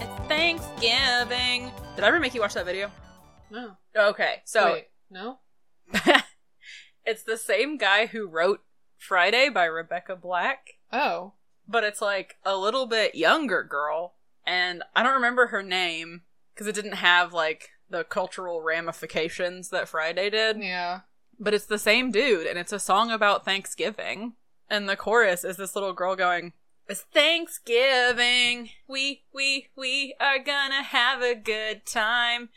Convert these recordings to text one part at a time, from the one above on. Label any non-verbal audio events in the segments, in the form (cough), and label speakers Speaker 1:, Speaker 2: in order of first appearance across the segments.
Speaker 1: It's Thanksgiving. Did I ever make you watch that video?
Speaker 2: No.
Speaker 1: Okay, so
Speaker 2: Oh, Wait, no?
Speaker 1: it's the same guy who wrote Friday by Rebecca Black,
Speaker 2: Oh.
Speaker 1: but it's like a little bit younger girl, and I don't remember her name because it didn't have like the cultural ramifications that Friday did.
Speaker 2: Yeah.
Speaker 1: But it's the same dude, and it's a song about Thanksgiving, and the chorus is this little girl going. It's Thanksgiving. We we we are gonna have a good time.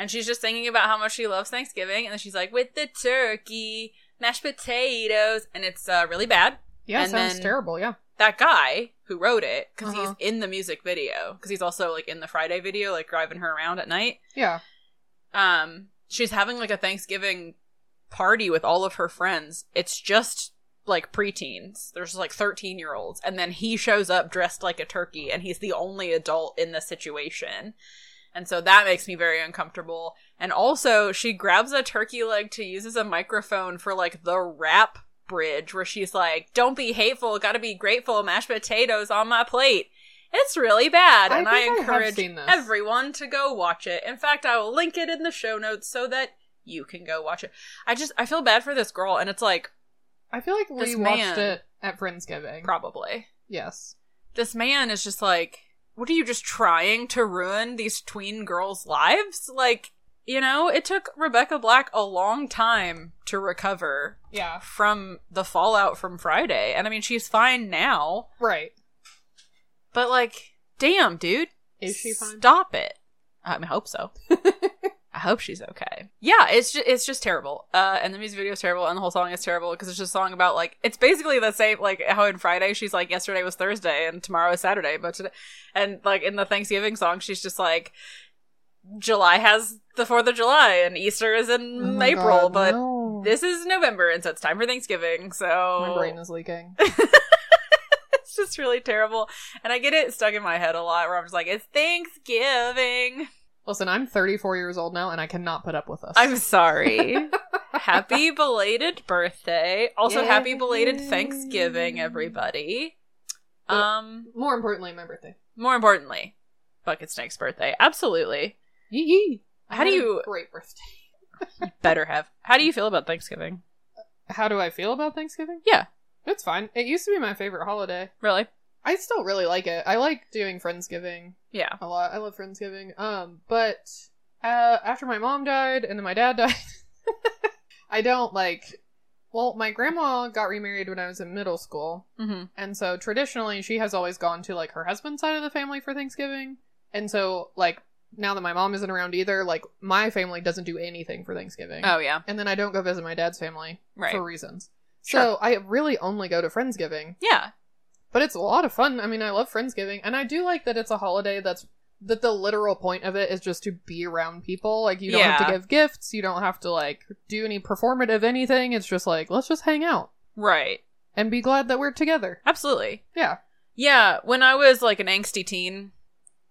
Speaker 1: And she's just singing about how much she loves Thanksgiving, and then she's like, with the turkey, mashed potatoes, and it's uh, really bad.
Speaker 2: Yeah,
Speaker 1: And
Speaker 2: sounds
Speaker 1: then-
Speaker 2: terrible, yeah.
Speaker 1: That guy who wrote it, because
Speaker 2: Uh-huh.
Speaker 1: he's in the music video, because he's also like in the Friday video, like driving her around at night.
Speaker 2: Yeah.
Speaker 1: Um, she's having like a Thanksgiving party with all of her friends. It's just like preteens. There's like 13 year olds. And then he shows up dressed like a turkey and he's the only adult in the situation. And so that makes me very uncomfortable. And also, she grabs a turkey leg to use as a microphone for like the rap bridge where she's like, don't be hateful, gotta be grateful, mashed potatoes on my plate. It's really bad,
Speaker 2: I
Speaker 1: and
Speaker 2: think I
Speaker 1: I
Speaker 2: have
Speaker 1: encourage
Speaker 2: seen this.
Speaker 1: everyone to go watch it. In fact, I will link it in the show notes so that you can go watch it. I just I feel bad for this girl, and it's like
Speaker 2: I feel like we
Speaker 1: This
Speaker 2: watched
Speaker 1: man-
Speaker 2: it at Friendsgiving.
Speaker 1: probably
Speaker 2: yes.
Speaker 1: this man is just like, what are you just trying to ruin these tween girls' lives? Like, you know, it took Rebecca Black a long time to recover
Speaker 2: Yeah.
Speaker 1: from the fallout from Friday. And I mean, she's fine now,
Speaker 2: Right.
Speaker 1: but like, damn, dude.
Speaker 2: Is she fine?
Speaker 1: Stop it. I, mean, I hope
Speaker 2: (laughs)
Speaker 1: so. I hope she's okay. Yeah, it's just it's just terrible. Uh, and the music video is terrible, and the whole song is terrible because it's just a song about like it's basically the same like how in Friday she's like yesterday was Thursday and tomorrow is Saturday, but today and like in the Thanksgiving song she's just like July has the Fourth of July and Easter is in
Speaker 2: Oh my
Speaker 1: April,
Speaker 2: God,
Speaker 1: but
Speaker 2: no.
Speaker 1: this Oh. is November and so it's time for Thanksgiving.
Speaker 2: My
Speaker 1: So
Speaker 2: brain is leaking.
Speaker 1: (laughs) it's just really terrible, and I get it stuck in my head a lot where I'm just like it's Thanksgiving.
Speaker 2: Listen, I'm 34 years old now and I cannot put up with this. (laughs)
Speaker 1: I'm sorry. happy belated birthday. Also, happy belated
Speaker 2: Yay.
Speaker 1: Thanksgiving, everybody. Um,
Speaker 2: More importantly, my birthday.
Speaker 1: more importantly, Bucket Snake's birthday. Absolutely.
Speaker 2: Yee yee.
Speaker 1: How do
Speaker 2: What a
Speaker 1: you-
Speaker 2: Great birthday.
Speaker 1: Better have. How do you feel about Thanksgiving?
Speaker 2: How do I feel about Thanksgiving?
Speaker 1: Yeah.
Speaker 2: It's fine. It used to be my favorite holiday.
Speaker 1: Really?
Speaker 2: I still really like it. I like doing Friendsgiving.
Speaker 1: Yeah.
Speaker 2: a lot. I love Friendsgiving. Um, but uh, after my mom died and then my dad (laughs) died, I don't like. Well, my grandma got remarried when I was in middle school,
Speaker 1: Mm-hmm.
Speaker 2: and so traditionally she has always gone to like her husband's side of the family for Thanksgiving. And so like now that my mom isn't around either, like my family doesn't do anything for Thanksgiving.
Speaker 1: Oh, yeah.
Speaker 2: And then I don't go visit my dad's family
Speaker 1: Right.
Speaker 2: for reasons.
Speaker 1: Sure.
Speaker 2: So I really only go to Friendsgiving
Speaker 1: Yeah.
Speaker 2: but it's a lot of fun. I mean, I love Friendsgiving, and I do like that it's a holiday that's that the literal point of it is just to be around people. Like you don't have
Speaker 1: Yeah.
Speaker 2: to give gifts, you don't have to like do any performative anything. It's just like let's just hang out
Speaker 1: Right.
Speaker 2: and be glad that we're together.
Speaker 1: Absolutely.
Speaker 2: Yeah,
Speaker 1: Yeah. When I was like an angsty teen,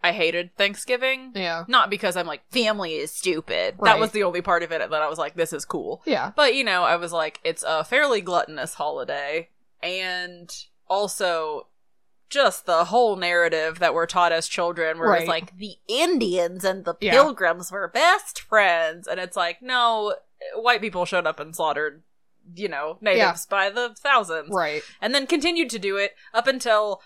Speaker 1: I hated Thanksgiving.
Speaker 2: yeah,
Speaker 1: Not because I'm like, family is stupid. That
Speaker 2: Right.
Speaker 1: was the only part of it that I was like, this is cool.
Speaker 2: yeah,
Speaker 1: But you know, I was like, it's a fairly gluttonous holiday, and also just the whole narrative that we're taught as children, where it's
Speaker 2: Right.
Speaker 1: like the Indians and the
Speaker 2: Yeah.
Speaker 1: Pilgrims were best friends, and it's like, no, white people showed up and slaughtered, you know, natives by the thousands,
Speaker 2: right,
Speaker 1: and then continued to do it up until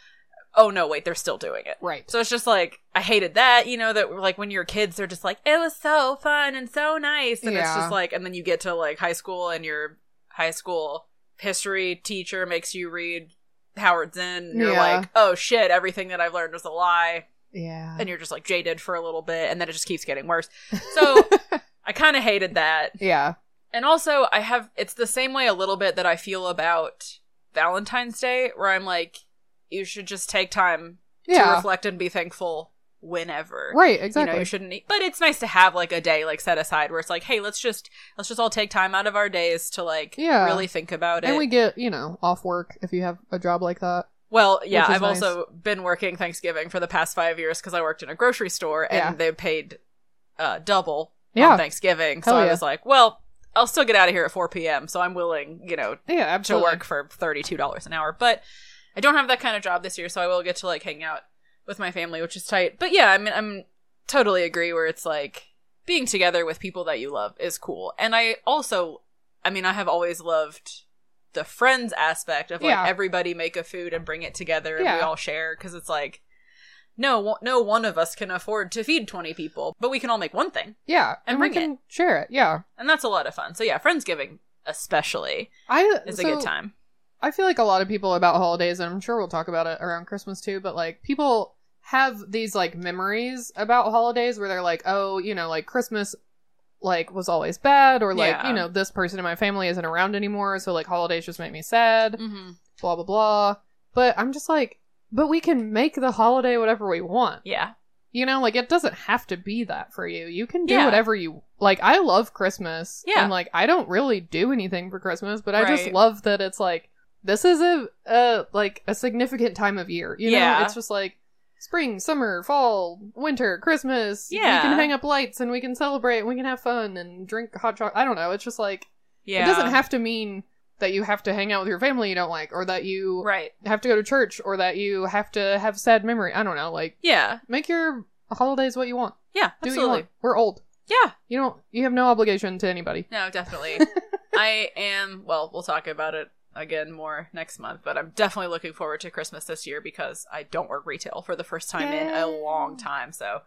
Speaker 1: oh no, wait, they're still doing it.
Speaker 2: Right.
Speaker 1: So it's just like I hated that, you know, that like when you're kids, they're just like it was so fun and so nice, and it's
Speaker 2: Yeah.
Speaker 1: just like, and then you get to like high school, and your high school history teacher makes you read Howard Zinn, and you're
Speaker 2: Yeah.
Speaker 1: like, oh shit, everything that I've learned was a lie,
Speaker 2: yeah.
Speaker 1: and you're just like jaded for a little bit, and then it just keeps getting worse.
Speaker 2: (laughs)
Speaker 1: So I kind of hated that.
Speaker 2: yeah.
Speaker 1: And also, I have it's the same way a little bit that I feel about Valentine's Day, where I'm like, you should just take time to
Speaker 2: Yeah.
Speaker 1: reflect and be thankful whenever.
Speaker 2: Right,
Speaker 1: You
Speaker 2: exactly.
Speaker 1: know, you shouldn't. Eat. But it's nice to have like a day like set aside where it's like, hey, let's just let's just all take time out of our days to like
Speaker 2: Yeah.
Speaker 1: really think about it.
Speaker 2: and we get, you know, off work if you have a job like that.
Speaker 1: Well, yeah,
Speaker 2: Which is
Speaker 1: I've also been working Thanksgiving for the past five years because I worked in a grocery store and
Speaker 2: Yeah.
Speaker 1: they paid uh, double
Speaker 2: Yeah.
Speaker 1: on Thanksgiving. so
Speaker 2: Hell
Speaker 1: I
Speaker 2: yeah.
Speaker 1: was like, well, I'll still get out of here at 4 p.m. So I'm willing, you know,
Speaker 2: Yeah,
Speaker 1: to
Speaker 2: absolutely.
Speaker 1: work for $32 an hour. But I don't have that kind of job this year, so I will get to like hang out with my family, which is tight. But yeah, I mean, I'm totally agree where it's like being together with people that you love is cool. And I also, I mean, I have always loved the friends aspect of like
Speaker 2: Yeah.
Speaker 1: everybody make a food and bring it together and we
Speaker 2: Yeah.
Speaker 1: all share because it's like no one- no one of us can afford to feed 20 people but we can all make one thing
Speaker 2: Yeah,
Speaker 1: and
Speaker 2: we
Speaker 1: bring
Speaker 2: can share it. Yeah,
Speaker 1: and that's a lot of fun so yeah friendsgiving especially
Speaker 2: I
Speaker 1: is
Speaker 2: so
Speaker 1: a good time
Speaker 2: I feel like a lot of people about holidays, and I'm sure we'll talk about it around Christmas too. But like people have these like memories about holidays where they're like, oh, you know, like Christmas like was always bad, or like
Speaker 1: Yeah.
Speaker 2: you know this person in my family isn't around anymore, so like holidays just make me sad.
Speaker 1: mm-hmm.
Speaker 2: Blah blah blah. But I'm just like, but we can make the holiday whatever we want.
Speaker 1: Yeah.
Speaker 2: You know, like it doesn't have to be that for you. You can do
Speaker 1: Yeah.
Speaker 2: whatever you like. I love Christmas.
Speaker 1: Yeah.
Speaker 2: And like I don't really do anything for Christmas, but I just
Speaker 1: Right.
Speaker 2: love that it's like this is a uh like a significant time of year. You know,
Speaker 1: Yeah.
Speaker 2: it's just like spring, summer, fall, winter, Christmas. We
Speaker 1: Yeah.
Speaker 2: can hang up lights and we can celebrate and we can have fun and drink hot chocolate. I don't know. It's just like
Speaker 1: Yeah.
Speaker 2: it doesn't have to mean that you have to hang out with your family you don't like or that you
Speaker 1: Right.
Speaker 2: have to go to church or that you have to have sad memory. I don't know. Like
Speaker 1: Yeah.
Speaker 2: make your holidays what you want.
Speaker 1: Yeah.
Speaker 2: Do what you
Speaker 1: absolutely.
Speaker 2: want. We're old.
Speaker 1: Yeah.
Speaker 2: You don't. You have no obligation to anybody.
Speaker 1: No,
Speaker 2: (laughs)
Speaker 1: definitely. I am well, we'll talk about it again more next month, but I'm definitely looking forward to Christmas this year because I don't work retail for the first time in a long time, so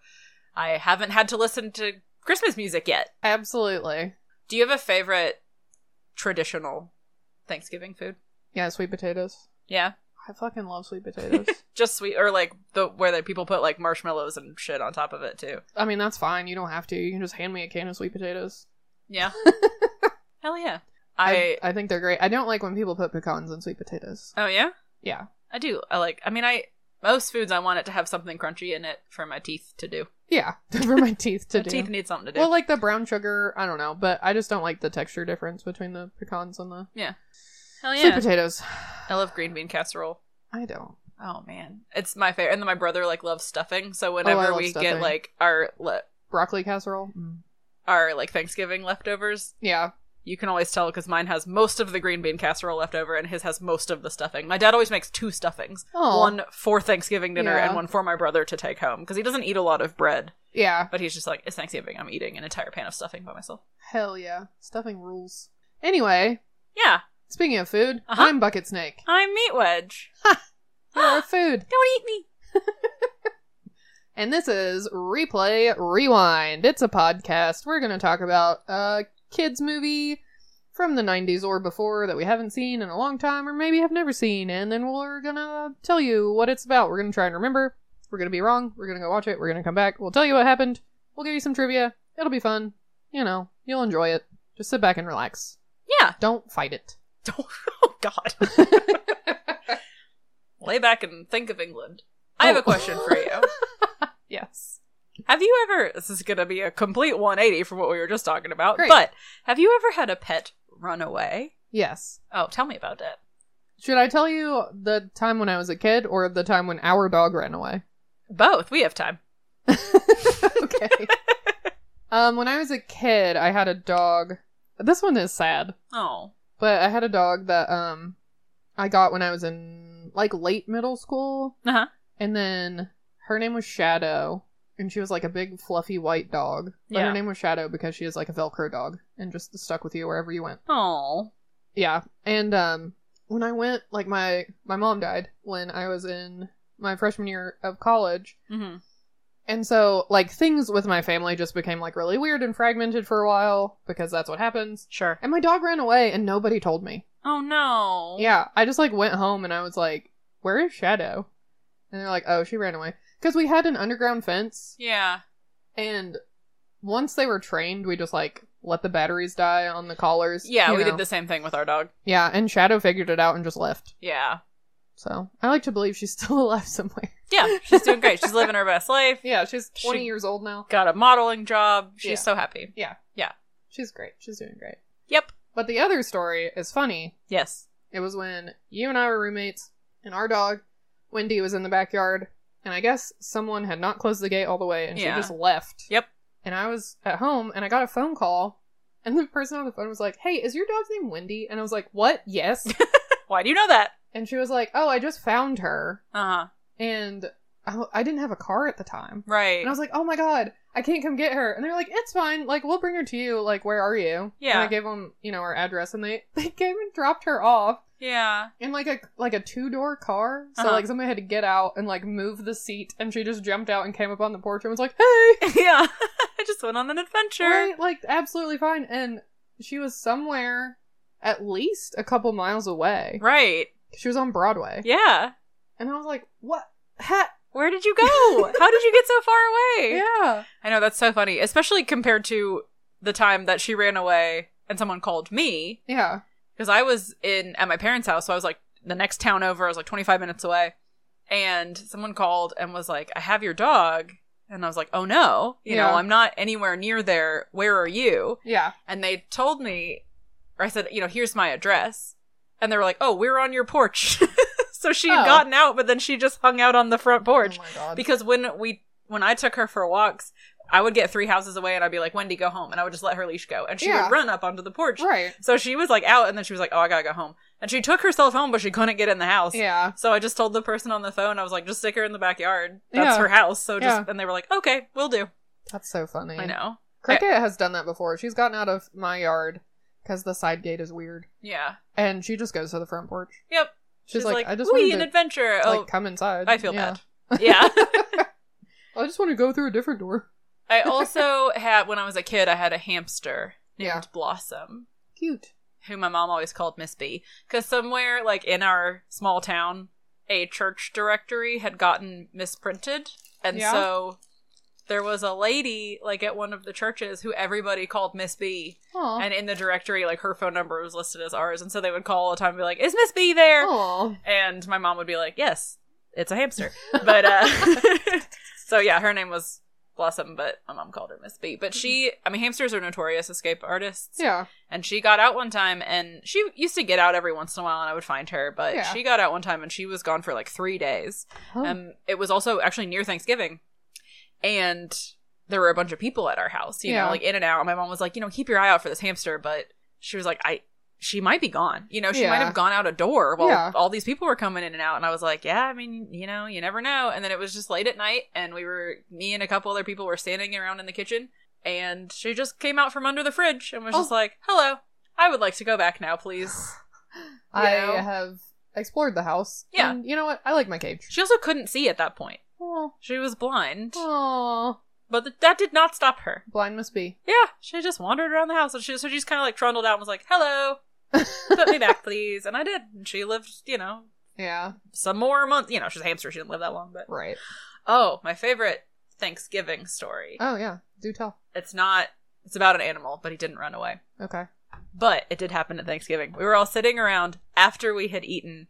Speaker 1: I haven't had to listen to Christmas music yet.
Speaker 2: Absolutely.
Speaker 1: Do you have a favorite traditional Thanksgiving food?
Speaker 2: Yeah, sweet potatoes.
Speaker 1: Yeah.
Speaker 2: I fucking love
Speaker 1: (laughs)
Speaker 2: sweet potatoes.
Speaker 1: Just sweet or like the where the people put like marshmallows and shit on top of it too.
Speaker 2: I mean, that's fine. You don't have to. You can just hand me a can of sweet potatoes. (laughs)
Speaker 1: Yeah. Hell yeah.
Speaker 2: I, think they're great. I don't like when people put pecans in sweet potatoes.
Speaker 1: I Oh yeah?
Speaker 2: Yeah.
Speaker 1: I do. I like. I mean, I most foods I want it to have something crunchy in it for my teeth to do.
Speaker 2: Yeah. (laughs)
Speaker 1: (laughs)
Speaker 2: For my teeth to
Speaker 1: my
Speaker 2: do.
Speaker 1: teeth need something to do.
Speaker 2: well, like the brown sugar. I don't know, but I just don't like the texture difference between the pecans and the
Speaker 1: yeah. Hell
Speaker 2: sweet
Speaker 1: Oh, yeah.
Speaker 2: potatoes.
Speaker 1: I love green bean casserole.
Speaker 2: I don't.
Speaker 1: Oh man, it's my favorite. And then my brother like loves stuffing. So whenever
Speaker 2: Oh, love
Speaker 1: we
Speaker 2: stuffing.
Speaker 1: get like our le-
Speaker 2: Broccoli casserole. Mm.
Speaker 1: our like Thanksgiving leftovers,
Speaker 2: Yeah.
Speaker 1: you can always tell because mine has most of the green bean casserole left over, and his has most of the stuffing. My dad always makes two stuffings:
Speaker 2: Aw.
Speaker 1: one for Thanksgiving dinner
Speaker 2: Yeah.
Speaker 1: and one for my brother to take home because he doesn't eat a lot of bread.
Speaker 2: Yeah.
Speaker 1: But he's just like, it's Thanksgiving. I'm eating an entire pan of stuffing by myself.
Speaker 2: Hell yeah. Stuffing rules. Anyway,
Speaker 1: Yeah,
Speaker 2: Speaking of food,
Speaker 1: Uh-huh.
Speaker 2: I'm Bucket Snake.
Speaker 1: I'm meat wedge.
Speaker 2: You're a food.
Speaker 1: Don't eat me.
Speaker 2: And this is Replay Rewind. It's a podcast. We're going to talk about a kids' movie from the 90s or before that we haven't seen in a long time or maybe have never seen. And then we're going to tell you what it's about. We're going to try and remember. We're going to be wrong. We're going to go watch it. We're going to come back. We'll tell you what happened. We'll give you some trivia. It'll be fun. You know, you'll enjoy it. Just sit back and relax.
Speaker 1: Yeah.
Speaker 2: Don't fight it.
Speaker 1: (laughs) oh God. Lay back and think of England. I have
Speaker 2: Oh.
Speaker 1: a question for (laughs) you.
Speaker 2: Yes.
Speaker 1: Have you ever? This is going to be a complete 180 from what we were just talking about.
Speaker 2: Great.
Speaker 1: But have you ever had a pet run away?
Speaker 2: Yes.
Speaker 1: Oh, tell me about that.
Speaker 2: Should I tell you the time when I was a kid or the time when our dog ran away?
Speaker 1: Both. We have time.
Speaker 2: okay. um, when I was a kid, I had a dog. This one is sad,
Speaker 1: Oh.
Speaker 2: but I had a dog that um I got when I was in like late middle school,
Speaker 1: Uh huh.
Speaker 2: and then her name was Shadow, and she was like a big fluffy white dog. But
Speaker 1: Yeah.
Speaker 2: her name was Shadow because she is like a Velcro dog and just stuck with you wherever you went.
Speaker 1: Oh.
Speaker 2: Yeah. And um when I went like my my mom died when I was in my freshman year of college.
Speaker 1: Mm-hmm.
Speaker 2: And so, like, things with my family just became, like, really weird and fragmented for a while because that's what happens.
Speaker 1: Sure.
Speaker 2: And my dog ran away and nobody told me.
Speaker 1: Oh no.
Speaker 2: Yeah, I just, like, went home and I was like, where is Shadow? And they're like, oh, she ran away. Because we had an underground fence
Speaker 1: Yeah.
Speaker 2: and once they were trained, we just, like, let the batteries die on the collars.
Speaker 1: Yeah.
Speaker 2: you
Speaker 1: We
Speaker 2: know.
Speaker 1: did the same thing with our dog.
Speaker 2: Yeah, and Shadow figured it out and just left.
Speaker 1: Yeah.
Speaker 2: So I like to believe she's (laughs) still alive somewhere.
Speaker 1: Yeah. She's doing great. She's living her best (laughs) life.
Speaker 2: Yeah, she's 20
Speaker 1: She-
Speaker 2: years old now.
Speaker 1: Got a modeling job. She's
Speaker 2: Yeah.
Speaker 1: so happy.
Speaker 2: Yeah.
Speaker 1: Yeah.
Speaker 2: She's great. She's doing great.
Speaker 1: Yep.
Speaker 2: But the other story is funny.
Speaker 1: Yes.
Speaker 2: It was when you and I were roommates, and our dog, Wendy, was in the backyard, and I guess someone had not closed the gate all the way, and
Speaker 1: Yeah.
Speaker 2: she just left.
Speaker 1: Yep.
Speaker 2: And I was at home, and I got a phone call, and the person on the phone was like, Hey, is your dog's name Wendy? And I was like, What?
Speaker 1: (laughs)
Speaker 2: Yes.
Speaker 1: Why do you know that?
Speaker 2: and she was like, Oh, I just found her.
Speaker 1: Uh huh.
Speaker 2: And I, I didn't have a car at the time.
Speaker 1: Right.
Speaker 2: And I was like, oh my god, I can't come get her. And they're like, it's fine. Like, we'll bring her to you. Like, where are you?
Speaker 1: Yeah.
Speaker 2: And I gave them, you know, our address, and they (laughs) they came and dropped her off
Speaker 1: yeah.
Speaker 2: in like a like a two door car. So
Speaker 1: Uh-huh.
Speaker 2: like somebody had to get out and like move the seat, and she just jumped out and came up on the porch and was like, hey,
Speaker 1: (laughs) yeah. (laughs) I just went on an adventure.
Speaker 2: right? like absolutely fine. And she was somewhere at least a couple miles away.
Speaker 1: Right.
Speaker 2: She was on Broadway,
Speaker 1: Yeah.
Speaker 2: and I was like, what? Ha-
Speaker 1: Where did you
Speaker 2: (laughs)
Speaker 1: go? How did you get so far away?
Speaker 2: yeah.
Speaker 1: I know that's so funny, especially compared to the time that she ran away and someone called me
Speaker 2: Yeah.
Speaker 1: because I was in at my parents' house, so I was like the next town over. I was like 25 minutes away, and someone called and was like, "I have your dog," and I was like, "Oh no, you know,
Speaker 2: Yeah.
Speaker 1: I'm not anywhere near there. Where are you?"
Speaker 2: Yeah.
Speaker 1: And they told me, or I said, "You know, here's my address," and they were like, "Oh, we're on your porch." (laughs) so she had
Speaker 2: Oh.
Speaker 1: gotten out, but then she just hung out on the front porch
Speaker 2: Oh my god.
Speaker 1: because when we when I took her for walks, I would get three houses away and I'd be like, Wendy, go home, and I would just let her leash go, and she
Speaker 2: Yeah.
Speaker 1: would run up onto the porch.
Speaker 2: right.
Speaker 1: So she was like out, and then she was like, "Oh, I gotta go home," and she took herself home, but she couldn't get in the house.
Speaker 2: Yeah.
Speaker 1: So I just told the person on the phone, I was like, "Just stick her in the backyard. That's
Speaker 2: Yeah.
Speaker 1: her house." So just
Speaker 2: Yeah.
Speaker 1: and they were like, "Okay, we'll do."
Speaker 2: That's so funny.
Speaker 1: I know.
Speaker 2: Cricket has done that before. She's gotten out of my yard because the side gate is weird,
Speaker 1: Yeah.
Speaker 2: and she just goes to the front porch.
Speaker 1: Yep.
Speaker 2: She's, like, I just
Speaker 1: "Wee,
Speaker 2: wanted
Speaker 1: an
Speaker 2: to
Speaker 1: adventure." oh,
Speaker 2: like come inside.
Speaker 1: I feel
Speaker 2: Yeah. (laughs)
Speaker 1: bad. Yeah.
Speaker 2: I just want to go through a different door.
Speaker 1: I also had when I was a kid, I had a hamster named
Speaker 2: Yeah.
Speaker 1: Blossom.
Speaker 2: Cute.
Speaker 1: who my mom always called Miss B, because somewhere like in our small town, a church directory had gotten misprinted, and
Speaker 2: Yeah.
Speaker 1: so there was a lady like at one of the churches who everybody called Miss B,
Speaker 2: Aw.
Speaker 1: and in the directory like her phone number was listed as ours, and so they would call all the time and be like, "Is Miss B there?"
Speaker 2: Aw.
Speaker 1: And my mom would be like, "Yes, it's a hamster," but uh, (laughs) so yeah, her name was. Blossom, but my mom called her Miss B. But she, I mean, hamsters are notorious escape artists
Speaker 2: Yeah.
Speaker 1: and she got out one time and she used to get out every once in a while and i would find her but
Speaker 2: Yeah.
Speaker 1: she got out one time and she was gone for like three days
Speaker 2: Oh.
Speaker 1: um it was also actually near thanksgiving and there were a bunch of people at our house you
Speaker 2: Yeah.
Speaker 1: know like in and out and my mom was like you know keep your eye out for this hamster but she was like i she might be gone you know she might
Speaker 2: Yeah.
Speaker 1: have gone out a door while
Speaker 2: Yeah.
Speaker 1: all these people were coming in and out and i was like yeah i mean you know you never know and then it was just late at night and we were me and a couple other people were standing around in the kitchen and she just came out from under the fridge and was just
Speaker 2: Oh.
Speaker 1: like, "Hello, I would like to go back now, please."
Speaker 2: I
Speaker 1: know.
Speaker 2: have explored the house.
Speaker 1: Yeah.
Speaker 2: and you know what? I like my cage.
Speaker 1: She also couldn't see at that point;
Speaker 2: Aw.
Speaker 1: she was blind.
Speaker 2: Oh. Aw.
Speaker 1: But th- that did not stop her.
Speaker 2: Blind must be.
Speaker 1: Yeah, she just wandered around the house, and she so she just kind of like trundled out and was like, "Hello, put
Speaker 2: (laughs)
Speaker 1: me back, please." And I did. And she lived, you know,
Speaker 2: Yeah.
Speaker 1: some more months. You know, she's a hamster; she didn't live that long. But
Speaker 2: Right.
Speaker 1: oh, my favorite Thanksgiving story.
Speaker 2: Oh yeah. Do tell.
Speaker 1: It's not. It's about an animal, but he didn't run away.
Speaker 2: Okay.
Speaker 1: But it did happen at Thanksgiving. We were all sitting around after we had eaten,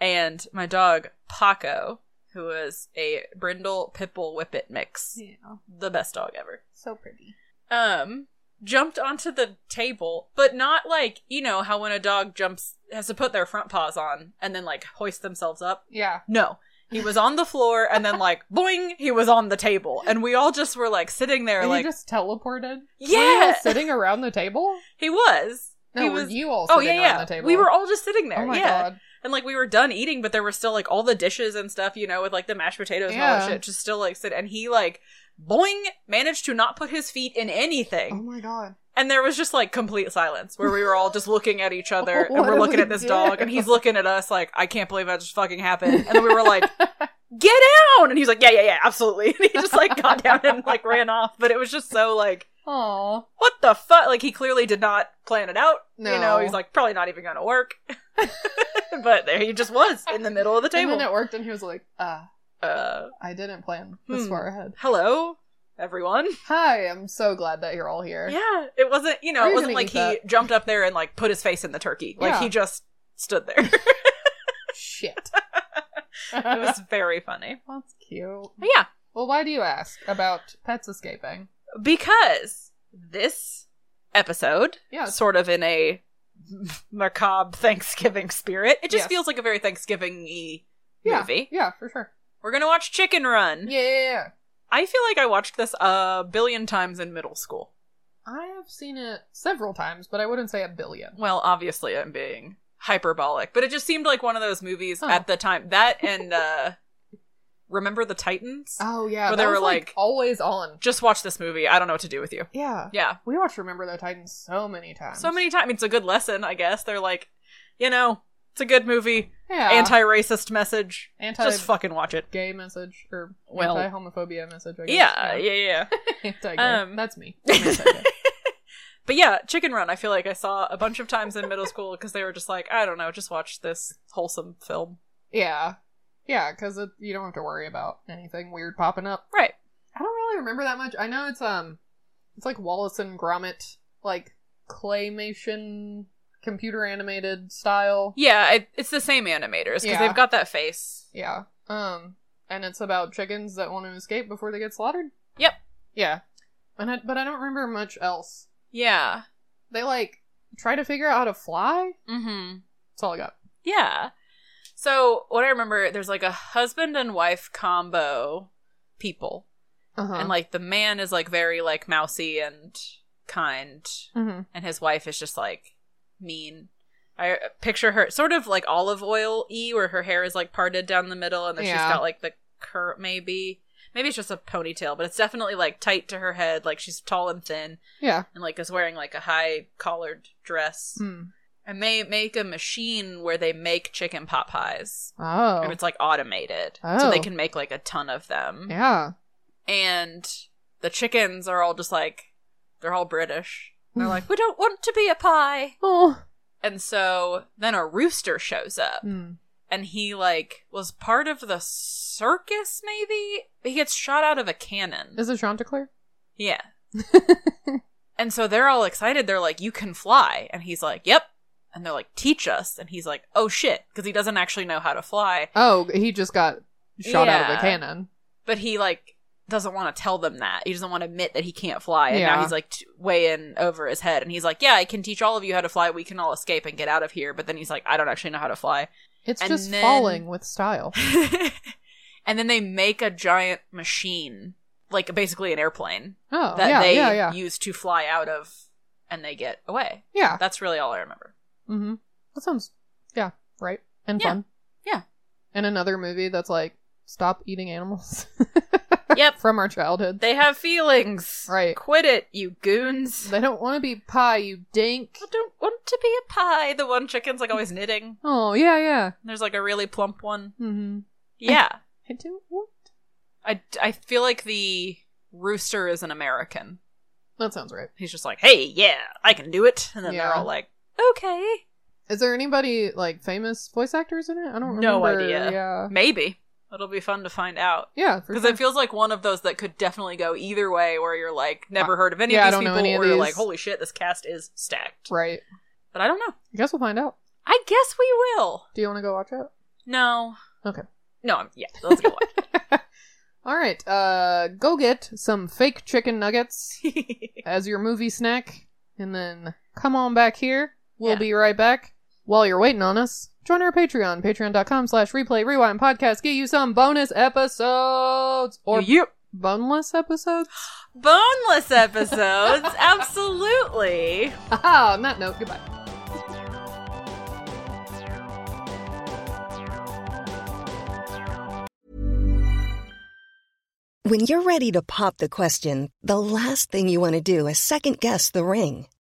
Speaker 1: and my dog, Paco, who was a brindle pitbull whippet mix,
Speaker 2: Yeah.
Speaker 1: the best dog ever,
Speaker 2: So pretty.
Speaker 1: um, jumped onto the table, but not like, you know, how when a dog jumps, has to put their front paws on and then like hoist themselves up.
Speaker 2: Yeah.
Speaker 1: No. He was on the floor and then
Speaker 2: (laughs)
Speaker 1: like boing, he was on the table. And we all just were like sitting there
Speaker 2: And
Speaker 1: like
Speaker 2: you just teleported. Were you all
Speaker 1: Yeah.
Speaker 2: sitting around the table?
Speaker 1: He was. (laughs)
Speaker 2: No,
Speaker 1: he
Speaker 2: were
Speaker 1: was
Speaker 2: you all
Speaker 1: Oh
Speaker 2: sitting
Speaker 1: yeah, yeah.
Speaker 2: around the table?
Speaker 1: We were all just sitting there.
Speaker 2: Oh my
Speaker 1: yeah.
Speaker 2: god.
Speaker 1: And like we were done eating, but there were still like all the dishes and stuff, you know, with like the mashed potatoes and all that
Speaker 2: Yeah.
Speaker 1: shit, just still like sit. And he like boing managed to not put his feet in anything,
Speaker 2: Oh my god.
Speaker 1: and there was just like complete silence where we were all just looking at each
Speaker 2: (laughs)
Speaker 1: other,
Speaker 2: What
Speaker 1: and we're
Speaker 2: did
Speaker 1: looking
Speaker 2: we
Speaker 1: at this
Speaker 2: do? (laughs)
Speaker 1: dog, and he's looking at us like, I can't believe that just fucking happened. And then we were like, get down and he was like yeah yeah yeah absolutely (laughs) and he just like got down and like ran off but it was just so like
Speaker 2: Aw.
Speaker 1: what the fuck like he clearly did not plan it out you know
Speaker 2: No.
Speaker 1: he's like probably not even gonna work (laughs) but there he just was in the middle of the
Speaker 2: And
Speaker 1: table
Speaker 2: then it worked, and he was like, "Ah,
Speaker 1: uh,
Speaker 2: I didn't plan this
Speaker 1: Hmm.
Speaker 2: far ahead."
Speaker 1: hello everyone
Speaker 2: Hi, I'm so glad that you're all here.
Speaker 1: yeah it wasn't you know
Speaker 2: Are
Speaker 1: it
Speaker 2: you
Speaker 1: wasn't
Speaker 2: gonna
Speaker 1: like
Speaker 2: eat
Speaker 1: he
Speaker 2: that?
Speaker 1: jumped up there and like put his face in the turkey like
Speaker 2: Yeah.
Speaker 1: he just stood there (laughs)
Speaker 2: Shit.
Speaker 1: it
Speaker 2: (laughs)
Speaker 1: was very funny
Speaker 2: That's cute.
Speaker 1: but yeah
Speaker 2: Well, why do you ask about pets escaping?
Speaker 1: because this episode
Speaker 2: Yeah.
Speaker 1: sort of in a (laughs) macabre Thanksgiving spirit. It just
Speaker 2: Yes.
Speaker 1: feels like a very Thanksgiving y
Speaker 2: Yeah.
Speaker 1: movie.
Speaker 2: Yeah, for sure.
Speaker 1: We're gonna watch Chicken Run.
Speaker 2: Yeah.
Speaker 1: I feel like I watched this a billion times in middle school.
Speaker 2: I have seen it several times, but I wouldn't say a billion.
Speaker 1: Well, obviously I'm being hyperbolic, but it just seemed like one of those movies
Speaker 2: Oh.
Speaker 1: at the time. That and uh Remember the Titans?
Speaker 2: Oh yeah,
Speaker 1: But
Speaker 2: that
Speaker 1: they
Speaker 2: was,
Speaker 1: were,
Speaker 2: like,
Speaker 1: like-
Speaker 2: always on.
Speaker 1: just watch this movie. I don't know what to do with you.
Speaker 2: Yeah.
Speaker 1: Yeah.
Speaker 2: We watched Remember the Titans so many times.
Speaker 1: So many times. It's a good lesson, I guess. They're like, you know, it's a good movie.
Speaker 2: yeah.
Speaker 1: anti-racist message.
Speaker 2: Anti-
Speaker 1: Just fucking watch it.
Speaker 2: gay message or
Speaker 1: Well-
Speaker 2: anti homophobia message. I guess.
Speaker 1: Yeah, yeah, yeah. (laughs)
Speaker 2: (laughs) Anti-gay.
Speaker 1: Um, (laughs)
Speaker 2: That's me. I'm anti-gay.
Speaker 1: but yeah, Chicken Run. I feel like I saw a bunch of times in middle school because they were just like, I don't know, just watch this wholesome film.
Speaker 2: yeah. Yeah, because you don't have to worry about anything weird popping up.
Speaker 1: Right.
Speaker 2: I don't really remember that much. I know it's um, it's like Wallace and Gromit, like claymation, computer animated style.
Speaker 1: Yeah, it, it's the same animators because
Speaker 2: Yeah.
Speaker 1: they've got that face.
Speaker 2: Yeah. Um, and it's about chickens that want to escape before they get slaughtered.
Speaker 1: Yep.
Speaker 2: Yeah. And I, but I don't remember much else.
Speaker 1: Yeah.
Speaker 2: They like try to figure out how to fly.
Speaker 1: Mm-hmm.
Speaker 2: That's all I got.
Speaker 1: Yeah. So what I remember, there's like a husband and wife combo people,
Speaker 2: Uh huh.
Speaker 1: and like the man is like very like mousy and kind,
Speaker 2: hmm
Speaker 1: and his wife is just like mean. I picture her sort of like olive oil y, where her hair is like parted down the middle, and then
Speaker 2: Yeah.
Speaker 1: she's got like the curl. Maybe, maybe it's just a ponytail, but it's definitely like tight to her head. Like she's tall and thin,
Speaker 2: Yeah.
Speaker 1: and like is wearing like a high collared dress.
Speaker 2: Hmm.
Speaker 1: And they make a machine where they make chicken pot pies,
Speaker 2: Oh.
Speaker 1: and it's like automated, so they
Speaker 2: Oh.
Speaker 1: can make like a ton of them.
Speaker 2: yeah.
Speaker 1: And the chickens are all just like they're all British. And
Speaker 2: Hmm.
Speaker 1: they're like, we don't want to be a pie.
Speaker 2: Oh.
Speaker 1: And so then a rooster shows up
Speaker 2: Hmm.
Speaker 1: and he like was part of the circus maybe? He gets shot out of a cannon.
Speaker 2: Is it Chanticleer?
Speaker 1: yeah.
Speaker 2: (laughs)
Speaker 1: and so they're all excited. They're like, "You can fly." And he's like, "Yep." And they're like, "Teach us." And he's like, "Oh shit," because he doesn't actually know how to fly,
Speaker 2: Oh, he just got shot out of
Speaker 1: Yeah.
Speaker 2: a cannon.
Speaker 1: but he like doesn't want to tell them that. He doesn't want to admit that he can't fly. And now
Speaker 2: Yeah.
Speaker 1: he's like t- way in over his head and he's like, "Yeah, I can teach all of you how to fly. We can all escape and get out of here." But then he's like, "I don't actually know how to fly."
Speaker 2: It's
Speaker 1: And
Speaker 2: just
Speaker 1: then-
Speaker 2: falling with
Speaker 1: (laughs)
Speaker 2: style.
Speaker 1: and then they make a giant machine, like basically an airplane
Speaker 2: Oh,
Speaker 1: that
Speaker 2: yeah,
Speaker 1: they
Speaker 2: yeah, yeah,
Speaker 1: use to fly out of, and they get away.
Speaker 2: yeah.
Speaker 1: That's really all I remember.
Speaker 2: Mm-hmm. That sounds, yeah, right and
Speaker 1: Yeah.
Speaker 2: fun.
Speaker 1: Yeah.
Speaker 2: And another movie that's like, stop eating animals.
Speaker 1: (laughs) Yep.
Speaker 2: From our childhood.
Speaker 1: They have feelings.
Speaker 2: Right.
Speaker 1: Quit it, you goons.
Speaker 2: They don't want to be pie, you dink.
Speaker 1: I don't want to be a pie. The one chicken's like always knitting.
Speaker 2: Oh yeah, yeah.
Speaker 1: There's like a really plump one.
Speaker 2: Mm-hmm.
Speaker 1: Yeah.
Speaker 2: I do what?
Speaker 1: I, I feel like the rooster is an American.
Speaker 2: That sounds right.
Speaker 1: He's just like, hey, yeah, I can do it. And then they're
Speaker 2: Yeah.
Speaker 1: all like, okay.
Speaker 2: Is there anybody like famous voice actors in it? I don't
Speaker 1: No
Speaker 2: remember.
Speaker 1: idea.
Speaker 2: Yeah.
Speaker 1: Maybe. It'll be fun to find out.
Speaker 2: Yeah. for
Speaker 1: Because
Speaker 2: sure.
Speaker 1: it feels like one of those that could definitely go either way, where you're like, never heard of any
Speaker 2: Uh, Yeah, I
Speaker 1: of these
Speaker 2: don't know
Speaker 1: people,
Speaker 2: any of
Speaker 1: or you're
Speaker 2: these.
Speaker 1: like, holy shit, this cast is stacked.
Speaker 2: right.
Speaker 1: But I don't know.
Speaker 2: I guess we'll find out.
Speaker 1: I guess we will.
Speaker 2: Do you want to go watch it?
Speaker 1: No.
Speaker 2: Okay.
Speaker 1: No, I'm, yeah, let's go watch.
Speaker 2: All right. Uh, go get some fake chicken nuggets (laughs)
Speaker 1: it.
Speaker 2: as your movie snack, and then come on back here. We'll
Speaker 1: Yeah.
Speaker 2: be right back. While you're waiting on us, join our Patreon, patreon.com slash replay rewind podcast. Get you some bonus episodes or
Speaker 1: Yep.
Speaker 2: boneless (gasps) episodes.
Speaker 1: Boneless episodes,
Speaker 2: (laughs)
Speaker 1: absolutely.
Speaker 2: Aha, on that note, goodbye.
Speaker 3: When you're ready to pop the question, the last thing you want to do is second guess the ring.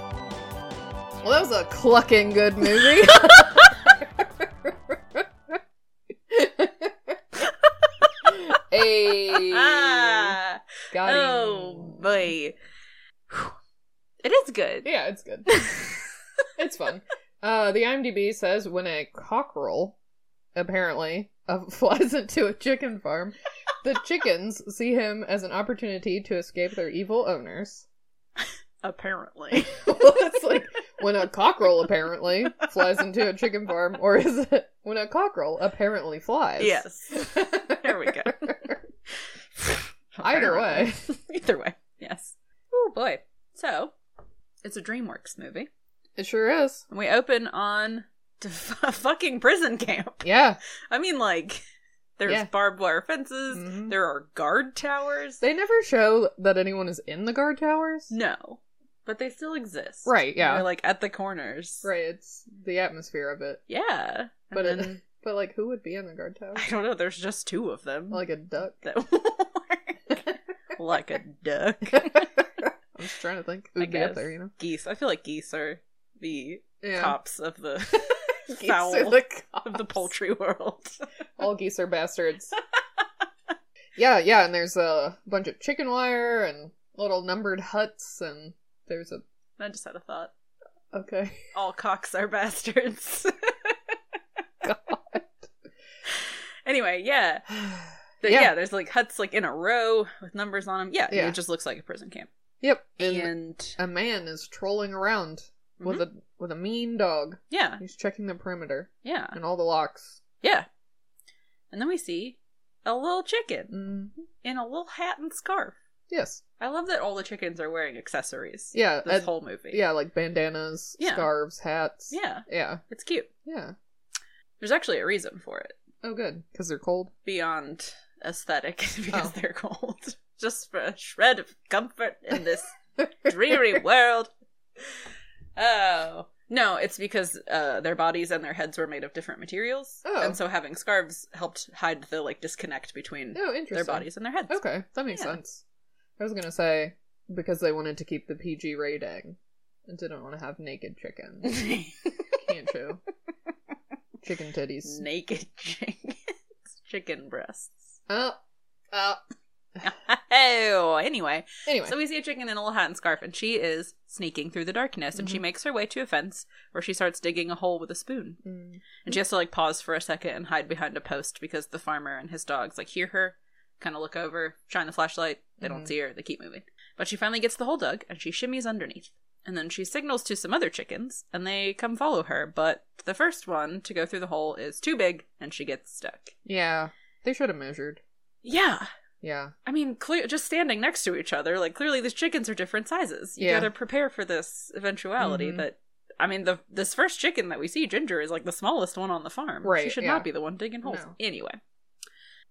Speaker 2: Well, that was a clucking good (laughs) movie. hey,
Speaker 1: Ah,
Speaker 2: got him.
Speaker 1: (laughs) oh boy, Whew. it is good.
Speaker 2: Yeah,
Speaker 1: (laughs)
Speaker 2: it's good. it's fun. Uh, the IMDb says when a cockerel, apparently, uh, (laughs) flies into a chicken farm,
Speaker 1: (laughs)
Speaker 2: the chickens see him as an opportunity to escape their evil
Speaker 1: (laughs)
Speaker 2: owners. (laughs)
Speaker 1: Apparently, (laughs)
Speaker 2: it's like when a cockerel apparently flies into a chicken farm, or is it when a cockerel apparently flies?
Speaker 1: yes. There we go.
Speaker 2: (laughs) Either way.
Speaker 1: Either way, (laughs) yes. Oh boy. So, it's a DreamWorks movie.
Speaker 2: It sure is.
Speaker 1: And we open on (laughs) a fucking prison camp.
Speaker 2: Yeah.
Speaker 1: I mean, like, there's
Speaker 2: Yeah.
Speaker 1: barbed wire fences,
Speaker 2: Mhm.
Speaker 1: there are guard towers.
Speaker 2: They never show that anyone is in the guard towers.
Speaker 1: no, but they still exist.
Speaker 2: Right, yeah.
Speaker 1: They're like at the corners.
Speaker 2: Right, it's the atmosphere of it.
Speaker 1: Yeah.
Speaker 2: But
Speaker 1: and
Speaker 2: it, but like who would be in the guard
Speaker 1: (laughs)
Speaker 2: tower?
Speaker 1: I don't know, there's just two of them.
Speaker 2: Like a duck.
Speaker 1: (laughs) that work. (laughs) like a
Speaker 2: (laughs)
Speaker 1: duck.
Speaker 2: I'm just trying to think
Speaker 1: I
Speaker 2: who'd be up
Speaker 1: guess.
Speaker 2: there, you know.
Speaker 1: Geese. I feel like geese are the
Speaker 2: Yeah.
Speaker 1: cops of
Speaker 2: (laughs)
Speaker 1: the (laughs)
Speaker 2: Geese are
Speaker 1: fowl
Speaker 2: the
Speaker 1: of the
Speaker 2: cops.
Speaker 1: poultry world.
Speaker 2: (laughs)
Speaker 1: (laughs)
Speaker 2: All geese are bastards. yeah, yeah, and there's a bunch of chicken wire and little numbered huts and there's a
Speaker 1: I just had a thought.
Speaker 2: okay. (sighs)
Speaker 1: All cocks are (laughs)
Speaker 2: (laughs)
Speaker 1: bastards. Anyway, yeah. But yeah.
Speaker 2: Yeah.
Speaker 1: there's like huts like in a row with numbers on them. Yeah,
Speaker 2: Yeah.
Speaker 1: it just looks like a prison camp.
Speaker 2: Yep.
Speaker 1: And, Mm-hmm.
Speaker 2: And a man is trolling around with a with a mean dog.
Speaker 1: yeah,
Speaker 2: He's checking the perimeter
Speaker 1: yeah,
Speaker 2: and all the locks.
Speaker 1: yeah. And then we see a little chicken
Speaker 2: Mm,
Speaker 1: in a little hat and scarf.
Speaker 2: yes.
Speaker 1: I love that all the chickens are wearing accessories.
Speaker 2: Yeah,
Speaker 1: this
Speaker 2: uh,
Speaker 1: whole movie.
Speaker 2: Yeah, like bandanas,
Speaker 1: Yeah.
Speaker 2: scarves, hats.
Speaker 1: Yeah.
Speaker 2: Yeah.
Speaker 1: it's cute.
Speaker 2: Yeah.
Speaker 1: There's actually a reason for it
Speaker 2: Oh, good. Because they're cold.
Speaker 1: beyond aesthetic (laughs) because
Speaker 2: Oh.
Speaker 1: they're cold. (laughs) Just for a shred of comfort in this
Speaker 2: (laughs)
Speaker 1: dreary world. Oh. No, it's because uh, their bodies and their heads were made of different materials.
Speaker 2: Oh.
Speaker 1: And so having scarves helped hide the like disconnect between
Speaker 2: Oh, interesting.
Speaker 1: their bodies and their heads.
Speaker 2: Okay, that makes
Speaker 1: Yeah.
Speaker 2: sense. I was gonna say because they wanted to keep the PG rating and didn't want to have naked chicken.
Speaker 1: (laughs)
Speaker 2: (laughs) Can't you? Chicken titties.
Speaker 1: Naked chickens. (laughs) Chicken
Speaker 2: (laughs)
Speaker 1: breasts. (laughs)
Speaker 2: Oh, oh.
Speaker 1: oh, anyway.
Speaker 2: Anyway,
Speaker 1: So we see a chicken in a little hat and scarf, and she is sneaking through the darkness, and she
Speaker 2: Mm-hmm.
Speaker 1: makes her way to a fence where she starts digging a hole with a spoon.
Speaker 2: Mm.
Speaker 1: And she has to like pause for a second and hide behind a post because the farmer and his dogs like hear her, kind of look over, shine the flashlight. They don't see her. They keep moving. But she finally gets the hole dug and she shimmies underneath. And then she signals to some other chickens and they come follow her. But the first one to go through the hole is too big and she gets stuck.
Speaker 2: yeah, they should have measured.
Speaker 1: Yeah.
Speaker 2: Yeah,
Speaker 1: I mean, clear, just standing next to each other, like clearly these chickens are different sizes. You
Speaker 2: Yeah.
Speaker 1: gotta prepare for this eventuality.
Speaker 2: Mhm.
Speaker 1: That I mean, the this first chicken that we see, Ginger, is like the smallest one on the farm. She
Speaker 2: Right,
Speaker 1: should
Speaker 2: yeah.
Speaker 1: not be the one digging holes.
Speaker 2: No.
Speaker 1: Anyway,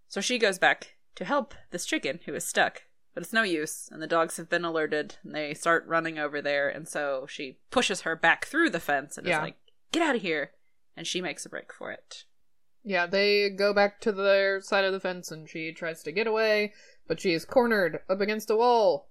Speaker 1: so she goes back to help this chicken who is stuck, but it's no use, and the dogs have been alerted, and they start running over there, and so she pushes her back through the fence and
Speaker 2: Yeah.
Speaker 1: is like, "Get out of here!" And she makes a break for it.
Speaker 2: yeah. They go back to their side of the fence, and she tries to get away, but she is cornered up against a wall.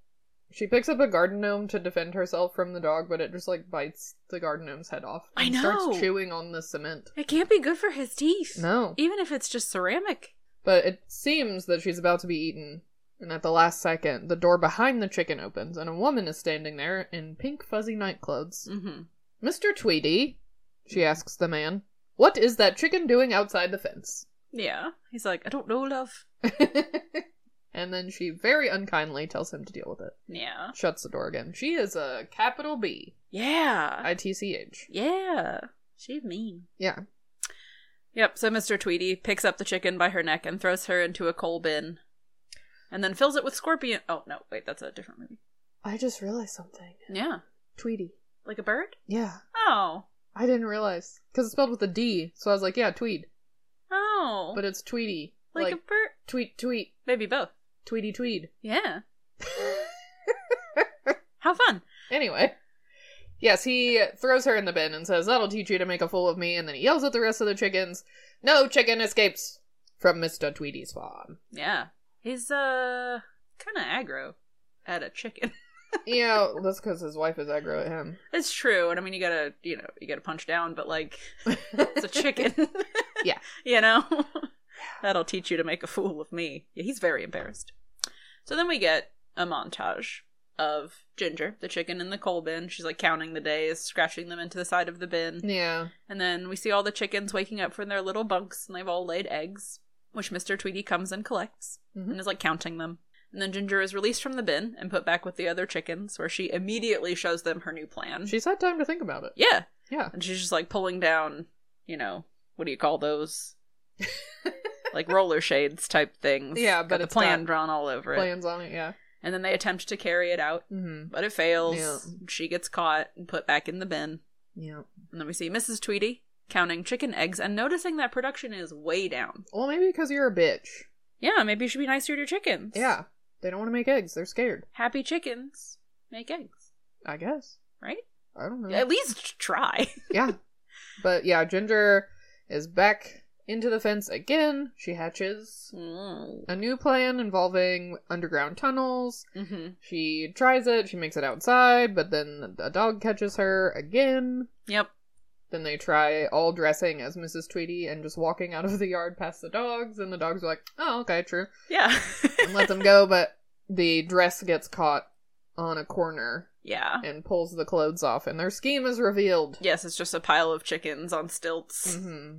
Speaker 2: She picks up a garden gnome to defend herself from the dog, but it just like bites the garden gnome's head off.
Speaker 1: I
Speaker 2: and Starts
Speaker 1: know.
Speaker 2: chewing on the cement.
Speaker 1: It can't be good for his teeth.
Speaker 2: No.
Speaker 1: even if it's just ceramic.
Speaker 2: but it seems that she's about to be eaten And at the last second, the door behind the chicken opens, and a woman is standing there in pink fuzzy night clothes.
Speaker 1: Mm-hmm.
Speaker 2: Mr. Tweedy, she asks the man, what is that chicken doing outside the fence?
Speaker 1: Yeah. He's like, I don't know, love.
Speaker 2: (laughs) and then she very unkindly tells him to deal with it.
Speaker 1: Yeah.
Speaker 2: Shuts the door again. She is a capital B,
Speaker 1: Yeah.
Speaker 2: I T C H.
Speaker 1: yeah. She's mean.
Speaker 2: Yeah.
Speaker 1: Yep, so Mr. Tweety picks up the chicken by her neck and throws her into a coal bin. And then fills it with scorpion. Oh, no, wait, that's a different movie.
Speaker 2: I just realized something.
Speaker 1: Yeah.
Speaker 2: Tweety.
Speaker 1: Like a bird?
Speaker 2: Yeah.
Speaker 1: Oh.
Speaker 2: I didn't realize. Because it's spelled with a D, so I was like, yeah, Tweed.
Speaker 1: Oh.
Speaker 2: But it's Tweety.
Speaker 1: like, a bird?
Speaker 2: tweet, tweet,
Speaker 1: Maybe both.
Speaker 2: Tweety, tweed.
Speaker 1: (laughs) Yeah. How fun.
Speaker 2: Anyway. Yes, he throws her in the bin and says, That'll teach you to make a fool of me. And then he yells at the rest of the chickens, No chicken escapes from Mr. Tweety's farm.
Speaker 1: Yeah. He's, uh, kind of aggro at a chicken.
Speaker 2: yeah, (laughs) that's because his wife is aggro at him.
Speaker 1: it's true, and I mean, you gotta, you know, you gotta punch down, but like, it's a chicken.
Speaker 2: (laughs) Yeah.
Speaker 1: you know? (laughs) That'll teach you to make a fool of me. Yeah, he's very embarrassed. So then we get a montage of Ginger, the chicken in the coal bin. She's like counting the days, scratching them into the side of the bin.
Speaker 2: Yeah.
Speaker 1: And then we see all the chickens waking up from their little bunks and they've all laid eggs, which Mr. Tweety comes and collects
Speaker 2: Mhm.
Speaker 1: and is like counting them. And then Ginger is released from the bin and put back with the other chickens, where she immediately shows them her new plan.
Speaker 2: She's had time to think about it.
Speaker 1: yeah.
Speaker 2: Yeah.
Speaker 1: And she's just like pulling down, you know, what do you call
Speaker 2: (laughs)
Speaker 1: those? like roller shades type things.
Speaker 2: Yeah,
Speaker 1: Got
Speaker 2: but
Speaker 1: the
Speaker 2: it's
Speaker 1: plan
Speaker 2: got
Speaker 1: drawn all over it.
Speaker 2: Plans on it, yeah.
Speaker 1: And then they attempt to carry it out,
Speaker 2: Mm-hmm.
Speaker 1: but it fails.
Speaker 2: Yeah.
Speaker 1: She gets caught and put back in the bin.
Speaker 2: Yeah.
Speaker 1: And then we see Mrs. Tweety counting chicken eggs and noticing that production is way down.
Speaker 2: Well, maybe because you're a bitch.
Speaker 1: Yeah, maybe you should be nicer to your chickens.
Speaker 2: Yeah. They don't want to make eggs. They're scared.
Speaker 1: Happy chickens make eggs,
Speaker 2: I guess.
Speaker 1: right?
Speaker 2: I don't know.
Speaker 1: At least try.
Speaker 2: yeah. But yeah, Ginger is back into the fence again. She hatches
Speaker 1: mm-hmm.
Speaker 2: a new plan involving underground tunnels.
Speaker 1: Mm-hmm.
Speaker 2: She tries it, she makes it outside, but then a dog catches her again.
Speaker 1: Yep.
Speaker 2: Then they try all dressing as Mrs. Tweety and just walking out of the yard past the dogs, and the dogs are like, oh, okay, true,
Speaker 1: Yeah. (laughs)
Speaker 2: and let them go, but the dress gets caught on a corner
Speaker 1: yeah.
Speaker 2: and pulls the clothes off, and their scheme is revealed.
Speaker 1: Yes, it's just a pile of chickens on stilts.
Speaker 2: hmm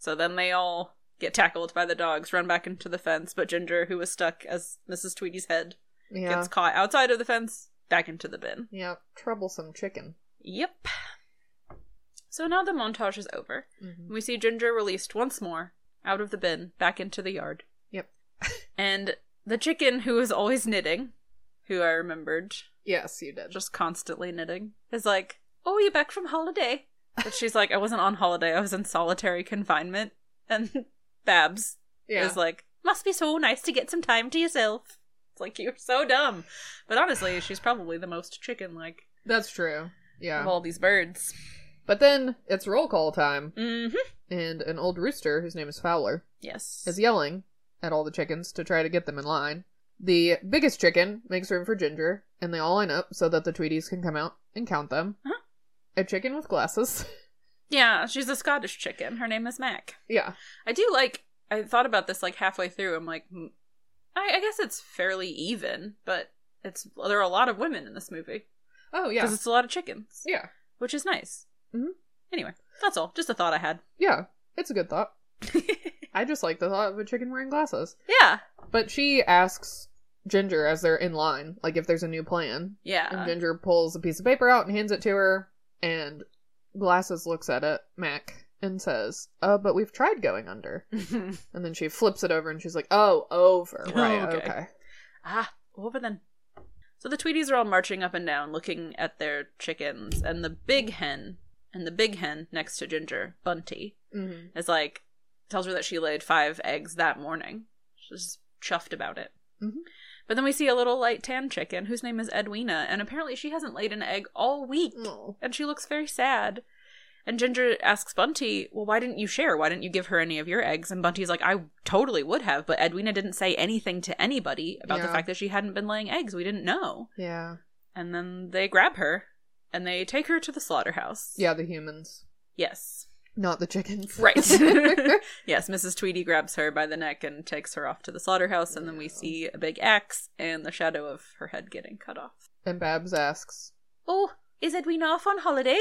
Speaker 1: So then they all get tackled by the dogs, run back into the fence, but Ginger, who was stuck as Mrs. Tweety's head,
Speaker 2: Yeah.
Speaker 1: gets caught outside of the fence, back into the bin.
Speaker 2: yeah, troublesome chicken.
Speaker 1: Yep. So now the montage is over. We see Ginger released once more out of the bin, back into the yard.
Speaker 2: Yep.
Speaker 1: And the chicken, who is always knitting, who I remembered
Speaker 2: Yes, you did.
Speaker 1: just constantly knitting, is like, Oh, you back from holiday? But she's like, I wasn't on holiday, I was in solitary confinement. And (laughs) Babs
Speaker 2: yeah.
Speaker 1: is like, Must be so nice to get some time to yourself. It's like, You're so dumb. But honestly, she's probably the most chicken like
Speaker 2: That's true. Yeah.
Speaker 1: of all these birds.
Speaker 2: but then it's roll call time,
Speaker 1: Mm hmm.
Speaker 2: and an old rooster, whose name is Fowler,
Speaker 1: Yes.
Speaker 2: is yelling at all the chickens to try to get them in line. The biggest chicken makes room for Ginger, and they all line up so that the Tweeties can come out and count them.
Speaker 1: Uh-huh.
Speaker 2: A chicken with glasses. (laughs)
Speaker 1: Yeah, she's a Scottish chicken. Her name is Mac.
Speaker 2: yeah.
Speaker 1: I do like. I thought about this like halfway through. I'm like, hmm, I, I guess it's fairly even, but it's there are a lot of women in this movie
Speaker 2: Oh,
Speaker 1: because
Speaker 2: yeah.
Speaker 1: it's a lot of chickens,
Speaker 2: Yeah.
Speaker 1: which is nice.
Speaker 2: Mhm.
Speaker 1: Anyway, that's all. Just a thought I had.
Speaker 2: Yeah. It's a
Speaker 1: (laughs)
Speaker 2: good thought. I just like the thought of a chicken wearing glasses.
Speaker 1: yeah,
Speaker 2: But she asks Ginger as they're in line, like if there's a new plan.
Speaker 1: yeah,
Speaker 2: And Ginger pulls a piece of paper out and hands it to her, and Glasses looks at it, Mac, and says, Uh, but we've tried going under.
Speaker 1: (laughs)
Speaker 2: and then she flips it over and she's like, Oh, over. Right,
Speaker 1: okay.
Speaker 2: okay.
Speaker 1: ah, over then. So the Tweeties are all marching up and down, looking at their chickens, and the big hen and the big hen next to Ginger, Bunty,
Speaker 2: hmm
Speaker 1: is like tells her that she laid five eggs that morning. She's chuffed about it.
Speaker 2: Mhm.
Speaker 1: But then we see a little light tan chicken whose name is Edwina, and apparently she hasn't laid an egg all week,
Speaker 2: Oh.
Speaker 1: and she looks very sad. And Ginger asks Bunty, "Well, why didn't you share? Why didn't you give her any of your eggs?" And Bunty's like, "I totally would have, but Edwina didn't say anything to anybody about the
Speaker 2: Yeah.
Speaker 1: fact that she hadn't been laying eggs. We didn't know."
Speaker 2: Yeah.
Speaker 1: And then they grab her and they take her to the slaughterhouse.
Speaker 2: Yeah, the humans.
Speaker 1: Yes.
Speaker 2: Not the chickens.
Speaker 1: Right.
Speaker 2: (laughs)
Speaker 1: (laughs) yes, Mrs. Tweedy grabs her by the neck and takes her off to the slaughterhouse, and then we see a big axe and the shadow of her head getting cut off.
Speaker 2: and Babs asks,
Speaker 1: Oh, is Edwina off on holiday?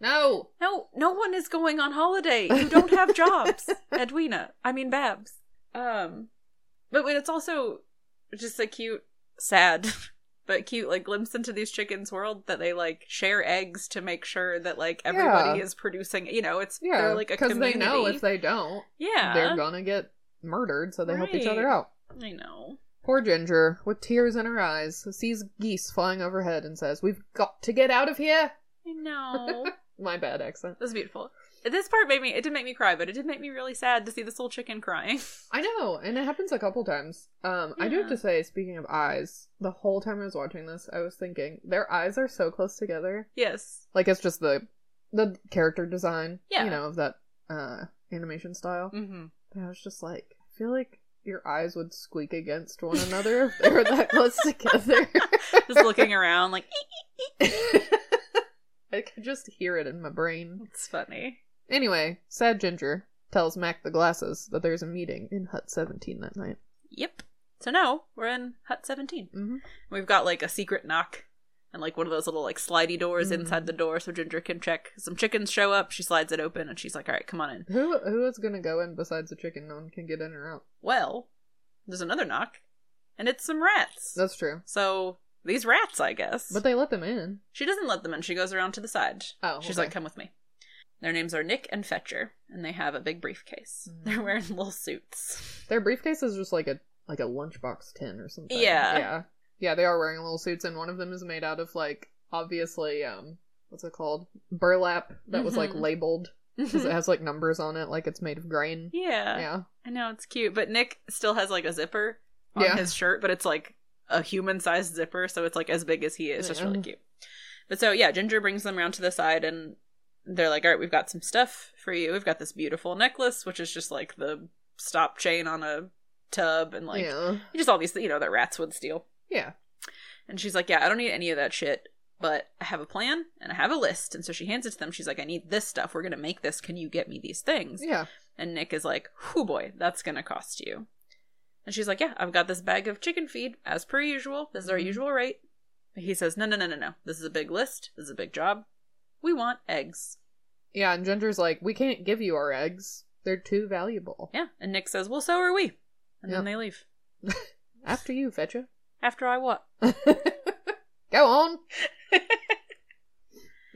Speaker 2: No!
Speaker 1: No, no one is going on holiday. You don't
Speaker 2: (laughs)
Speaker 1: have jobs, Edwina. I mean, Babs. Um, but it's also just a cute, sad, (laughs) but cute like glimpse into these chickens' world that they like share eggs to make sure that like everybody
Speaker 2: Yeah.
Speaker 1: is producing. You know, it's
Speaker 2: Yeah,
Speaker 1: they're like a
Speaker 2: because
Speaker 1: community.
Speaker 2: they know if they don't,
Speaker 1: yeah,
Speaker 2: they're gonna get murdered, so they help each other
Speaker 1: Right.
Speaker 2: out.
Speaker 1: I know.
Speaker 2: Poor Ginger, with tears in her eyes, sees geese flying overhead and says, We've got to get out of here!
Speaker 1: I
Speaker 2: (laughs)
Speaker 1: know.
Speaker 2: My bad accent.
Speaker 1: That's beautiful. This part made me. It didn't make me cry, but it did make me really sad to see this little chicken crying. (laughs)
Speaker 2: I know, and it happens a couple times. Um, I do have
Speaker 1: Yeah.
Speaker 2: to say, speaking of eyes, the whole time I was watching this, I was thinking their eyes are so close together.
Speaker 1: yes.
Speaker 2: Like it's just the the character design,
Speaker 1: Yeah.
Speaker 2: you know, of that uh animation style.
Speaker 1: Mm-hmm.
Speaker 2: And I was just like, I feel like your eyes would squeak against one another if they were
Speaker 1: (laughs)
Speaker 2: that close together.
Speaker 1: Just looking around, like
Speaker 2: (laughs) I could just hear it in my brain.
Speaker 1: it's funny.
Speaker 2: Anyway, Sad Ginger tells Mac the Glasses that there's a meeting in Hut 17 that night.
Speaker 1: Yep. So now we're in Hut 17.
Speaker 2: Mm-hmm.
Speaker 1: We've got like a secret knock and like one of those little like slidey doors
Speaker 2: Mhm.
Speaker 1: inside the door so Ginger can check. Some chickens show up. She slides it open and she's like, all right, come on in.
Speaker 2: Who who is gonna go in besides the chicken? No one can get in or out.
Speaker 1: Well, there's another knock and it's some rats.
Speaker 2: That's true.
Speaker 1: So these rats, I guess.
Speaker 2: But they let them in.
Speaker 1: She doesn't let them in. She goes around to the side.
Speaker 2: Oh,
Speaker 1: she's
Speaker 2: okay.
Speaker 1: like, "Come with me." Their names are Nick and Fetcher, and they have a big briefcase. (laughs)
Speaker 2: Mm.
Speaker 1: They're wearing little suits.
Speaker 2: Their briefcase is just like a like a lunchbox tin or something.
Speaker 1: Yeah.
Speaker 2: yeah, yeah. They are wearing little suits, and one of them is made out of like obviously um what's it called burlap that was like
Speaker 1: Mhm.
Speaker 2: labeled because it has like numbers on it, like it's made of grain.
Speaker 1: (laughs) yeah.
Speaker 2: Yeah,
Speaker 1: I know it's cute, but Nick still has like a zipper on
Speaker 2: Yeah.
Speaker 1: his shirt, but it's like a human-sized zipper, so it's like as big as he is. It's just really
Speaker 2: Yeah.
Speaker 1: cute. But so yeah, Ginger brings them around to the side, and they're like, "All right, we've got some stuff for you. We've got this beautiful necklace, which is just like the stop chain on a tub, and like
Speaker 2: yeah,
Speaker 1: just all these, you know, that rats would steal."
Speaker 2: yeah.
Speaker 1: And she's like, Yeah, I don't need any of that shit, but I have a plan and I have a list. And so she hands it to them. She's like, I need this stuff. We're going to make this. Can you get me these things?
Speaker 2: Yeah.
Speaker 1: And Nick is like, Whoo boy, that's going to cost you. And she's like, Yeah, I've got this bag of chicken feed as per usual. This is
Speaker 2: Mm-hmm.
Speaker 1: our usual rate. But he says, No, no, no, no, no. This is a big list. This is a big job. We want eggs.
Speaker 2: Yeah, and Ginger's like, we can't give you our eggs. They're too valuable.
Speaker 1: Yeah. And Nick says, Well, so are we. And
Speaker 2: Yep.
Speaker 1: then they leave.
Speaker 2: After you, Fetcha.
Speaker 1: After I what?
Speaker 2: Go (laughs) on.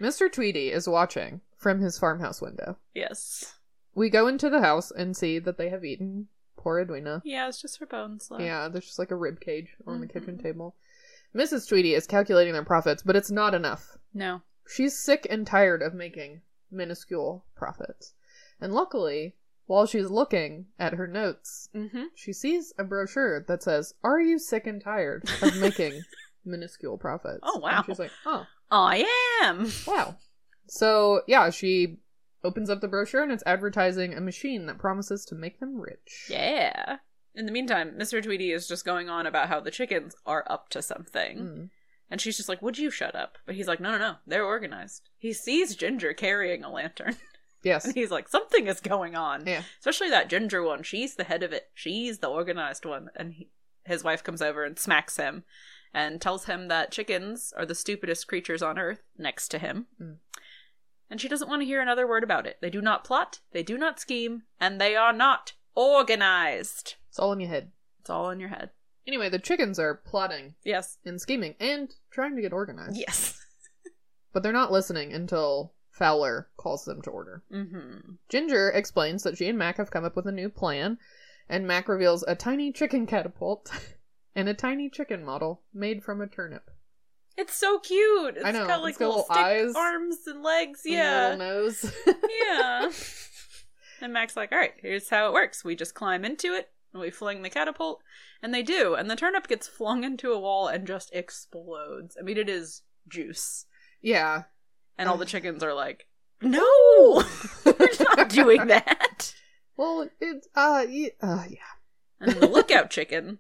Speaker 2: Mr. Tweedy is watching from his farmhouse window.
Speaker 1: Yes.
Speaker 2: We go into the house and see that they have eaten poor Edwina.
Speaker 1: Yeah, it's just her bones. left.
Speaker 2: Yeah, Mm-hmm. there's just like a rib cage on the
Speaker 1: Mhm.
Speaker 2: kitchen table. Mrs. Tweedy is calculating their profits, but it's not enough.
Speaker 1: No.
Speaker 2: She's sick and tired of making minuscule profits. And luckily, while she's looking at her notes,
Speaker 1: Mm hmm.
Speaker 2: she sees a brochure that says, Are you sick and tired
Speaker 1: (laughs)
Speaker 2: of making minuscule profits?
Speaker 1: Oh, wow.
Speaker 2: And she's like, Oh,
Speaker 1: I am.
Speaker 2: Wow. So yeah, she opens up the brochure and it's advertising a machine that promises to make them rich.
Speaker 1: Yeah. In the meantime, Mr. Tweedy is just going on about how the chickens are up to something.
Speaker 2: Mm.
Speaker 1: And she's just like, Would you shut up? But he's like, No, no, no. They're organized. He sees Ginger carrying a lantern. (laughs)
Speaker 2: Yes.
Speaker 1: and he's like, Something is going on.
Speaker 2: Yeah.
Speaker 1: Especially that Ginger one. She's the head of it. She's the organized one. And he, his wife comes over and smacks him and tells him that chickens are the stupidest creatures on earth next to him.
Speaker 2: Mm.
Speaker 1: And she doesn't want to hear another word about it. They do not plot, they do not scheme, and they are not organized.
Speaker 2: It's all in your head.
Speaker 1: It's all in your head.
Speaker 2: Anyway, the chickens are plotting
Speaker 1: Yes.
Speaker 2: and scheming and trying to get organized.
Speaker 1: Yes.
Speaker 2: But they're not listening until Fowler calls them to order.
Speaker 1: Mm-hmm.
Speaker 2: Ginger explains that she and Mac have come up with a new plan, and Mac reveals a tiny chicken catapult (laughs) and a tiny chicken model made from a turnip.
Speaker 1: It's so cute. It's
Speaker 2: I know,
Speaker 1: got like
Speaker 2: it's got
Speaker 1: little
Speaker 2: little
Speaker 1: stick
Speaker 2: eyes.
Speaker 1: arms and legs.
Speaker 2: And a
Speaker 1: Yeah.
Speaker 2: little nose. (laughs)
Speaker 1: (laughs) yeah. And Mac's like, all right, here's how it works. We just climb into it and we fling the catapult. And they do. And the turnip gets flung into a wall and just explodes. I mean, it is juice.
Speaker 2: yeah.
Speaker 1: And all (laughs) the chickens are like, no, (laughs) we're (laughs) not doing that.
Speaker 2: Well, it's uh, ye- uh yeah.
Speaker 1: And then the lookout chicken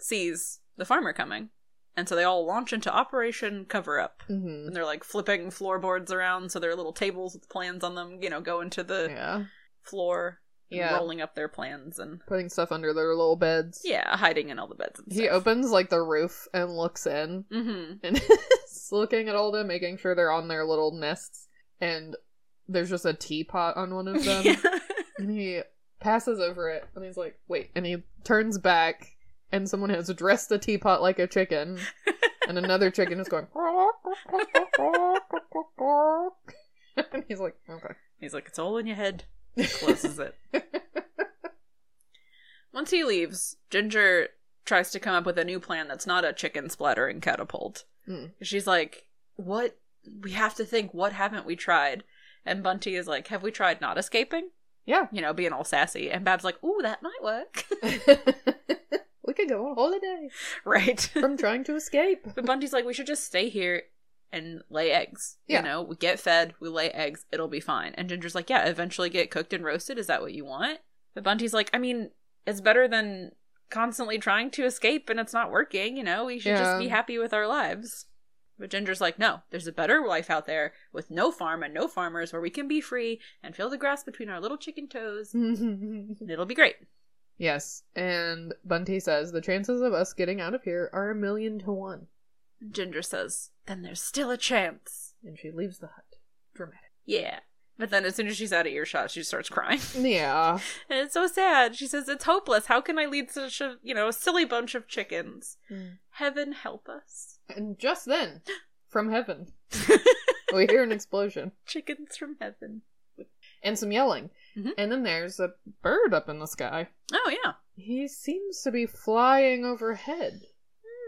Speaker 1: sees the farmer coming And so they all launch into Operation Cover Up.
Speaker 2: Mm-hmm.
Speaker 1: And they're like flipping floorboards around, so their little tables with plans on them, you know, go into the
Speaker 2: Yeah.
Speaker 1: floor, and
Speaker 2: Yeah.
Speaker 1: rolling up their plans and
Speaker 2: Putting stuff under their little beds.
Speaker 1: yeah, hiding in all the beds. And
Speaker 2: He opens like the roof and looks in
Speaker 1: hmm
Speaker 2: and (laughs) is looking at all them, making sure they're on their little nests. And there's just a teapot on
Speaker 1: (laughs)
Speaker 2: one of them. And he passes over it and he's like, wait. And he turns back and someone has dressed the teapot like a (laughs) chicken. and another chicken is going. (laughs) and he's like, okay.
Speaker 1: He's like, "It's all in your head." Closes
Speaker 2: (laughs)
Speaker 1: it. Once he leaves, Ginger tries to come up with a new plan that's not a chicken splattering catapult.
Speaker 2: Mm.
Speaker 1: She's like, "What? We have to think. What haven't we tried?" And Bunty is like, "Have we tried not escaping?"
Speaker 2: yeah.
Speaker 1: You know, being all sassy. And Bab's like, "Ooh, that might work."
Speaker 2: (laughs)
Speaker 1: (laughs)
Speaker 2: we could go on holiday
Speaker 1: right.
Speaker 2: from trying to escape.
Speaker 1: But Bunty's like, we should just stay here and lay eggs.
Speaker 2: Yeah.
Speaker 1: You know, we get fed, we lay eggs, it'll be fine. And Ginger's like, yeah, eventually get cooked and roasted. Is that what you want? But Bunty's like, I mean, it's better than constantly trying to escape and it's not working. You know, we should
Speaker 2: Yeah.
Speaker 1: just be happy with our lives. But Ginger's like, no, there's a better life out there with no farm and no farmers where we can be free and feel the grass between our little chicken toes.
Speaker 2: Mm.
Speaker 1: And it'll be great.
Speaker 2: (laughs) yes. And Bunty says the chances of us getting out of here are a million to one.
Speaker 1: And Ginger says, then there's still a chance.
Speaker 2: And she leaves the hut. Dramatic.
Speaker 1: Yeah. But then as soon as she's out of earshot, she starts crying. (laughs)
Speaker 2: Yeah.
Speaker 1: And it's so sad. She says, It's hopeless. How can I lead such a, you know, a silly bunch of chickens? Heaven help (laughs) us.
Speaker 2: And just then, from heaven, we hear an explosion
Speaker 1: Chickens from heaven.
Speaker 2: and some yelling.
Speaker 1: Mhm.
Speaker 2: And then there's a bird up in the sky.
Speaker 1: Oh, yeah.
Speaker 2: He seems to be flying overhead.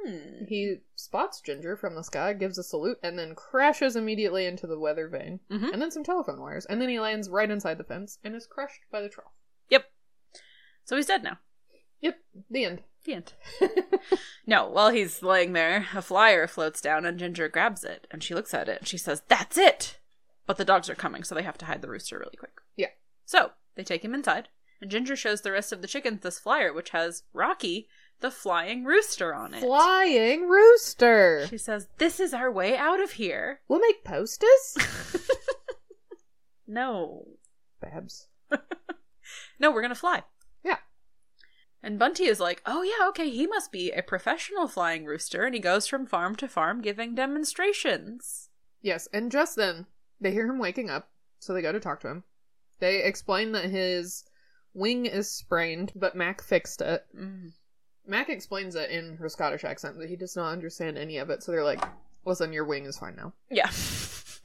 Speaker 1: Hmm.
Speaker 2: He spots Ginger from the sky, gives a salute, and then crashes immediately into the weather vane,
Speaker 1: Mhm.
Speaker 2: and then some telephone wires, and then he lands right inside the fence and is crushed by the trough.
Speaker 1: Yep. So he's dead now.
Speaker 2: Yep, the end.
Speaker 1: The (laughs) end. no, while he's laying there, a flyer floats down and Ginger grabs it and she looks at it and she says, That's it! But the dogs are coming, so they have to hide the rooster really quick.
Speaker 2: Yeah.
Speaker 1: So they take him inside, and Ginger shows the rest of the chickens this flyer, which has Rocky, the flying rooster, on it.
Speaker 2: Flying rooster.
Speaker 1: She says, This is our way out of here.
Speaker 2: We'll make posters. (laughs)
Speaker 1: No.
Speaker 2: Babs.
Speaker 1: No, we're going to fly.
Speaker 2: Yeah.
Speaker 1: And Bunty is like, Oh, yeah, okay, he must be a professional flying rooster, and he goes from farm to farm giving demonstrations.
Speaker 2: Yes, and just then they hear him waking up, so they go to talk to him. They explain that his wing is sprained, but Mac fixed it.
Speaker 1: Mm.
Speaker 2: Mac explains it in her Scottish accent that he does not understand any of it, so they're like, listen, your wing is fine now.
Speaker 1: Yeah.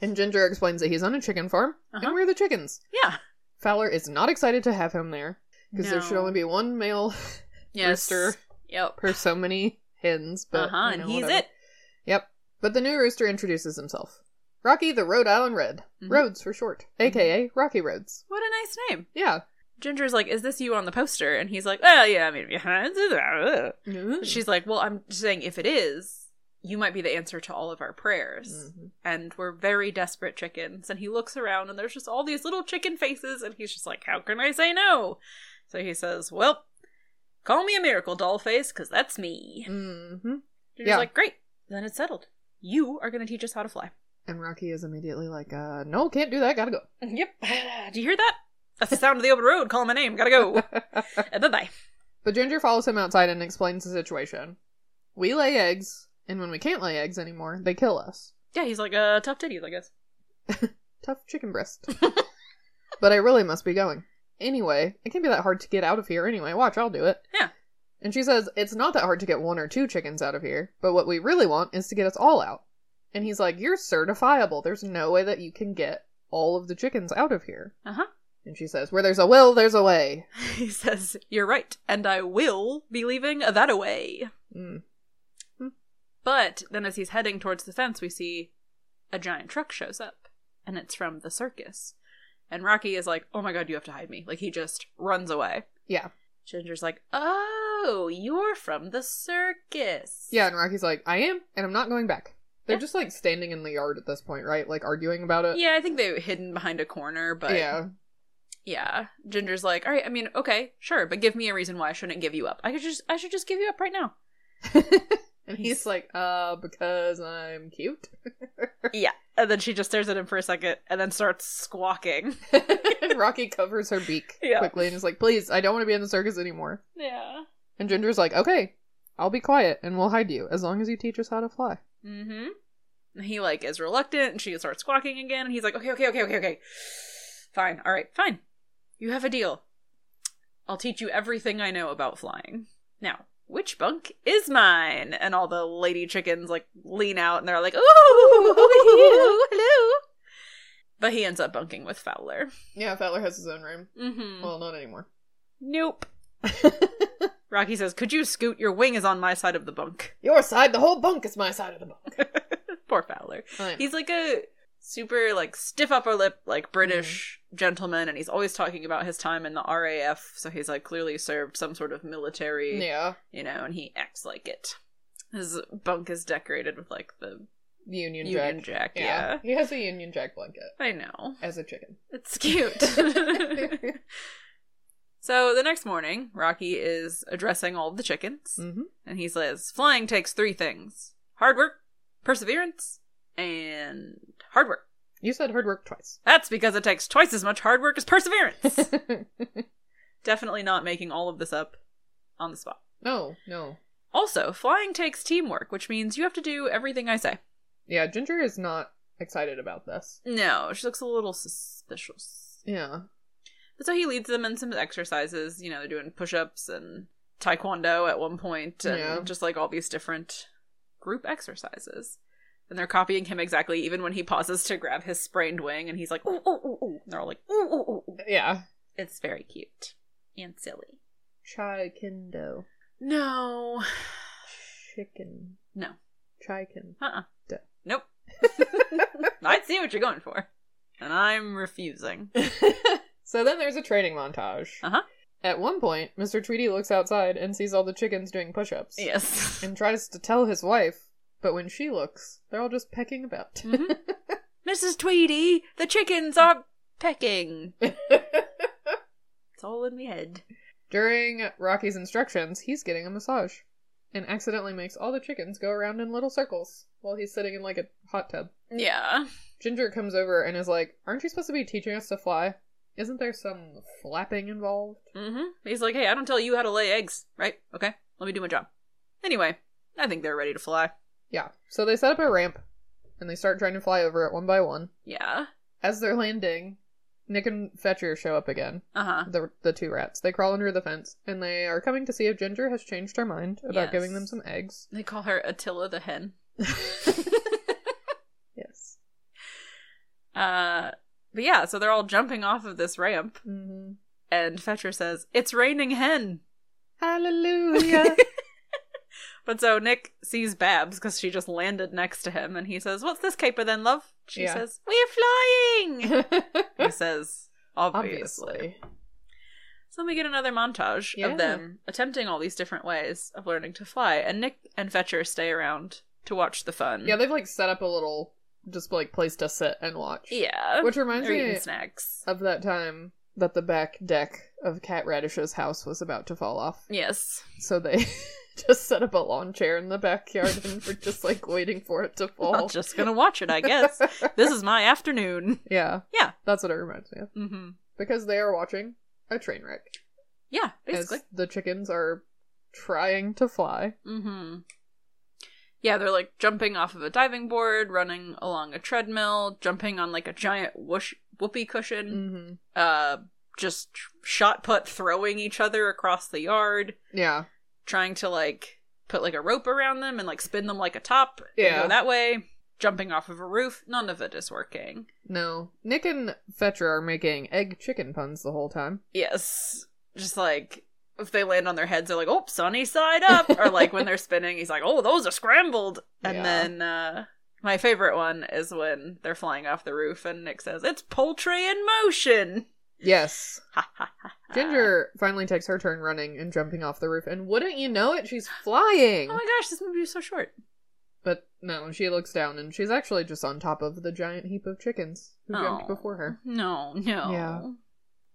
Speaker 2: And Ginger explains that he's on a chicken farm,
Speaker 1: Uh-huh.
Speaker 2: and we're the chickens.
Speaker 1: Yeah.
Speaker 2: Fowler is not excited to have him there, because there should
Speaker 1: No.
Speaker 2: only be one male (laughs)
Speaker 1: Yes.
Speaker 2: Rooster.
Speaker 1: Yep.
Speaker 2: per so many hens, but.
Speaker 1: Uh huh.
Speaker 2: you
Speaker 1: And
Speaker 2: know,
Speaker 1: he's
Speaker 2: whatever.
Speaker 1: it.
Speaker 2: Yep. But the new rooster introduces himself Rocky the Rhode Island Red.
Speaker 1: Mhm.
Speaker 2: Rhodes for short, aka Rocky Rhodes.
Speaker 1: What a nice name.
Speaker 2: Yeah.
Speaker 1: Ginger's like, Is this you on the poster? And he's like, Oh, yeah, I mean, yeah. She's like, Well, I'm just saying, if it is, you might be the answer to all of our prayers.
Speaker 2: Mhm.
Speaker 1: And we're very desperate chickens. And he looks around and there's just all these little chicken faces. And he's just like, How can I say no? So he says, Well, call me a miracle doll face because that's me.
Speaker 2: Mhm.
Speaker 1: Ginger's
Speaker 2: Yeah.
Speaker 1: like, Great. Then it's settled. You are going to teach us how to fly.
Speaker 2: And Rocky is immediately like, uh, no, can't do that, gotta go.
Speaker 1: Yep. (sighs) Do you hear that? That's the sound of the open road. Call my name. Gotta go.
Speaker 2: (laughs)
Speaker 1: Uh, bye bye.
Speaker 2: But Ginger follows him outside and explains the situation. We lay eggs, and when we can't lay eggs anymore, they kill us.
Speaker 1: Yeah, he's like a uh, tough titties, I guess.
Speaker 2: Tough chicken breast. but I really must be going. Anyway, it can't be that hard to get out of here anyway. Watch, I'll do it.
Speaker 1: Yeah.
Speaker 2: And she says, It's not that hard to get one or two chickens out of here, but what we really want is to get us all out. And he's like, You're certifiable. There's no way that you can get all of the chickens out of here.
Speaker 1: Uh huh.
Speaker 2: And she says, Where there's a will, there's a way.
Speaker 1: (laughs) He says, You're right, and I will be leaving that away.
Speaker 2: Mm.
Speaker 1: But then as he's heading towards the fence, we see a giant truck shows up, and it's from the circus. And Rocky is like, Oh my god, you have to hide me. Like, he just runs away.
Speaker 2: Yeah.
Speaker 1: Ginger's like, Oh, you're from the circus.
Speaker 2: Yeah, and Rocky's like, I am, and I'm not going back. They're
Speaker 1: Yeah.
Speaker 2: just like standing in the yard at this point, right? Like arguing about it.
Speaker 1: Yeah, I think they were hidden behind a corner, but (laughs)
Speaker 2: uh, yeah.
Speaker 1: yeah. Ginger's like, all right, I mean, okay, sure, but give me a reason why I shouldn't give you up. I could just, I should just give you up right now.
Speaker 2: and And he's like, uh, because I'm
Speaker 1: (laughs)
Speaker 2: cute.
Speaker 1: Yeah. And then she just stares at him for a second and then starts squawking.
Speaker 2: And Rocky covers her beak
Speaker 1: (laughs) Yeah.
Speaker 2: quickly and is like, please, I don't want to be in the circus anymore.
Speaker 1: Yeah.
Speaker 2: And Ginger's like, okay, I'll be quiet and we'll hide you as long as you teach us how to fly.
Speaker 1: Mm-hmm. And he like is reluctant and she starts squawking again and he's like, Okay, okay, okay, okay, okay. Fine, alright, fine. You have a deal. I'll teach you everything I know about flying. Now, which bunk is mine? And all the lady chickens like lean out and they're (laughs) like, Ooh, you, hello. But he ends up bunking with Fowler.
Speaker 2: Yeah, Fowler has his own room.
Speaker 1: Mm-hmm.
Speaker 2: Well, not
Speaker 1: (laughs)
Speaker 2: anymore.
Speaker 1: nope. Rocky says, Could you scoot? Your wing is on my side of the bunk.
Speaker 2: Your side, the whole bunk is my side of the bunk.
Speaker 1: (laughs) Poor Fowler.
Speaker 2: I know.
Speaker 1: He's like a super like stiff upper lip like British gentleman and he's always talking about his time in the RAF so he's like clearly served some sort of military
Speaker 2: yeah,
Speaker 1: you know and he acts like it. His bunk is decorated with like the
Speaker 2: the Union,
Speaker 1: Union
Speaker 2: Jack.
Speaker 1: Jack, yeah.
Speaker 2: he has a Union Jack blanket
Speaker 1: I know.
Speaker 2: as a chicken.
Speaker 1: It's cute. (laughs) so the next morning, Rocky is addressing all of the chickens
Speaker 2: mm-hmm.
Speaker 1: and he says flying takes three things. Hard work, perseverance, and hard work.
Speaker 2: You said hard work (laughs) twice.
Speaker 1: That's because it takes twice as much hard work as perseverance. (laughs) Definitely not making all of this up on the spot.
Speaker 2: no, no.
Speaker 1: Also, flying takes teamwork, which means you have to do everything I say.
Speaker 2: Yeah, Ginger is not excited about this.
Speaker 1: No, she looks a little suspicious.
Speaker 2: Yeah.
Speaker 1: But so he leads them in some exercises. You know, they're doing push ups and taekwondo at one point, and
Speaker 2: Yeah.
Speaker 1: just like all these different group exercises. And they're copying him exactly, even when he pauses to grab his sprained wing, and he's like, ooh, ooh, ooh, ooh. And they're all like, ooh, ooh, ooh, ooh.
Speaker 2: Yeah.
Speaker 1: It's very cute and silly.
Speaker 2: Chikendo.
Speaker 1: No.
Speaker 2: Chicken.
Speaker 1: No.
Speaker 2: Chiken.
Speaker 1: Uh uh
Speaker 2: Duh.
Speaker 1: Nope. I see what you're going for. And I'm (laughs) refusing.
Speaker 2: (laughs) so then there's a training montage.
Speaker 1: Uh-huh.
Speaker 2: At one point, Mr. Tweety looks outside and sees all the chickens doing push ups.
Speaker 1: (laughs) Yes.
Speaker 2: And tries to tell his wife, but when she looks, they're all just pecking about. (laughs)
Speaker 1: Mrs. Tweety, the chickens are pecking. It's all in my head.
Speaker 2: During Rocky's instructions, he's getting a massage and accidentally makes all the chickens go around in little circles while he's sitting in like a hot tub.
Speaker 1: Yeah.
Speaker 2: Ginger comes over and is like, Aren't you supposed to be teaching us to fly? Isn't there some flapping involved?
Speaker 1: Mm-hmm. He's like, hey, I don't tell you how to lay eggs, right? Okay, let me do my job. Anyway, I think they're ready to fly.
Speaker 2: Yeah. So they set up a ramp and they start trying to fly over it one by one.
Speaker 1: Yeah.
Speaker 2: As they're landing, Nick and Fetcher show up again.
Speaker 1: Uh-huh.
Speaker 2: The the two rats. They crawl under the fence and they are coming to see if Ginger has changed her mind about
Speaker 1: Yes.
Speaker 2: giving them some eggs.
Speaker 1: They call her Attila the (laughs) hen.
Speaker 2: Yes.
Speaker 1: Uh but yeah, so they're all jumping off of this ramp,
Speaker 2: hmm
Speaker 1: and Fetcher says, It's raining hen.
Speaker 2: Hallelujah.
Speaker 1: But so Nick sees Babs because she just landed next to him, and he says, "What's this caper then, love?" She
Speaker 2: Yeah.
Speaker 1: says, "We're flying."
Speaker 2: (laughs)
Speaker 1: he says, "Obviously." Mm-hmm.
Speaker 2: Obviously.
Speaker 1: So then we get another montage
Speaker 2: Yeah.
Speaker 1: of them attempting all these different ways of learning to fly, and Nick and Fetcher stay around to watch the fun.
Speaker 2: Yeah, they've like set up a little just like place to sit and watch.
Speaker 1: yeah.
Speaker 2: Which reminds
Speaker 1: They're
Speaker 2: me-
Speaker 1: eating snacks.
Speaker 2: Of that time that the back deck of Cat Radish's house was about to fall off.
Speaker 1: Yes.
Speaker 2: So they (laughs) just set up a lawn chair in the backyard and were just like waiting for it to fall.
Speaker 1: I'm just gonna watch it, I
Speaker 2: (laughs)
Speaker 1: guess. this is my afternoon.
Speaker 2: Yeah.
Speaker 1: Yeah.
Speaker 2: That's what it reminds me of.
Speaker 1: hmm
Speaker 2: Because they are watching a train wreck.
Speaker 1: Yeah,
Speaker 2: As
Speaker 1: basically.
Speaker 2: the chickens are trying to fly.
Speaker 1: Mm-hmm. Yeah, they're like jumping off of a diving board, running along a treadmill, jumping on like a giant whoosh whoopee cushion,
Speaker 2: Mm-hmm.
Speaker 1: uh, just shot put throwing each other across the yard,
Speaker 2: Yeah.
Speaker 1: trying to like put like a rope around them and like spin them like a top. and
Speaker 2: Yeah.
Speaker 1: go that way. Jumping off of a roof, none of it is working.
Speaker 2: No. Nick and Fetcher are making egg chicken puns the whole time.
Speaker 1: Yes. Just like if they land on their heads, they're like, oh, sunny side up. or like when they're spinning, he's like, oh, those are scrambled. And
Speaker 2: Yeah.
Speaker 1: then uh, my favorite one is when they're flying off the roof and Nick says, it's poultry in motion.
Speaker 2: Yes. Ginger finally takes her turn running and jumping off the roof, and wouldn't you know it, she's flying!
Speaker 1: Oh my gosh, this movie is so short.
Speaker 2: But no, she looks down and she's actually just on top of the giant heap of chickens who jumped
Speaker 1: Oh.
Speaker 2: before her.
Speaker 1: No, no.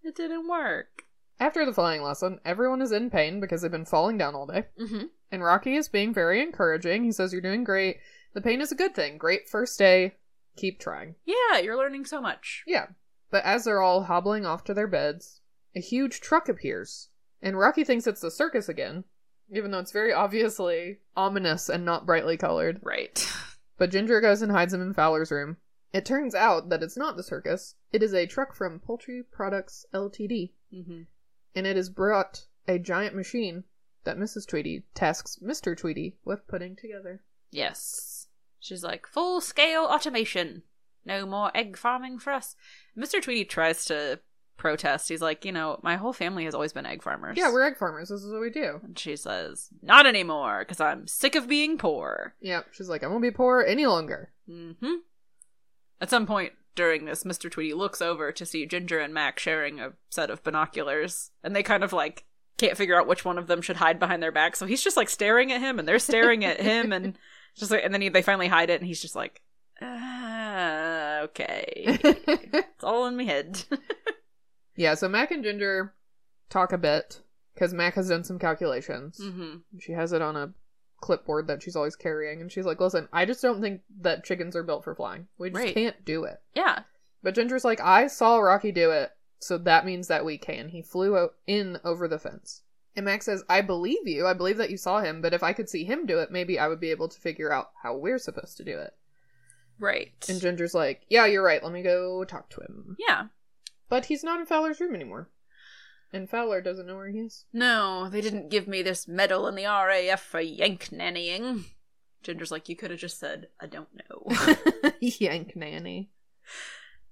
Speaker 1: It didn't work.
Speaker 2: After the flying lesson, everyone is in pain because they've been falling down all day.
Speaker 1: Mm-hmm.
Speaker 2: And Rocky is being very encouraging. He says, You're doing great. The pain is a good thing. Great first day. Keep trying.
Speaker 1: Yeah, you're learning so much.
Speaker 2: Yeah. But as they're all hobbling off to their beds, a huge truck appears. And Rocky thinks it's the circus again, even though it's very obviously ominous and not brightly colored.
Speaker 1: Right. (laughs)
Speaker 2: But Ginger goes and hides him in Fowler's room. It turns out that it's not the circus, it is a truck from Poultry Products LTD.
Speaker 1: Mhm.
Speaker 2: And it has brought a giant machine that Mrs. Tweedy tasks Mr. Tweedy with putting together.
Speaker 1: Yes. She's like, full scale automation. No more egg farming for us. Mr. Tweedy tries to protest. He's like, you know, my whole family has always been egg farmers.
Speaker 2: Yeah, we're egg farmers. This is what we do.
Speaker 1: And she says, not anymore, because I'm sick of being poor.
Speaker 2: Yep. She's like, I won't be poor any longer. (laughs)
Speaker 1: hmm At some point during this, Mr. Tweedy looks over to see Ginger and Mac sharing a set of binoculars, and they kind of like can't figure out which one of them should hide behind their back. So he's just like staring at him, and they're staring at him, and just like, and then he, they finally hide it, and he's just like, "Ah, okay, it's all in my head. (laughs)
Speaker 2: yeah, so Mac and Ginger talk a bit because Mac has done some calculations.
Speaker 1: mm-hmm.
Speaker 2: She has it on a clipboard that she's always carrying, and she's like, "Listen, I just don't think that chickens are built for flying. We just
Speaker 1: Right.
Speaker 2: can't do it."
Speaker 1: Yeah,
Speaker 2: But Ginger's like, "I saw Rocky do it, so that means that we can." He flew o- in over the fence, and Mac says, "I believe you. I believe that you saw him. But if I could see him do it, maybe I would be able to figure out how we're supposed to do it."
Speaker 1: right. (sighs)
Speaker 2: And Ginger's like, "Yeah, you're right. Let me go talk to him."
Speaker 1: yeah,
Speaker 2: But he's not in Fowler's room anymore, and Fowler doesn't know where
Speaker 1: (laughs)
Speaker 2: he is.
Speaker 1: no, they didn't give me this medal in the RAF for yank nannying. Ginger's like, you could have just said, I don't know.
Speaker 2: Yank nanny.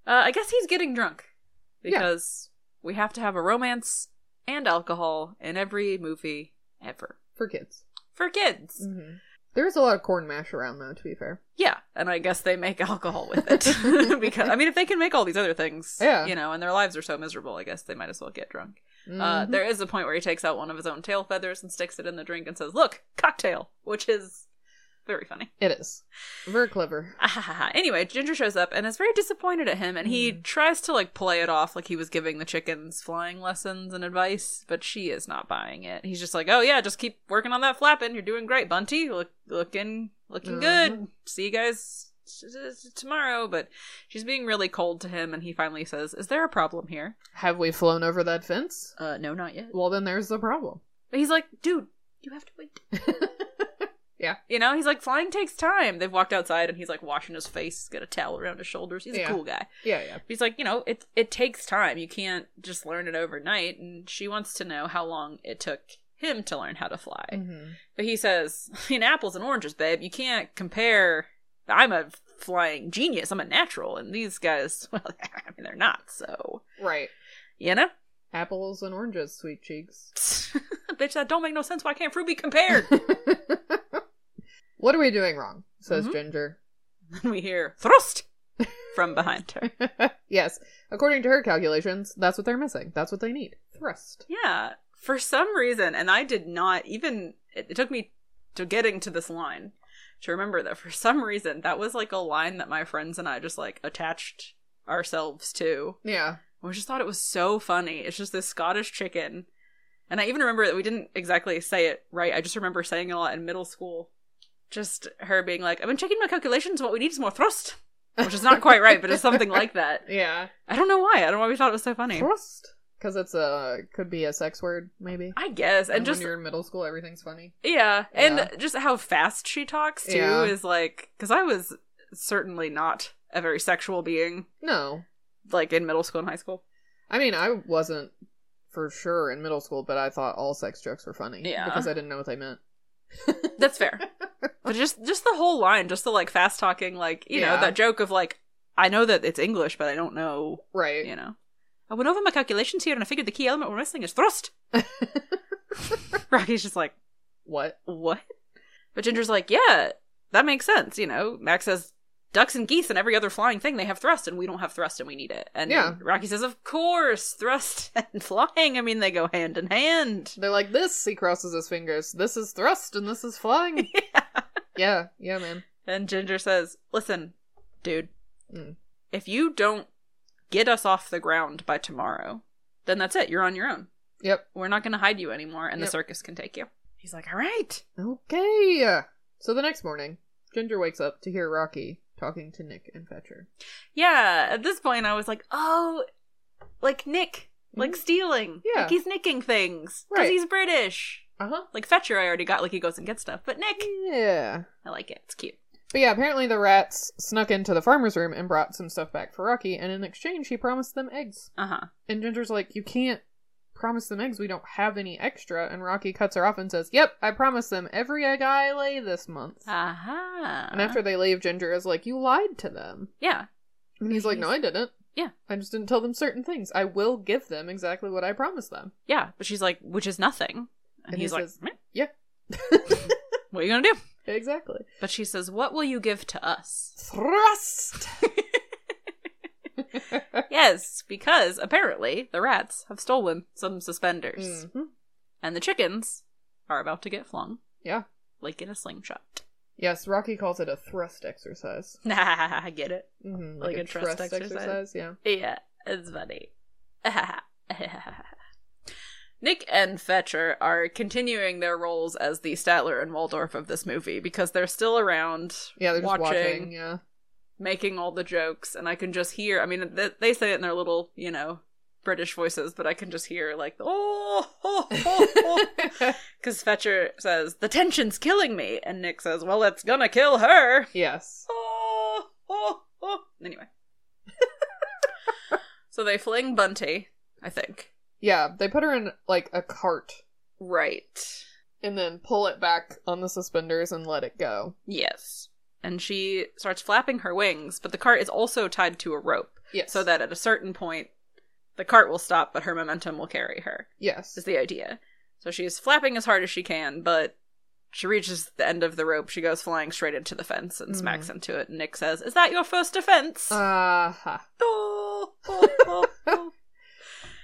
Speaker 1: Uh, I guess he's getting drunk
Speaker 2: Yeah.
Speaker 1: because we have to have a romance and alcohol in every movie ever
Speaker 2: for kids.
Speaker 1: for kids.
Speaker 2: Mm. There's a lot of corn mash around, though. To be fair,
Speaker 1: Yeah, and I guess they make (laughs) alcohol with
Speaker 2: (laughs)
Speaker 1: it because I mean, if they can make all these other things,
Speaker 2: Yeah.
Speaker 1: you know, and their lives are so miserable, I guess they might as well get drunk. Uh,
Speaker 2: Mm-hmm.
Speaker 1: there is a point where he takes out one of his own tail feathers and sticks it in the drink and says, "Look, cocktail," which is very funny.
Speaker 2: it is very clever.
Speaker 1: Ah, ha, ha, ha. (laughs) anyway, Ginger shows up and is very disappointed at him, and he tries to like play it off like he was giving the chickens flying lessons and advice, but she is not buying it. He's just like, "Oh yeah, just keep working on that flapping. You're doing great, Bunty. Look, looking, looking good. See you guys t- t- t- tomorrow." But she's being really cold to him, and he finally says, "Is there a problem here?"
Speaker 2: Have we flown over that fence?
Speaker 1: Uh, no, not yet.
Speaker 2: Well, then there's the problem.
Speaker 1: But he's like, "Dude, you have to
Speaker 2: (laughs)
Speaker 1: wait."
Speaker 2: Yeah.
Speaker 1: You know, he's like, "Flying takes time." They've walked outside, and he's like washing his face, he's got a towel around his shoulders. He's
Speaker 2: Yeah.
Speaker 1: a cool guy.
Speaker 2: Yeah, yeah.
Speaker 1: He's like, you know, it it takes time. You can't just learn it overnight. And she wants to know how long it took him to learn how to fly.
Speaker 2: Mm. Mm-hmm.
Speaker 1: But he says, (laughs) I mean, apples and oranges, babe. You can't compare. I'm a flying genius. I'm a natural, and these guys, (laughs) well, I mean, they're not. So
Speaker 2: Right.
Speaker 1: you know, (laughs)
Speaker 2: Apples and oranges, sweet cheeks.
Speaker 1: bitch, that don't make no sense. Why can't fruit be compared?
Speaker 2: What are we doing wrong? Says
Speaker 1: Mm-hmm.
Speaker 2: Ginger.
Speaker 1: and we hear thrust from behind her.
Speaker 2: (laughs) yes. According to her calculations, that's what they're missing. That's what they need. Thrust.
Speaker 1: Yeah, for some reason, and I did not even. It, it took me to getting to this line to remember that for (laughs) some reason that was like a line that my friends and I just like attached ourselves to.
Speaker 2: Yeah.
Speaker 1: We just thought it was so funny. It's just this Scottish chicken, and I even remember that we didn't exactly say it right. I just remember saying it a lot in middle school. Just her being like, "I've been checking my calculations. What we need is more thrust," which is not quite right, but it's something like
Speaker 2: (laughs)
Speaker 1: that.
Speaker 2: Yeah.
Speaker 1: I don't know why. I don't know why we thought it was so funny.
Speaker 2: Thrust. Because it's a could be a sex word, maybe.
Speaker 1: I guess, and, just
Speaker 2: when you're in middle school, everything's funny.
Speaker 1: Yeah, and
Speaker 2: Yeah.
Speaker 1: just how fast she talks too
Speaker 2: Yeah.
Speaker 1: is like because I was certainly not a very sexual being
Speaker 2: No,
Speaker 1: like in middle school and high school.
Speaker 2: I mean, I wasn't for sure in middle school, but I thought all sex jokes were funny.
Speaker 1: Yeah.
Speaker 2: Because I didn't know what they meant.
Speaker 1: That's fair,
Speaker 2: (laughs)
Speaker 1: but just just the whole line, just the like fast talking, like you
Speaker 2: Yeah.
Speaker 1: know that joke of like I know that it's English, but I don't know,
Speaker 2: Right.
Speaker 1: you know. I went over my calculations here, and I figured the key element we're missing is
Speaker 2: (laughs)
Speaker 1: thrust. Rocky's just like,
Speaker 2: What?
Speaker 1: what? But Ginger's like, yeah, that makes sense. You know, Max says ducks and geese and every other flying thing they have thrust, and we don't have thrust, and we need it. And
Speaker 2: Yeah.
Speaker 1: Rocky says, of course, thrust (laughs) and flying. I mean, they go hand in hand.
Speaker 2: They're like, this, he crosses his fingers. This is thrust and this
Speaker 1: (laughs)
Speaker 2: is flying. yeah. Yeah, yeah, man.
Speaker 1: And Ginger says, listen, dude,
Speaker 2: Mm.
Speaker 1: if you don't get us off the ground by tomorrow, then that's it. You're on your own.
Speaker 2: Yep.
Speaker 1: We're not going to hide you anymore, and
Speaker 2: Yep.
Speaker 1: the circus can take you. He's like, all right.
Speaker 2: Okay. So the next morning, Ginger wakes up to hear Rocky talking to Nick and Fetcher.
Speaker 1: Yeah. At this point, I was like, oh, like Nick, like
Speaker 2: Mhm.
Speaker 1: stealing.
Speaker 2: Yeah.
Speaker 1: Like he's nicking things. Because
Speaker 2: Right.
Speaker 1: he's British.
Speaker 2: Uh huh.
Speaker 1: Like Fetcher, I already got, like he goes and gets stuff. But Nick,
Speaker 2: Yeah.
Speaker 1: I like it. It's cute.
Speaker 2: But yeah, apparently the rats snuck into the farmer's room and brought some stuff back for Rocky, and in exchange, he promised them eggs.
Speaker 1: Uh huh.
Speaker 2: And Ginger's like, You can't promise them eggs. We don't have any extra. And Rocky cuts her off and says, Yep, I promised them every egg I lay this month.
Speaker 1: Uh huh.
Speaker 2: And after they leave, Ginger is like, You lied to them.
Speaker 1: Yeah.
Speaker 2: And he's like, No, I didn't.
Speaker 1: Yeah.
Speaker 2: I just didn't tell them certain things. I will give them exactly what I promised them.
Speaker 1: Yeah. But she's like, which is nothing. And,
Speaker 2: And he
Speaker 1: he's like,
Speaker 2: says-
Speaker 1: "Meh,
Speaker 2: Yeah.
Speaker 1: what are you going to do?
Speaker 2: exactly.
Speaker 1: But she says, what will you give to us?
Speaker 2: (laughs) Thrust!
Speaker 1: Yes, because apparently the rats have stolen some suspenders,
Speaker 2: Mhm.
Speaker 1: and the chickens are about to get flung
Speaker 2: Yeah.
Speaker 1: like in a slingshot. (laughs)
Speaker 2: Yes, Rocky calls it a thrust exercise.
Speaker 1: Nah, I get it.
Speaker 2: Mhm,
Speaker 1: Like a thrust exercise?
Speaker 2: Yeah.
Speaker 1: Yeah, it's funny. (laughs) Nick and Fetcher are continuing their roles as the Statler and Waldorf of this movie because they're still around,
Speaker 2: Yeah, they're just watching. Yeah.
Speaker 1: making all the jokes, and I can just hear. I mean, th- they say it in their little, you know, British voices, but I can just hear like, oh, ho, ho, (laughs) ho." Because Fetcher says, The tension's killing me. And Nick says, Well, it's gonna kill her.
Speaker 2: (laughs) yes.
Speaker 1: Oh, oh, oh. (laughs) Anyway. so they fling Bunty, I think.
Speaker 2: Yeah, they put her in like a cart
Speaker 1: Right.
Speaker 2: and then pull it back on the suspenders and let it go.
Speaker 1: Yes. And she starts flapping her wings, but the cart is also tied to a rope
Speaker 2: Yes.
Speaker 1: so that at a certain point, the cart will stop, but her momentum will carry her,
Speaker 2: yes.
Speaker 1: is the idea. So she is flapping as hard as she can, but she reaches the end of the rope. She goes flying straight into the fence and
Speaker 2: Mm.
Speaker 1: smacks into it. And Nick says, Is that your first offense?
Speaker 2: (laughs) Uh-huh.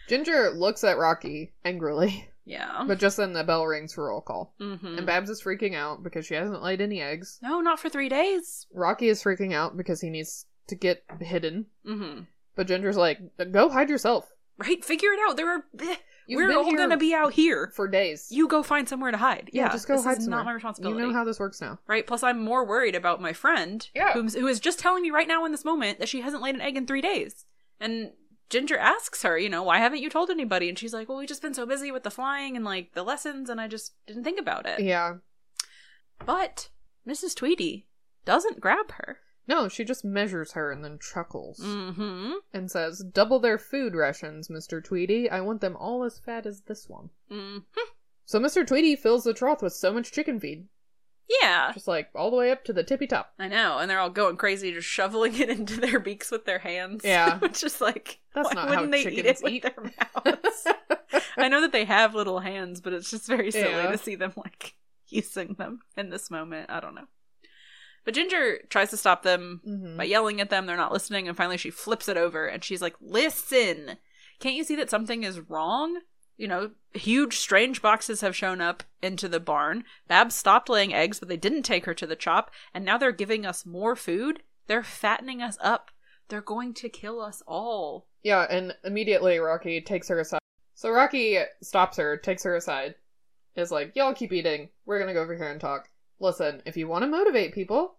Speaker 2: Ginger looks at Rocky
Speaker 1: (laughs)
Speaker 2: angrily,
Speaker 1: (laughs) yeah.
Speaker 2: but just then the bell rings for roll call.
Speaker 1: hmm
Speaker 2: And Babs is freaking out because she hasn't laid any eggs.
Speaker 1: no, not for three days.
Speaker 2: Rocky is freaking out because he needs to get hidden.
Speaker 1: hmm
Speaker 2: But Ginger's like, go hide yourself
Speaker 1: Right? Figure it out. There are. eh,
Speaker 2: You've
Speaker 1: we're
Speaker 2: been
Speaker 1: all
Speaker 2: here
Speaker 1: gonna be out here.
Speaker 2: for days.
Speaker 1: you go find somewhere to hide. Yeah,
Speaker 2: just go
Speaker 1: this
Speaker 2: hide
Speaker 1: Is
Speaker 2: somewhere.
Speaker 1: not my responsibility.
Speaker 2: You know how this works now.
Speaker 1: right? Plus, I'm more worried about my friend,
Speaker 2: Yeah.
Speaker 1: who's, who is just telling me right now in this moment that she hasn't laid an egg in three days. And Ginger asks her, you know, why haven't you told anybody? And she's like, well, we just been so busy with the flying and like the lessons, and I just didn't think about it.
Speaker 2: Yeah.
Speaker 1: But Mrs. Tweedy doesn't grab her.
Speaker 2: No, she just measures her and then chuckles
Speaker 1: Mm-hmm.
Speaker 2: and says, double their food rations, Mr. Tweedy. I want them all as fat as this one.
Speaker 1: Mm-hmm.
Speaker 2: So Mr. Tweedy fills the trough with so much chicken feed,
Speaker 1: Yeah.
Speaker 2: just like all the way up to the tippy
Speaker 1: (laughs)
Speaker 2: top. (laughs)
Speaker 1: I know, and they're all going crazy, just shoveling it into their beaks with their hands. (laughs)
Speaker 2: Yeah.
Speaker 1: which is like,
Speaker 2: That's
Speaker 1: why
Speaker 2: not how
Speaker 1: wouldn't they eat it
Speaker 2: chickens
Speaker 1: with
Speaker 2: eat.
Speaker 1: their mouths? I know that they have little hands, but it's just very silly
Speaker 2: Yeah.
Speaker 1: to see them like (laughs) using them in this moment. I don't know. But Ginger tries to stop them
Speaker 2: Mhm.
Speaker 1: by yelling at them. They're not listening, and finally she flips it over and she's like, "Listen, can't you see that something is wrong?" You know, huge strange boxes have shown up into the barn. Babs stopped laying eggs, but they didn't take her to the chop, and now they're giving us more food. They're fattening us up. They're going to kill us all.
Speaker 2: Yeah, and immediately Rocky takes her aside. So Rocky stops her, takes her aside, is like, Y'all keep eating. We're gonna go over here and talk. Listen, if you want to motivate people,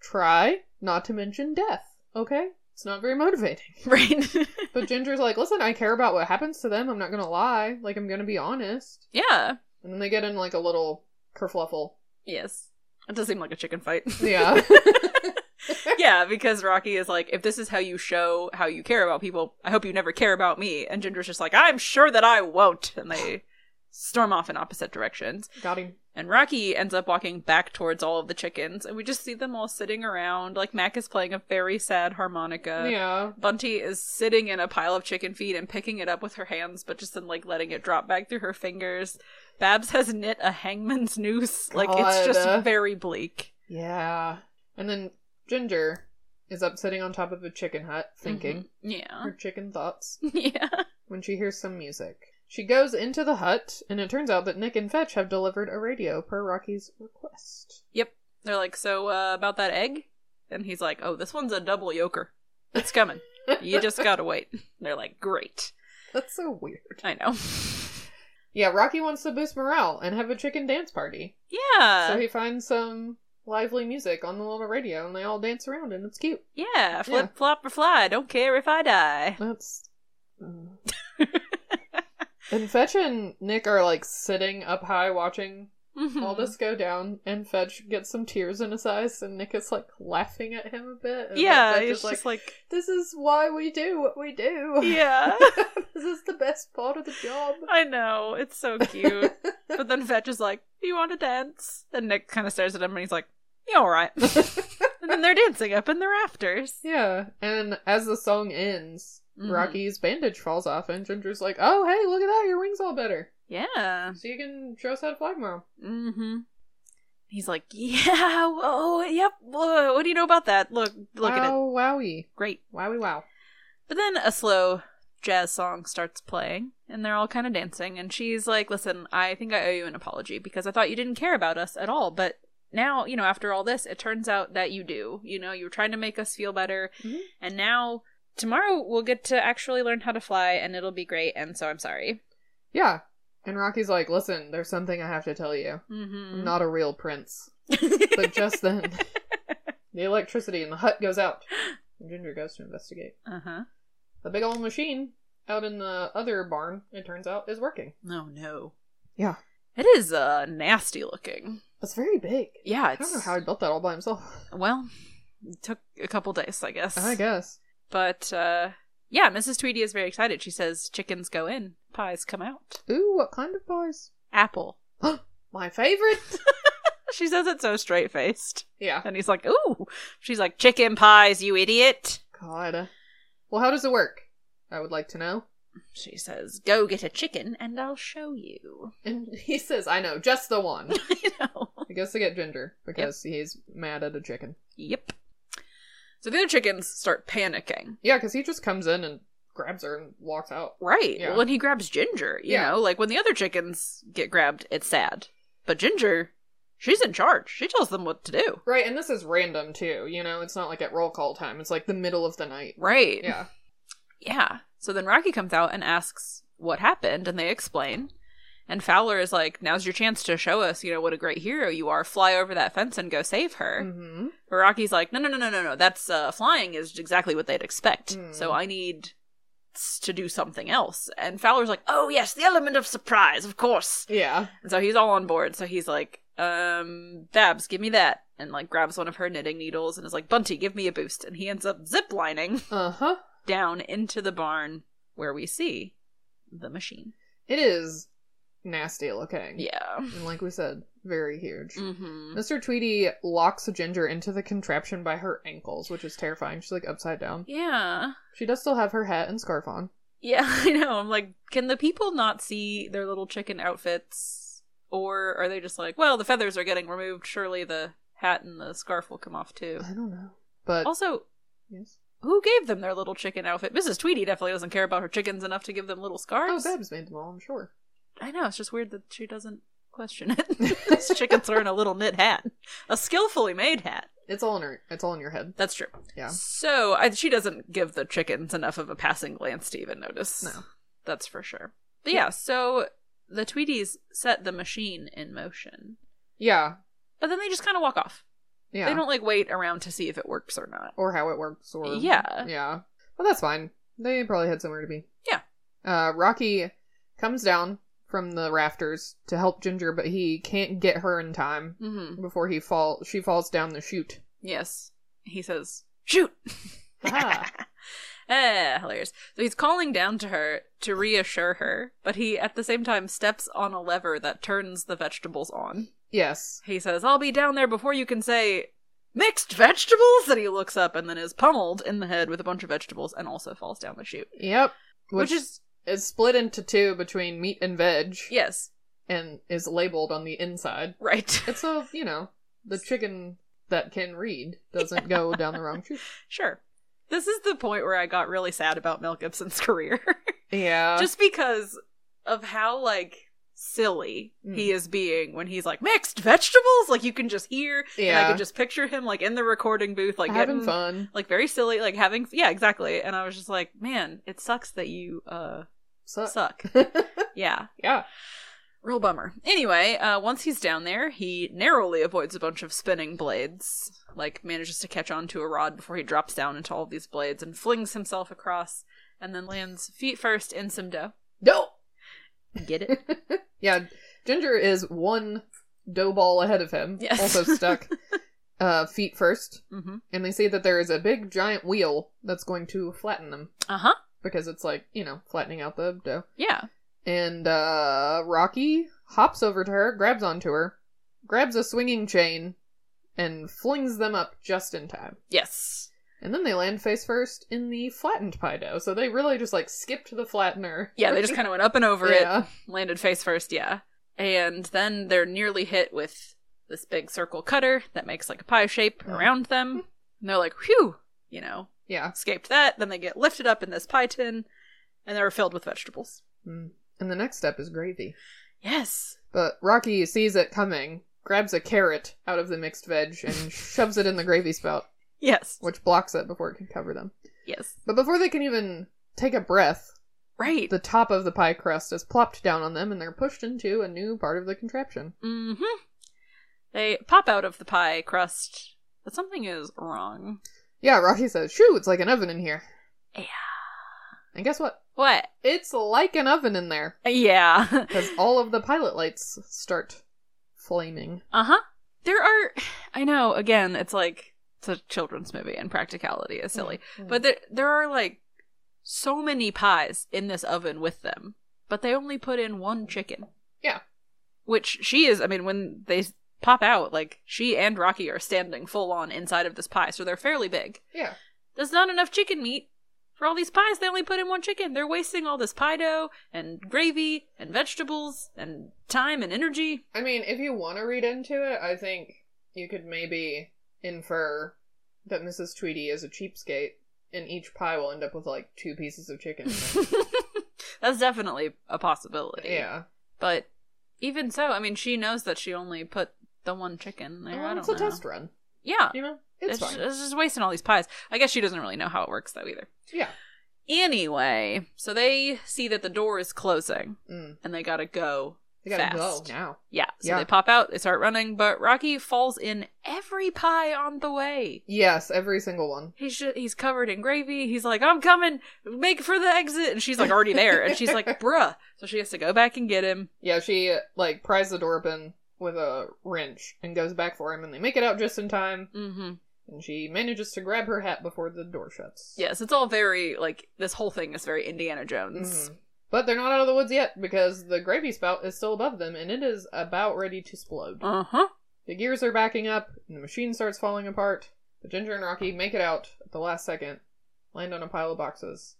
Speaker 2: try not to mention death, okay? It's not very motivating. (laughs)
Speaker 1: Right?
Speaker 2: But Ginger's like, Listen, I care about what happens to them. I'm not gonna lie. Like, I'm gonna be honest.
Speaker 1: yeah.
Speaker 2: And then they get in like a little kerfluffle.
Speaker 1: Yes. It does seem like a chicken fight. (laughs)
Speaker 2: Yeah.
Speaker 1: yeah, because Rocky is like, if this is how you show how you care about people, I hope you never care about me. And Ginger's just like, I'm sure that I won't. And they storm off in opposite directions.
Speaker 2: Got him.
Speaker 1: And Rocky ends up walking back towards all of the chickens, and we just see them all sitting around. Like, Mac is playing a very sad harmonica.
Speaker 2: yeah.
Speaker 1: Bunty is sitting in a pile of chicken feed and picking it up with her hands, but just then like letting it drop back through her fingers. Babs has knit a hangman's noose. Like it's
Speaker 2: God.
Speaker 1: just very bleak.
Speaker 2: Yeah. And then Ginger is up sitting on top of a chicken hut, thinking her
Speaker 1: Mhm.
Speaker 2: chicken thoughts.
Speaker 1: Yeah. (laughs) Yeah.
Speaker 2: when she hears some music. She goes into the hut, and it turns out that Nick and Fetch have delivered a radio per Rocky's request.
Speaker 1: Yep. They're like, so uh, about that egg? And he's like, oh, this one's a double yoker. It's coming.
Speaker 2: (laughs)
Speaker 1: you just gotta wait. And they're like, great.
Speaker 2: That's so weird.
Speaker 1: I know.
Speaker 2: Yeah, Rocky wants to boost morale and have a chicken dance party.
Speaker 1: (laughs) Yeah.
Speaker 2: so he finds some lively music on the little radio and they all dance around and it's cute.
Speaker 1: yeah. Flip, flop, or fly. Don't care if I die. (laughs)
Speaker 2: That's. mm. and Fetch and Nick are like sitting up high watching all
Speaker 1: Hmm.
Speaker 2: this go down, and Fetch gets some tears in his eyes, and Nick is like laughing at him a bit. And
Speaker 1: Yeah,
Speaker 2: Fetch
Speaker 1: it's
Speaker 2: is
Speaker 1: just like,
Speaker 2: this is why we do what we do.
Speaker 1: yeah.
Speaker 2: (laughs) this is the best part of the job.
Speaker 1: I know. It's so cute. but then Fetch is like, Do you want to dance? And Nick kind of stares at him and he's like, Yeah, all right. and then they're dancing up in the rafters.
Speaker 2: (laughs) Yeah, and as the song ends,
Speaker 1: Mhm.
Speaker 2: Rocky's bandage falls off, and Ginger's like, "Oh, hey, look at that! Your wings all better,
Speaker 1: Yeah.
Speaker 2: so you can show us how to fly tomorrow."
Speaker 1: Mm hmm. He's like, Yeah, oh, yep. Whoa, what do you know about that? Look, look at it.
Speaker 2: wow, wowie,
Speaker 1: Great.
Speaker 2: wowie, wow.
Speaker 1: But then a slow jazz song starts playing, and they're all kind of dancing. And she's like, Listen, I think I owe you an apology because I thought you didn't care about us at all. But now, you know, after all this, it turns out that you do. You know, you were trying to make us feel better.
Speaker 2: Mhm.
Speaker 1: And now, tomorrow, we'll get to actually learn how to fly, and it'll be great. And so I'm sorry.
Speaker 2: Yeah, and Rocky's like, "Listen, there's something I have to tell you. I'm
Speaker 1: Mm-hmm.
Speaker 2: not a real
Speaker 1: (laughs)
Speaker 2: prince." But just then, the electricity in the hut goes out. And Ginger goes to investigate.
Speaker 1: uh huh.
Speaker 2: The big old machine out in the other barn, it turns out, is working.
Speaker 1: No, no.
Speaker 2: Yeah,
Speaker 1: It is uh, nasty looking.
Speaker 2: it's very big.
Speaker 1: Yeah,
Speaker 2: I
Speaker 1: it's.
Speaker 2: don't know how he built that all by himself.
Speaker 1: Well, it took a couple days, (laughs) I guess.
Speaker 2: I guess.
Speaker 1: But uh yeah, Mrs. Tweedy is very excited. She says chickens go in, pies come out.
Speaker 2: Ooh, what kind of pies?
Speaker 1: Apple.
Speaker 2: My favorite.
Speaker 1: (laughs) She says it so straight faced.
Speaker 2: yeah.
Speaker 1: And he's like, Ooh She's like, Chicken pies, you idiot
Speaker 2: God. Well, how does it work? I would like to know.
Speaker 1: She says, Go get a chicken and I'll show you. (laughs)
Speaker 2: And he says, "I know, just the one."
Speaker 1: you know.
Speaker 2: he goes to
Speaker 1: (laughs)
Speaker 2: get Ginger because he's mad at a chicken.
Speaker 1: Yep. So the other chickens start panicking.
Speaker 2: Yeah, because he just comes in and grabs her and walks out.
Speaker 1: Right.
Speaker 2: Yeah.
Speaker 1: When he grabs Ginger, you
Speaker 2: Yeah.
Speaker 1: know, like when the other chickens get grabbed, it's sad. But Ginger, she's in charge. She tells them what to do.
Speaker 2: Right, and this is random too. You know, it's not like at roll call time. It's like the middle of the night.
Speaker 1: Right.
Speaker 2: Yeah.
Speaker 1: (laughs) Yeah. So then Rocky comes out and asks what happened, and they explain. And Fowler is like, now's your chance to show us, you know, what a great hero you are. Fly over that fence and go save her.
Speaker 2: Mm-hmm.
Speaker 1: But Rocky's like, no, no, no, no, no, no. That's uh, flying is exactly what they'd expect.
Speaker 2: Mm.
Speaker 1: So I need s- to do something else. And Fowler's like, oh, yes, the element of surprise, of course.
Speaker 2: Yeah.
Speaker 1: And so he's all on board. So he's like, um, Babs, give me that. And like grabs one of her knitting needles and is like, Bunty, give me a boost. And he ends up ziplining
Speaker 2: Uh huh.
Speaker 1: down into the barn where we see the machine.
Speaker 2: It is nasty looking.
Speaker 1: Yeah.
Speaker 2: And like we said, very huge.
Speaker 1: Mm-hmm.
Speaker 2: Mr. Tweety locks Ginger into the contraption by her ankles, which is terrifying. She's like upside down.
Speaker 1: Yeah.
Speaker 2: She does still have her hat and scarf on.
Speaker 1: Yeah, (laughs) I know. I'm like, can the people not see their little chicken outfits? Or are they just like, well, the feathers are getting removed. Surely the hat and the scarf will come off too.
Speaker 2: I don't know. But
Speaker 1: Also,
Speaker 2: yes.
Speaker 1: who gave them their little chicken outfit? Mrs. Tweedy definitely doesn't care about her chickens enough to give them little
Speaker 2: Oh,
Speaker 1: scarves.
Speaker 2: Babs made them all, I'm sure.
Speaker 1: I know. It's just weird that she doesn't question it. (laughs) These chickens are in a little knit hat, a skillfully made hat.
Speaker 2: It's all in her it's all in your head.
Speaker 1: That's true.
Speaker 2: Yeah.
Speaker 1: So I, she doesn't give the chickens enough of a passing glance to even notice.
Speaker 2: No.
Speaker 1: That's for sure. But yeah, so the Tweeties set the machine in motion,
Speaker 2: Yeah.
Speaker 1: but then they just kind of walk off.
Speaker 2: Yeah.
Speaker 1: They don't like wait around to see if it works or not.
Speaker 2: or how it works or
Speaker 1: Yeah.
Speaker 2: yeah well that's fine they probably had somewhere to be
Speaker 1: Yeah.
Speaker 2: uh rocky comes down from the rafters to help ginger but he can't get her in time
Speaker 1: hmm
Speaker 2: before he fall she falls down the chute
Speaker 1: Yes. He says, shoot! (laughs)
Speaker 2: Ah.
Speaker 1: Eh, hilarious. So he's calling down to her to reassure her, but he at the same time steps on a lever that turns the vegetables on.
Speaker 2: (laughs) yes
Speaker 1: He says, I'll be down there before you can say mixed vegetables. And he looks up and then is pummeled in the head with a bunch of vegetables and also falls down the chute.
Speaker 2: yep
Speaker 1: Which, is,
Speaker 2: is split into two between meat and veg
Speaker 1: yes,
Speaker 2: and is labeled on the inside
Speaker 1: right. (laughs)
Speaker 2: it's so you know the chicken that can read doesn't go down the wrong
Speaker 1: (laughs)
Speaker 2: chute
Speaker 1: sure. This is the point where I got really sad about Mel Gibson's (laughs) career.
Speaker 2: yeah
Speaker 1: Just because of how, like, silly
Speaker 2: Mm.
Speaker 1: he is being when he's like mixed vegetables like you can just hear and i
Speaker 2: Yeah.
Speaker 1: can just picture him like in the recording booth like
Speaker 2: having
Speaker 1: getting-
Speaker 2: fun
Speaker 1: like very silly like having yeah exactly and i was just like man it sucks that you uh
Speaker 2: Suck.
Speaker 1: suck yeah
Speaker 2: (laughs) yeah
Speaker 1: Real bummer. Anyway, uh, once he's down there, he narrowly avoids a bunch of spinning blades, like manages to catch onto a rod before he drops down into all of these blades and flings himself across and then lands feet first in some dough.
Speaker 2: Dope.
Speaker 1: Get it?
Speaker 2: Yeah, Ginger is one dough ball ahead of him,
Speaker 1: Yes.
Speaker 2: also
Speaker 1: (laughs)
Speaker 2: stuck uh, feet first.
Speaker 1: mm-hmm.
Speaker 2: And they say that there is a big giant wheel that's going to flatten them
Speaker 1: Uh huh.
Speaker 2: because it's like, you know, flattening out the dough.
Speaker 1: Yeah.
Speaker 2: And uh, Rocky hops over to her, grabs onto her, grabs a swinging chain, and flings them up just in time.
Speaker 1: Yes.
Speaker 2: And then they land face first in the flattened pie dough. So they really just like skipped the flattener.
Speaker 1: Yeah, they just kind of went up and over it.
Speaker 2: Yeah.
Speaker 1: landed face first, yeah. And then they're nearly hit with this big circle cutter that makes like a pie shape
Speaker 2: Mm.
Speaker 1: around them. And they're like, whew, you know,
Speaker 2: Yeah.
Speaker 1: escaped that. Then they get lifted up in this pie tin and they're filled with vegetables.
Speaker 2: Mm. And the next step is gravy.
Speaker 1: Yes.
Speaker 2: But Rocky sees it coming, grabs a carrot out of the mixed veg,
Speaker 1: (laughs)
Speaker 2: and shoves it in the gravy spout,
Speaker 1: Yes.
Speaker 2: which blocks it before it can cover them.
Speaker 1: Yes.
Speaker 2: But before they can even take a breath,
Speaker 1: Right.
Speaker 2: the top of the pie crust is plopped down on them, and they're pushed into a new part of the contraption.
Speaker 1: mm hmm. They pop out of the pie crust, but something is wrong.
Speaker 2: Yeah, Rocky says, "Shoo! It's like an oven in here."
Speaker 1: Yeah.
Speaker 2: And guess what?
Speaker 1: What?
Speaker 2: It's like an oven in there
Speaker 1: Yeah. (laughs)
Speaker 2: because all of the pilot lights start flaming.
Speaker 1: Uh huh. There are, I know. Again, it's like it's a children's movie, and practicality is silly.
Speaker 2: Mm,
Speaker 1: But there, there are like so many pies in this oven with them, but they only put in one chicken.
Speaker 2: Yeah.
Speaker 1: Which she is. I mean, when they s- pop out, like she and Rocky are standing full on inside of this pie, so they're fairly big.
Speaker 2: Yeah,
Speaker 1: There's not enough chicken meat for all these pies. They only put in one chicken. They're wasting all this pie dough and gravy and vegetables and time and energy. (laughs)
Speaker 2: I mean, if you want to read into it, I think you could maybe infer that Mrs. Tweety is a cheapskate, and each pie will end up with like two pieces of chicken. in (laughs) it.
Speaker 1: That's definitely a possibility.
Speaker 2: yeah,
Speaker 1: But even so, I mean, she knows that she only put the one chicken there. I
Speaker 2: well,
Speaker 1: don't
Speaker 2: Oh, it's
Speaker 1: know.
Speaker 2: a test run.
Speaker 1: Yeah.
Speaker 2: You know, it's,
Speaker 1: It's,
Speaker 2: fine.
Speaker 1: just, it's just wasting all these pies. I guess she doesn't really know how it works, though, either.
Speaker 2: Yeah.
Speaker 1: Anyway, so they see that the door is closing
Speaker 2: Mm.
Speaker 1: and they gotta go.
Speaker 2: They gotta
Speaker 1: fast.
Speaker 2: go now.
Speaker 1: Yeah. So
Speaker 2: Yeah.
Speaker 1: they pop out, they start running, but Rocky falls in every pie on the way.
Speaker 2: Yes, every single one.
Speaker 1: He's ju- he's covered in gravy. He's like, I'm coming, make for the exit, and she's like already there, and
Speaker 2: (laughs)
Speaker 1: she's like, bruh. So she has to go back and get him.
Speaker 2: Yeah, she like pries the door open with a wrench and goes back for him, and they make it out just in time.
Speaker 1: Mm-hmm.
Speaker 2: And she manages to grab her hat before the door shuts.
Speaker 1: Yes, it's all very like this whole thing is very Indiana Jones.
Speaker 2: Mhm. But they're not out of the woods yet because the gravy spout is still above them, and it is about ready to explode.
Speaker 1: Uh huh.
Speaker 2: The gears are backing up, and the machine starts falling apart. But Ginger and Rocky make it out at the last second, land on a pile of boxes,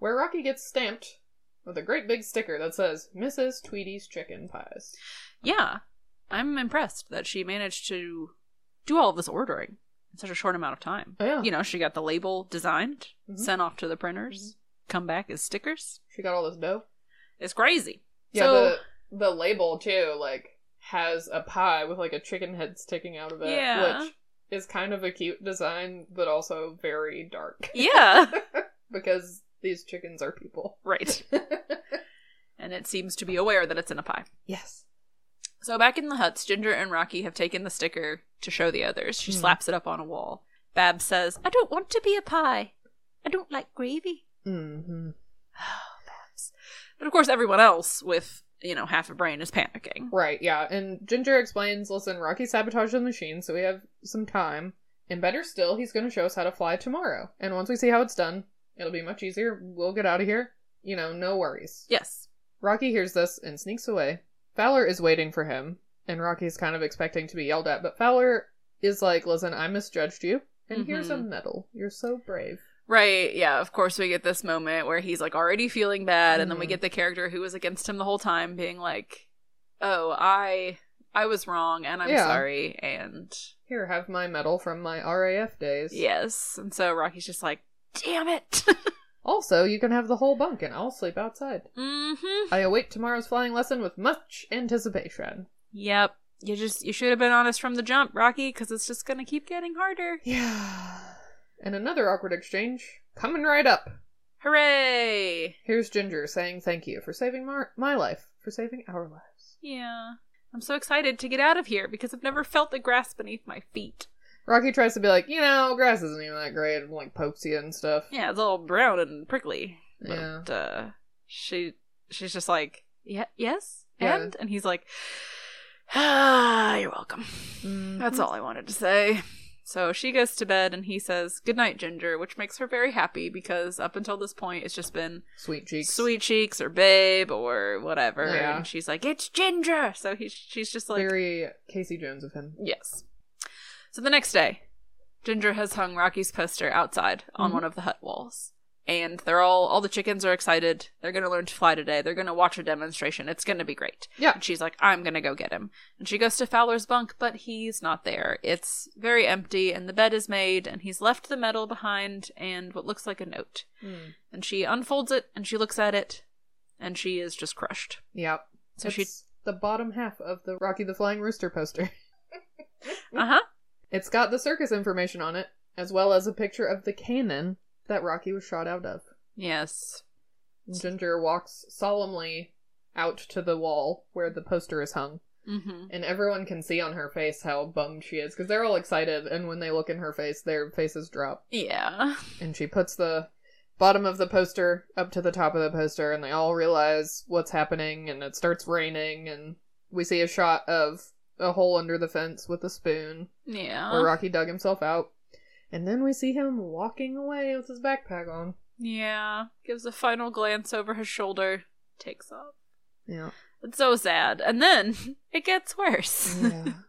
Speaker 2: where Rocky gets stamped with a great big sticker that says "Mrs. Tweety's Chicken Pies."
Speaker 1: Yeah, I'm impressed that she managed to do all this ordering in such a short amount of time.
Speaker 2: Oh, yeah.
Speaker 1: You know, she got the label designed,
Speaker 2: Mhm.
Speaker 1: sent off to the printers,
Speaker 2: Mm-hmm.
Speaker 1: come back as stickers.
Speaker 2: She got all this dough.
Speaker 1: It's crazy.
Speaker 2: Yeah,
Speaker 1: so,
Speaker 2: the the label too, like has a pie with like a chicken head sticking out of it,
Speaker 1: Yeah.
Speaker 2: which is kind of a cute design, but also very dark
Speaker 1: yeah,
Speaker 2: (laughs) because these chickens are people. (laughs)
Speaker 1: right. and it seems to be aware that it's in a pie.
Speaker 2: Yes.
Speaker 1: So back in the huts, Ginger and Rocky have taken the sticker to show the others. She
Speaker 2: Hmm.
Speaker 1: slaps it up on a wall. Bab says, I don't want to be a pie. I don't like gravy.
Speaker 2: Mm-hmm.
Speaker 1: But of course, everyone else with, you know, half a brain is panicking.
Speaker 2: Right. Yeah. And Ginger explains, "Listen, Rocky sabotaged the machine, so we have some time, and better still, he's going to show us how to fly tomorrow. And once we see how it's done, it'll be much easier. We'll get out of here. You know, no worries."
Speaker 1: Yes.
Speaker 2: Rocky hears this and sneaks away. Fowler is waiting for him, and Rocky's kind of expecting to be yelled at, but Fowler is like, Listen, I misjudged you, and here's a
Speaker 1: Mhm.
Speaker 2: medal. You're so brave.
Speaker 1: Right, yeah, of course we get this moment where he's like already feeling bad and then we
Speaker 2: Mhm.
Speaker 1: get the character who was against him the whole time being like, "Oh, I I was wrong and I'm
Speaker 2: Yeah.
Speaker 1: sorry." And
Speaker 2: Here, have my medal from my RAF days.
Speaker 1: yes, and so Rocky's just like, "Damn it." (laughs)
Speaker 2: Also, you can have the whole bunk, and I'll sleep outside.
Speaker 1: mhm.
Speaker 2: I await tomorrow's flying lesson with much anticipation.
Speaker 1: Yep. You just you should have been honest from the jump, Rocky, cuz it's just going to keep getting harder.
Speaker 2: Yeah. And another awkward exchange coming right up.
Speaker 1: Hooray.
Speaker 2: Here's Ginger saying thank you for saving mar- my life, for saving our lives.
Speaker 1: Yeah. I'm so excited to get out of here because I've never felt the grass beneath my feet.
Speaker 2: Rocky tries to be like, you know, grass isn't even that great, and like pokes you and stuff.
Speaker 1: Yeah, it's all brown and prickly.
Speaker 2: Yeah.
Speaker 1: But uh, she she's just like, yeah, yes,
Speaker 2: Yeah.
Speaker 1: and and he's like, ah, you're welcome.
Speaker 2: Mm-hmm.
Speaker 1: That's all I wanted to say. So she goes to bed and he says, Good night, Ginger, which makes her very happy because up until this point it's just been
Speaker 2: Sweet cheeks.
Speaker 1: Sweet Cheeks or Babe or whatever.
Speaker 2: Yeah.
Speaker 1: And she's like, It's Ginger. So he's she's just like
Speaker 2: Very Casey Jones of him.
Speaker 1: Yes. So the next day, Ginger has hung Rocky's poster outside on one of the hut walls. And they're all all the chickens are excited. They're gonna learn to fly today. They're gonna watch a demonstration. It's gonna be great.
Speaker 2: Yeah.
Speaker 1: And she's like, I'm gonna go get him. And she goes to Fowler's bunk, but he's not there. It's very empty and the bed is made and he's left the medal behind and what looks like a note. And she unfolds it and she looks at it and she is just crushed.
Speaker 2: Yep.
Speaker 1: So
Speaker 2: it's
Speaker 1: she
Speaker 2: the bottom half of the Rocky the Flying Rooster poster. (laughs)
Speaker 1: Uh-huh.
Speaker 2: It's got the circus information on it, as well as a picture of the cannon that Rocky was shot out of.
Speaker 1: Yes.
Speaker 2: Ginger walks solemnly out to the wall where the poster is hung,
Speaker 1: Mm-hmm.
Speaker 2: and everyone can see on her face how bummed she is because they're all excited, and when they look in her face, their faces drop.
Speaker 1: Yeah. (laughs)
Speaker 2: And she puts the bottom of the poster up to the top of the poster, and they all realize what's happening, and it starts raining, and we see a shot of a hole under the fence with a spoon
Speaker 1: Yeah.
Speaker 2: where Rocky dug himself out. And then we see him walking away with his backpack on.
Speaker 1: Yeah, gives a final glance over her shoulder, takes off.
Speaker 2: Yeah.
Speaker 1: It's so sad. And then (laughs) it gets worse.
Speaker 2: Yeah.
Speaker 1: (laughs)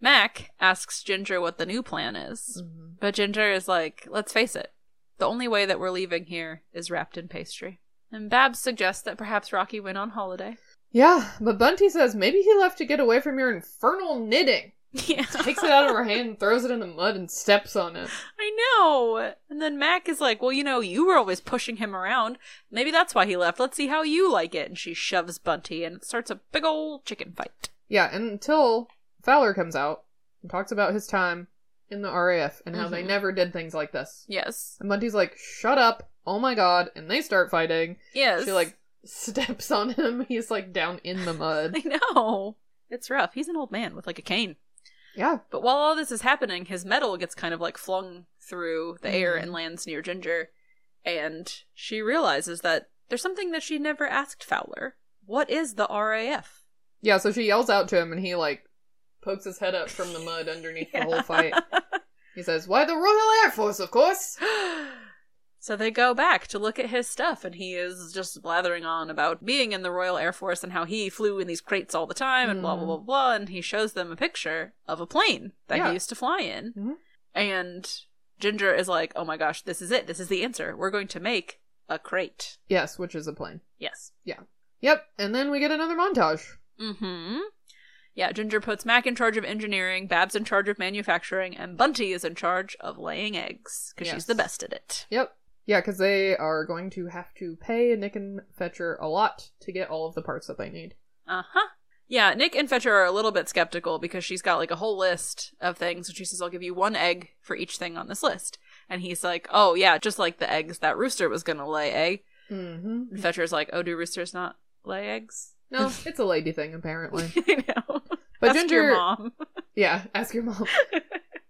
Speaker 1: Mac asks Ginger what the new plan is.
Speaker 2: Mhm.
Speaker 1: But Ginger is like, let's face it, the only way that we're leaving here is wrapped in pastry. And Babs suggests that perhaps Rocky went on holiday. (laughs)
Speaker 2: Yeah, but Bunty says maybe he left to get away from your infernal knitting.
Speaker 1: Yeah.
Speaker 2: Takes it out of her hand, throws it in the mud, and steps on it.
Speaker 1: I know. And then Mac is like, well, you know, you were always pushing him around. Maybe that's why he left. Let's see how you like it. And she shoves Bunty and it starts a big old chicken fight.
Speaker 2: Yeah, and until Fowler comes out and talks about his time in the RAF and how they
Speaker 1: Mhm.
Speaker 2: never did things like this.
Speaker 1: Yes.
Speaker 2: And Bunty's like, shut up, oh my god, and they start fighting.
Speaker 1: Yes.
Speaker 2: She like steps on him, (laughs) he's like down in the mud.
Speaker 1: (laughs) I know. It's rough. He's an old man with like a cane.
Speaker 2: Yeah.
Speaker 1: But while all this is happening, his medal gets kind of like flung through the
Speaker 2: Mm-hmm.
Speaker 1: air and lands near Ginger. And she realizes that there's something that she never asked Fowler. What is the RAF?
Speaker 2: Yeah, so she yells out to him and he like pokes his head up from the mud underneath the whole fight. He says, Why the Royal Air Force, of course.
Speaker 1: So they go back to look at his stuff, and he is just blathering on about being in the Royal Air Force and how he flew in these crates all the time and
Speaker 2: Hmm.
Speaker 1: blah, blah, blah, blah. And he shows them a picture of a plane that
Speaker 2: Yeah.
Speaker 1: he used to fly in.
Speaker 2: Mhm.
Speaker 1: And Ginger is like, oh my gosh, this is it. This is the answer. We're going to make a crate.
Speaker 2: Yes, which is a plane.
Speaker 1: Yes.
Speaker 2: Yep, and then we get another montage.
Speaker 1: Mm hmm. Yeah, Ginger puts Mac in charge of engineering, Babs in charge of manufacturing, and Bunty is in charge of laying eggs because
Speaker 2: Yes.
Speaker 1: she's the best at it.
Speaker 2: Yep. Yeah, because they are going to have to pay Nick and Fetcher a lot to get all of the parts that they need.
Speaker 1: Uh huh. Yeah, Nick and Fetcher are a little bit skeptical because she's got like a whole list of things, and she says, I'll give you one egg for each thing on this list. And he's like, Oh, yeah, just like the eggs that rooster was going to lay, eh?
Speaker 2: Mm-hmm.
Speaker 1: And Fetcher's like, Oh, do roosters not lay eggs? (laughs)
Speaker 2: No, it's a lady thing, apparently.
Speaker 1: I know.
Speaker 2: But
Speaker 1: Ask
Speaker 2: Ginger-
Speaker 1: Your mom.
Speaker 2: yeah, ask your
Speaker 1: (laughs)
Speaker 2: mom.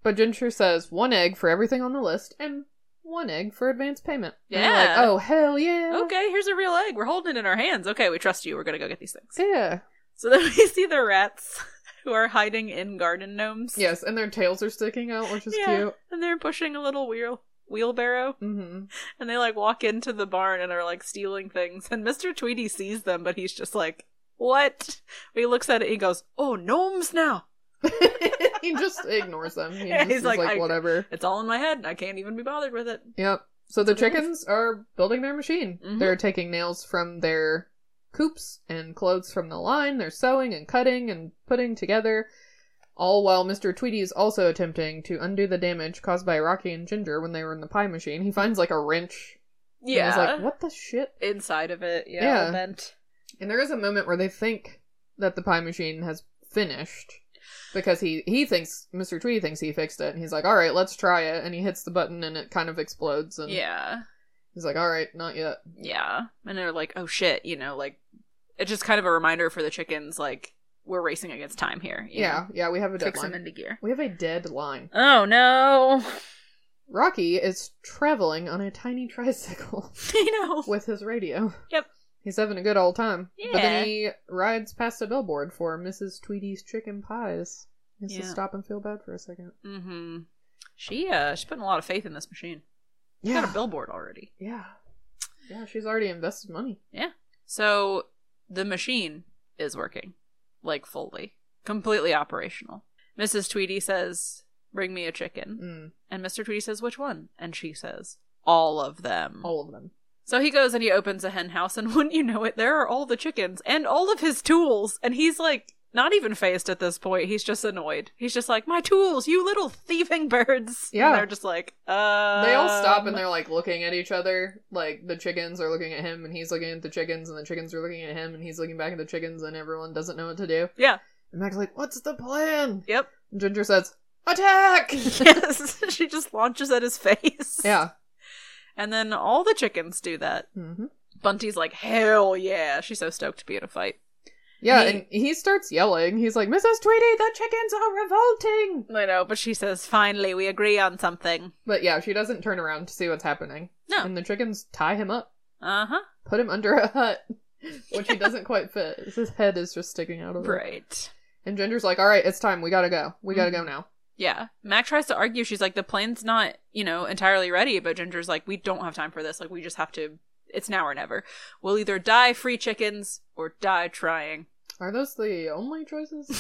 Speaker 2: but Ginger says one egg for everything on the list and one egg for advance payment. And they're
Speaker 1: Yeah.
Speaker 2: like, oh, hell yeah.
Speaker 1: Okay, here's a real egg. We're holding it in our hands. Okay, we trust you. We're going to go get these things.
Speaker 2: Yeah.
Speaker 1: So then (laughs) we see the rats who are hiding in garden gnomes.
Speaker 2: Yes, and their tails are sticking out, which is
Speaker 1: Yeah,
Speaker 2: cute.
Speaker 1: And they're pushing a little wheel wheelbarrow.
Speaker 2: Mm-hmm. (laughs)
Speaker 1: And they like walk into the barn and are like stealing things. And Mr. Tweety sees them, but he's just like, What? He looks at it and he goes, Oh, gnomes now. (laughs)
Speaker 2: he just ignores them. He
Speaker 1: Yeah,
Speaker 2: just
Speaker 1: he's
Speaker 2: is
Speaker 1: like,
Speaker 2: like,
Speaker 1: I-
Speaker 2: whatever.
Speaker 1: It's all in my head and I can't even be bothered with it.
Speaker 2: Yep. So
Speaker 1: So
Speaker 2: the
Speaker 1: they just-
Speaker 2: chickens are building their machine.
Speaker 1: Mhm.
Speaker 2: They're taking nails from their coops and clothes from the line. They're sewing and cutting and putting together, all while Mr. Tweety is also attempting to undo the damage caused by Rocky and Ginger when they were in the pie machine. He finds like a wrench.
Speaker 1: Yeah.
Speaker 2: And he's like, what the shit?
Speaker 1: Inside of it. Yeah.
Speaker 2: Yeah.
Speaker 1: all Bent.
Speaker 2: And there is a moment where they think that the pie machine has finished because he he thinks Mr. Tweety thinks he fixed it, and he's like, "All right, let's try it." And he hits the button, and it kind of explodes. And
Speaker 1: Yeah.
Speaker 2: he's like, "All right, not yet."
Speaker 1: Yeah. And they're like, Oh shit, you know, like it's just kind of a reminder for the chickens, like we're racing against time here. you
Speaker 2: Yeah,
Speaker 1: know?
Speaker 2: yeah, we have a
Speaker 1: fix them
Speaker 2: deadline.
Speaker 1: into gear.
Speaker 2: We have a deadline.
Speaker 1: Oh no, (laughs)
Speaker 2: Rocky is traveling on a tiny tricycle (laughs)
Speaker 1: I know.
Speaker 2: with his radio.
Speaker 1: Yep.
Speaker 2: He's having a good old time. But
Speaker 1: Yeah.
Speaker 2: then he rides past a billboard for Mrs. Tweedy's Chicken Pies. He has to
Speaker 1: Yeah.
Speaker 2: stop and feel bad for a second.
Speaker 1: Mm-hmm. She uh, she's putting a lot of faith in this machine. She's Got a billboard already.
Speaker 2: Yeah. Yeah, she's already invested money.
Speaker 1: Yeah. So the machine is working, like fully, completely operational. Mrs. Tweedy says, "Bring me a chicken,"
Speaker 2: Mm,
Speaker 1: and Mr. Tweedy says, "Which one?" And she says, "All of them."
Speaker 2: all of them.
Speaker 1: So he goes and he opens a hen house, and (laughs) wouldn't you know it, there are all the chickens and all of his tools. And he's like, not even faced at this point. He's just annoyed. He's just like, my tools, you little thieving birds.
Speaker 2: Yeah.
Speaker 1: And they're just like, uh.
Speaker 2: They all stop and they're like looking at each other. Like the chickens are looking at him and he's looking at the chickens and the chickens are looking at him and he's looking back at the chickens and everyone doesn't know what to do.
Speaker 1: Yeah.
Speaker 2: And Mac's like, What's the plan?
Speaker 1: Yep. (laughs)
Speaker 2: And Ginger says, Attack!
Speaker 1: yes. (laughs) she just launches at his face.
Speaker 2: yeah.
Speaker 1: And then all the chickens do that.
Speaker 2: hmm
Speaker 1: Bunty's like, hell yeah. She's so stoked to be in a fight.
Speaker 2: Yeah,
Speaker 1: He-
Speaker 2: and he starts yelling. He's like, Mrs. Tweedy, the chickens are revolting!
Speaker 1: I know, but she says, finally, we agree on something.
Speaker 2: But yeah, she doesn't turn around to see what's happening.
Speaker 1: No.
Speaker 2: And the chickens tie him up,
Speaker 1: Uh huh.
Speaker 2: put him under a hut, (laughs) which he doesn't quite fit. His head is just sticking out of it.
Speaker 1: Right. Mm-hmm.
Speaker 2: And Ginger's like, all right, it's time. We gotta go. We gotta go now.
Speaker 1: Yeah. Mac tries to argue. She's like, the plane's not, you know, entirely ready, but Ginger's like, we don't have time for this. Like, we just have to, it's now or never. We'll either die free chickens or die trying.
Speaker 2: Are those the
Speaker 1: (laughs)
Speaker 2: only choices?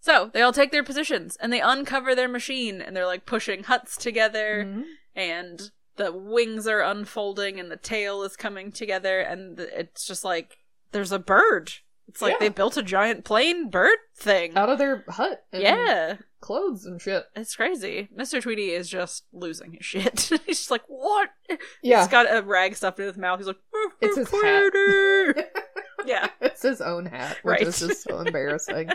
Speaker 1: So they all take their positions and they uncover their machine and they're like pushing huts together
Speaker 2: Mm-hmm.
Speaker 1: and the wings are unfolding and the tail is coming together and th- it's just like, there's a bird. It's like
Speaker 2: Yeah.
Speaker 1: they built a giant plane bird thing.
Speaker 2: Out of their hut. And
Speaker 1: yeah.
Speaker 2: Clothes and shit.
Speaker 1: It's crazy. Mr. Tweety is just losing his shit. (laughs) He's just like, what?
Speaker 2: Yeah.
Speaker 1: He's got a rag stuffed in his mouth. He's like, "Mr.
Speaker 2: It's his hat. (laughs)
Speaker 1: Tweety." yeah.
Speaker 2: It's his own hat, which
Speaker 1: Right.
Speaker 2: is just
Speaker 1: (laughs)
Speaker 2: so embarrassing.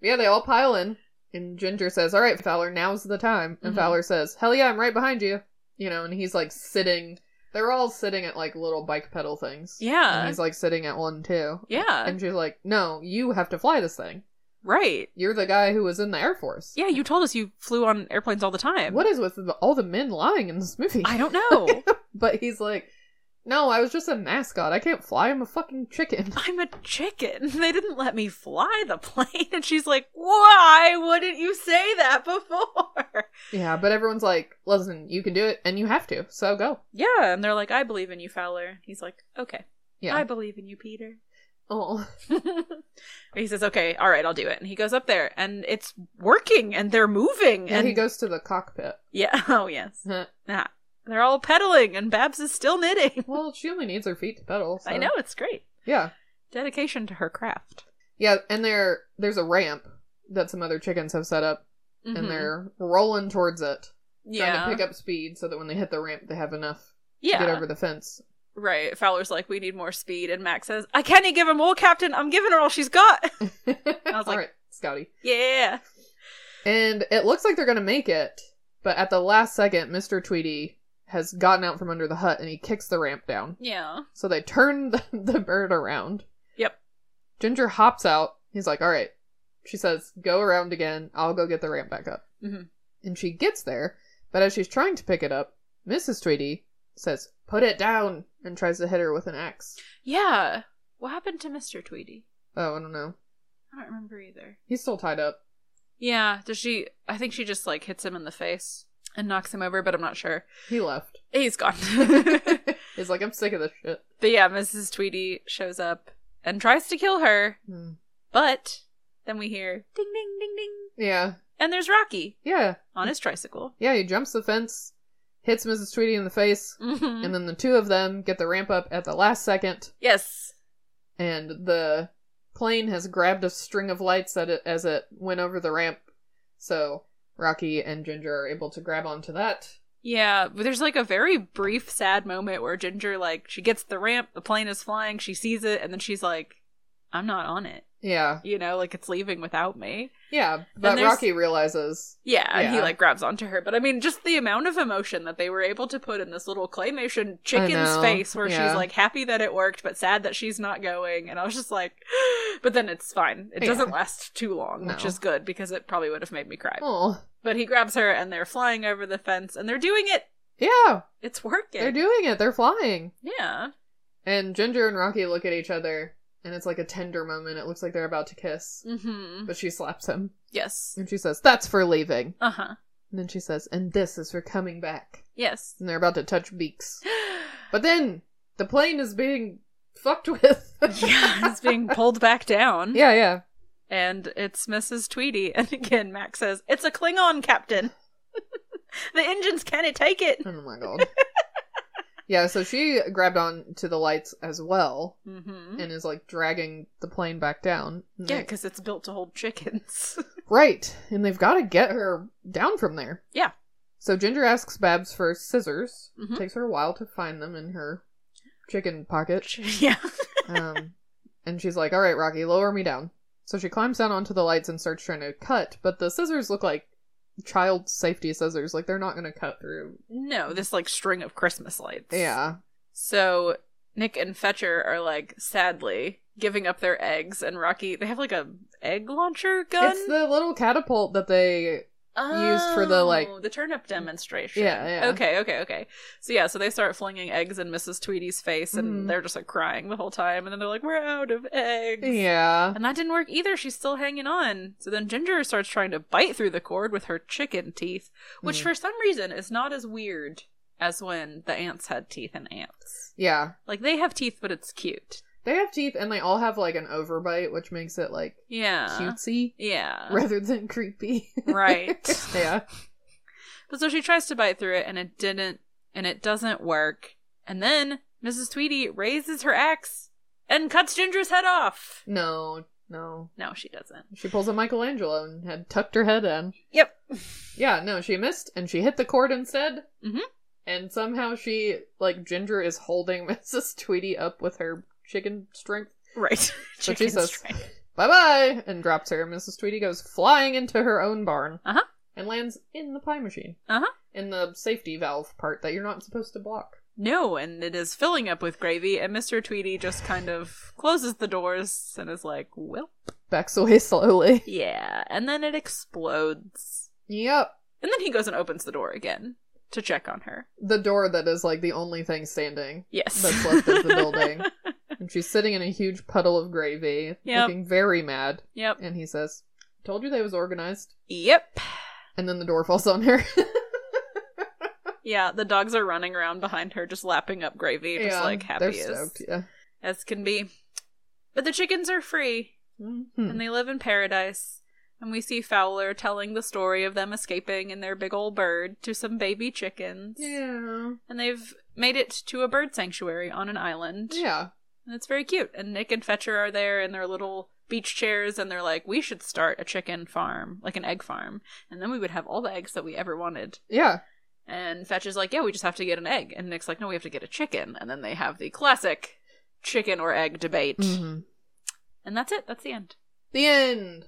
Speaker 2: yeah, they all pile in, and Ginger says, "All right, Fowler, now's the time." And
Speaker 1: Mhm.
Speaker 2: Fowler says, "Hell yeah, I'm right behind you." You know, and he's like sitting. They're all sitting at like little bike pedal things.
Speaker 1: Yeah.
Speaker 2: and he's like sitting at one too.
Speaker 1: Yeah.
Speaker 2: And she's like, "No, you have to fly this thing.
Speaker 1: right.
Speaker 2: You're the guy who was in the Air Force."
Speaker 1: Yeah, you told us you flew on airplanes all the time.
Speaker 2: What is with the, all the men lying in this movie?
Speaker 1: I don't know.
Speaker 2: (laughs) But he's like, "No, I was just a mascot. I can't fly. I'm a fucking chicken."
Speaker 1: I'm a chicken. (laughs) They didn't let me fly the plane. (laughs) And she's like, why wouldn't you say that before? (laughs)
Speaker 2: Yeah, but everyone's like, listen, you can do it and you have to, so go.
Speaker 1: Yeah. And they're like, I believe in you, Fowler. He's like, okay.
Speaker 2: Yeah.
Speaker 1: I believe in you, Peter.
Speaker 2: (laughs)
Speaker 1: (laughs)
Speaker 2: oh.
Speaker 1: he says, "Okay, all right, I'll do it." And he goes up there, and it's working, and they're moving,
Speaker 2: Yeah,
Speaker 1: and
Speaker 2: he goes to the cockpit.
Speaker 1: (laughs)
Speaker 2: (laughs)
Speaker 1: yeah, oh yes,
Speaker 2: Huh.
Speaker 1: nah. they're all pedaling, and Babs is still knitting. (laughs)
Speaker 2: well, she only needs her feet to pedal. so-
Speaker 1: I know it's great
Speaker 2: Yeah.
Speaker 1: dedication to her craft,
Speaker 2: Yeah, and there there's a ramp that some other chickens have set up
Speaker 1: Mhm.
Speaker 2: and they're rolling towards it.
Speaker 1: yeah,
Speaker 2: Trying to pick up speed so that when they hit the ramp they have enough
Speaker 1: yeah,
Speaker 2: to get over the fence.
Speaker 1: right. Fowler's like, "We need more speed," and Max says, "I can't give her more, Captain. I'm giving her all she's got." (laughs)
Speaker 2: I (laughs)
Speaker 1: was like-
Speaker 2: Scotty.
Speaker 1: yeah,
Speaker 2: And it looks like they're gonna make it, but at the last second, Mr. Tweety has gotten out from under the hut and he kicks the ramp down.
Speaker 1: yeah,
Speaker 2: So they turn (laughs) the, the bird around.
Speaker 1: yep,
Speaker 2: Ginger hops out. He's like, all right. She says, go around again. I'll go get the ramp back up.
Speaker 1: Mhm.
Speaker 2: And she gets there, but as she's trying to pick it up, Mrs. Tweedy says, put it down, and tries to hit her with an axe.
Speaker 1: yeah. What happened to Mister Tweedy?
Speaker 2: Oh, I don't know.
Speaker 1: I don't remember either.
Speaker 2: He's still tied up.
Speaker 1: Yeah, does she? I think she just like hits him in the face and knocks him over, but I'm not sure.
Speaker 2: He left.
Speaker 1: He's gone. (laughs)
Speaker 2: He's like, I'm sick of this shit.
Speaker 1: but yeah, Mrs. Tweedy shows up and tries to kill her,
Speaker 2: Hmm.
Speaker 1: but then we hear ding ding ding ding,
Speaker 2: Yeah.
Speaker 1: and there's Rocky
Speaker 2: Yeah.
Speaker 1: on his tricycle.
Speaker 2: Yeah, he jumps the fence, hits Mrs. Tweedy in the face,
Speaker 1: Mm-hmm.
Speaker 2: and then the two of them get the ramp up at the last second.
Speaker 1: yes,
Speaker 2: and the plane has grabbed a string of lights that it, as it went over the ramp. So Rocky and Ginger are able to grab onto that.
Speaker 1: yeah. But there's like a very brief sad moment where Ginger like she gets the ramp, the plane is flying, she sees it, and then she's like, "I'm not on it."
Speaker 2: Yeah.
Speaker 1: You know, like it's leaving without me.
Speaker 2: Yeah. But
Speaker 1: there's-
Speaker 2: Rocky realizes.
Speaker 1: Yeah, and he
Speaker 2: Yeah.
Speaker 1: like grabs onto her. But I mean, just the amount of emotion that they were able to put in this little claymation chicken's
Speaker 2: know,
Speaker 1: face where
Speaker 2: yeah.
Speaker 1: she's like happy that it worked, but sad that she's not going. And I was just like, (gasps) but then it's fine. It
Speaker 2: Yeah.
Speaker 1: doesn't last too long, which
Speaker 2: No.
Speaker 1: is good because it probably would have made me cry.
Speaker 2: Oh.
Speaker 1: But he grabs her and they're flying over the fence and they're doing it.
Speaker 2: Yeah.
Speaker 1: It's working.
Speaker 2: They're doing it. They're flying.
Speaker 1: yeah.
Speaker 2: And Ginger and Rocky look at each other, and it's like a tender moment. It looks like they're about to kiss,
Speaker 1: Mm-hmm.
Speaker 2: but she slaps him,
Speaker 1: (laughs) Yes.
Speaker 2: and she says, "That's for leaving."
Speaker 1: Uh huh.
Speaker 2: And then she says, "And this is for coming back."
Speaker 1: Yes.
Speaker 2: And they're about to touch beaks, but then the plane is being fucked with.
Speaker 1: (laughs) yeah, it's (laughs) being pulled back down.
Speaker 2: (laughs) yeah, yeah.
Speaker 1: and it's Mrs. Tweedy. And again, Max says, It's a Klingon, Captain. (laughs) the engines can't take it.
Speaker 2: Oh my
Speaker 1: (laughs)
Speaker 2: god. yeah. So she grabbed on to the lights as well,
Speaker 1: Mm-hmm.
Speaker 2: and is like dragging the plane back down. And
Speaker 1: Yeah,
Speaker 2: they-
Speaker 1: because it's built to hold chickens.
Speaker 2: right. And they've got to get her down from there.
Speaker 1: yeah.
Speaker 2: So Ginger asks Babs for scissors.
Speaker 1: Mhm.
Speaker 2: Takes her a while to find them in her chicken pocket.
Speaker 1: (laughs) Yeah.
Speaker 2: Um, and she's like, "All right, Rocky, lower me down." So she climbs down onto the lights and starts trying to cut, but the scissors look like child safety scissors. Like they're not going to cut through.
Speaker 1: No, this like string of Christmas lights.
Speaker 2: Yeah.
Speaker 1: So Nick and Fetcher are like sadly giving up their eggs, and Rocky they have like a egg launcher gun
Speaker 2: It's the little catapult that they used for the, like-
Speaker 1: Oh, the turnip demonstration.
Speaker 2: Yeah, yeah.
Speaker 1: Okay, okay, okay. So yeah, so they start flinging eggs in Mrs. Tweedy's face, and
Speaker 2: Mhm.
Speaker 1: they're just like crying the whole time, and then they're like, "We're out of eggs."
Speaker 2: Yeah.
Speaker 1: And that didn't work either. She's still hanging on. So then Ginger starts trying to bite through the cord with her chicken teeth, which
Speaker 2: Mhm.
Speaker 1: for some reason is not as weird as when the ants had teeth and ants.
Speaker 2: Yeah.
Speaker 1: Like they have teeth, but it's cute.
Speaker 2: They have teeth and they all have like an overbite, which makes it like
Speaker 1: Yeah.
Speaker 2: cutesy
Speaker 1: Yeah.
Speaker 2: rather than creepy.
Speaker 1: Right.
Speaker 2: (laughs) yeah.
Speaker 1: But so she tries to bite through it and it didn't and it doesn't work. And then Mrs. Tweedy raises her axe and cuts Ginger's head off.
Speaker 2: No. No.
Speaker 1: No, she doesn't.
Speaker 2: She pulls a Michelangelo and had tucked her head in.
Speaker 1: Yep.
Speaker 2: Yeah, no, she missed and she hit the cord instead.
Speaker 1: Mhm.
Speaker 2: And somehow she, like, Ginger is holding (laughs) Mrs. Tweety up with her chicken strength.
Speaker 1: Right.
Speaker 2: (laughs)
Speaker 1: (laughs)
Speaker 2: But she
Speaker 1: Chicken
Speaker 2: says,
Speaker 1: strike.
Speaker 2: bye bye, and drops her. Mrs. Tweety goes flying into her own barn
Speaker 1: Uh-huh.
Speaker 2: and lands in the pie machine,
Speaker 1: Uh-huh.
Speaker 2: in the safety valve part that you're not supposed to block.
Speaker 1: No, and it is filling up with gravy, and Mr. Tweedy just kind of closes the doors and is like, Well
Speaker 2: Backs away (laughs) slowly.
Speaker 1: yeah. And then it explodes.
Speaker 2: Yep.
Speaker 1: And then he goes and opens the door again to check on her.
Speaker 2: The door that is, like, the only thing standing.
Speaker 1: Yes.
Speaker 2: That's left of
Speaker 1: (laughs)
Speaker 2: the building. And she's sitting in a huge puddle of gravy,
Speaker 1: Yep.
Speaker 2: looking very mad.
Speaker 1: yep.
Speaker 2: And he says, Told you they was organized.
Speaker 1: Yep.
Speaker 2: And then the door falls on her.
Speaker 1: Yeah, the dogs are running around behind her, just lapping up gravy, just like
Speaker 2: They're
Speaker 1: happy as,
Speaker 2: stoked, yeah.
Speaker 1: as can be. But the chickens are free,
Speaker 2: Hmm.
Speaker 1: and they live in paradise. And we see Fowler telling the story of them escaping in their big old bird to some baby chickens.
Speaker 2: yeah.
Speaker 1: And they've made it to a bird sanctuary on an island.
Speaker 2: Yeah.
Speaker 1: And it's very cute. And Nick and Fetcher are there in their little beach chairs, and they're like, we should start a chicken farm, like an egg farm. And then we would have all the eggs that we ever wanted.
Speaker 2: Yeah.
Speaker 1: And Fetch is like, yeah, we just have to get an egg. And Nick's like, no, we have to get a chicken. And then they have the classic chicken or egg debate.
Speaker 2: Mm-hmm.
Speaker 1: And that's it. That's the end.
Speaker 2: The end.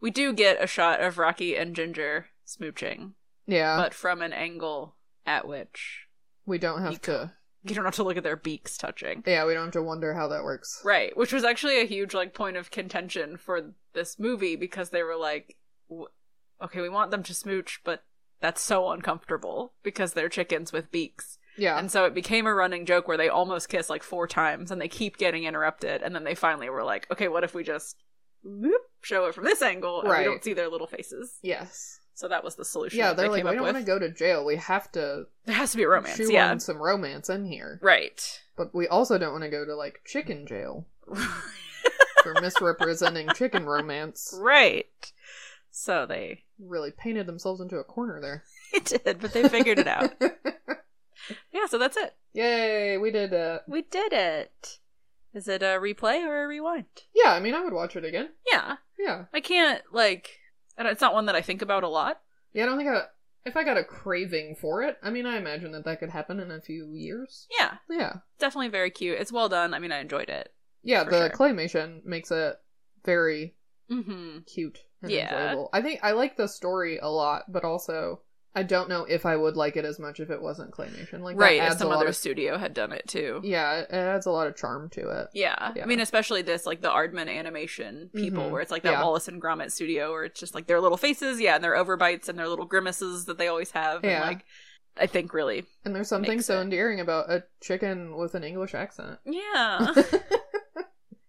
Speaker 1: We do get a shot of Rocky and Ginger smooching,
Speaker 2: Yeah.
Speaker 1: but from an angle at which
Speaker 2: we don't
Speaker 1: you
Speaker 2: have to.
Speaker 1: you don't have to look at their beaks touching.
Speaker 2: Yeah, we don't have to wonder how that works.
Speaker 1: Right, which was actually a huge like point of contention for this movie because they were like, w- okay, we want them to smooch, but that's so uncomfortable because they're chickens with beaks.
Speaker 2: Yeah.
Speaker 1: And so it became a running joke where they almost kiss like four times and they keep getting interrupted. And then they finally were like, okay, what if we just whoop, show it from this angle and we
Speaker 2: Right.
Speaker 1: don't see their little faces?
Speaker 2: yes.
Speaker 1: So that was the solution.
Speaker 2: Yeah,
Speaker 1: that
Speaker 2: they're
Speaker 1: they
Speaker 2: like,
Speaker 1: came
Speaker 2: we
Speaker 1: up
Speaker 2: don't
Speaker 1: with.
Speaker 2: want to go to jail. We have to
Speaker 1: There has to be a romance.
Speaker 2: shoe
Speaker 1: yeah.
Speaker 2: on some romance in here.
Speaker 1: Right.
Speaker 2: But we also don't want to go to, like, chicken
Speaker 1: (laughs)
Speaker 2: jail for misrepresenting chicken romance.
Speaker 1: right. So they. (laughs)
Speaker 2: Really painted themselves into a corner there.
Speaker 1: It did, but they figured it out. yeah, so that's it.
Speaker 2: (laughs) Yay, we did it.
Speaker 1: We did it. Is it a replay or a rewind?
Speaker 2: Yeah, I mean, I would watch it again.
Speaker 1: Yeah.
Speaker 2: Yeah.
Speaker 1: I can't, like, and it's not one that I think about a lot.
Speaker 2: Yeah, I don't think I. If I got a craving for it, I mean, I imagine that that could happen in a few years.
Speaker 1: Yeah.
Speaker 2: Yeah.
Speaker 1: definitely very cute. It's well done. I mean, I enjoyed it.
Speaker 2: Yeah,
Speaker 1: For
Speaker 2: the
Speaker 1: sure.
Speaker 2: claymation makes it very
Speaker 1: Mm-hmm.
Speaker 2: cute and
Speaker 1: Yeah.
Speaker 2: enjoyable. I think I like the story a lot, but also I don't know if I would like it as much if it wasn't claymation. Like that
Speaker 1: right, if
Speaker 2: adds
Speaker 1: some
Speaker 2: a lot
Speaker 1: other
Speaker 2: of-
Speaker 1: studio had done it too.
Speaker 2: yeah, it adds a lot of charm to it.
Speaker 1: Yeah. Mm-hmm.
Speaker 2: Yeah.
Speaker 1: I mean, especially this, like the Aardman animation people,
Speaker 2: Mhm.
Speaker 1: where it's like that
Speaker 2: Yeah.
Speaker 1: Wallace and Gromit studio, where it's just like their little faces, yeah, and their overbites and their little grimaces that they always have.
Speaker 2: Yeah.
Speaker 1: And like, I think really.
Speaker 2: And there's something
Speaker 1: Makes
Speaker 2: so
Speaker 1: it.
Speaker 2: endearing about a chicken with an English accent.
Speaker 1: (laughs) Yeah.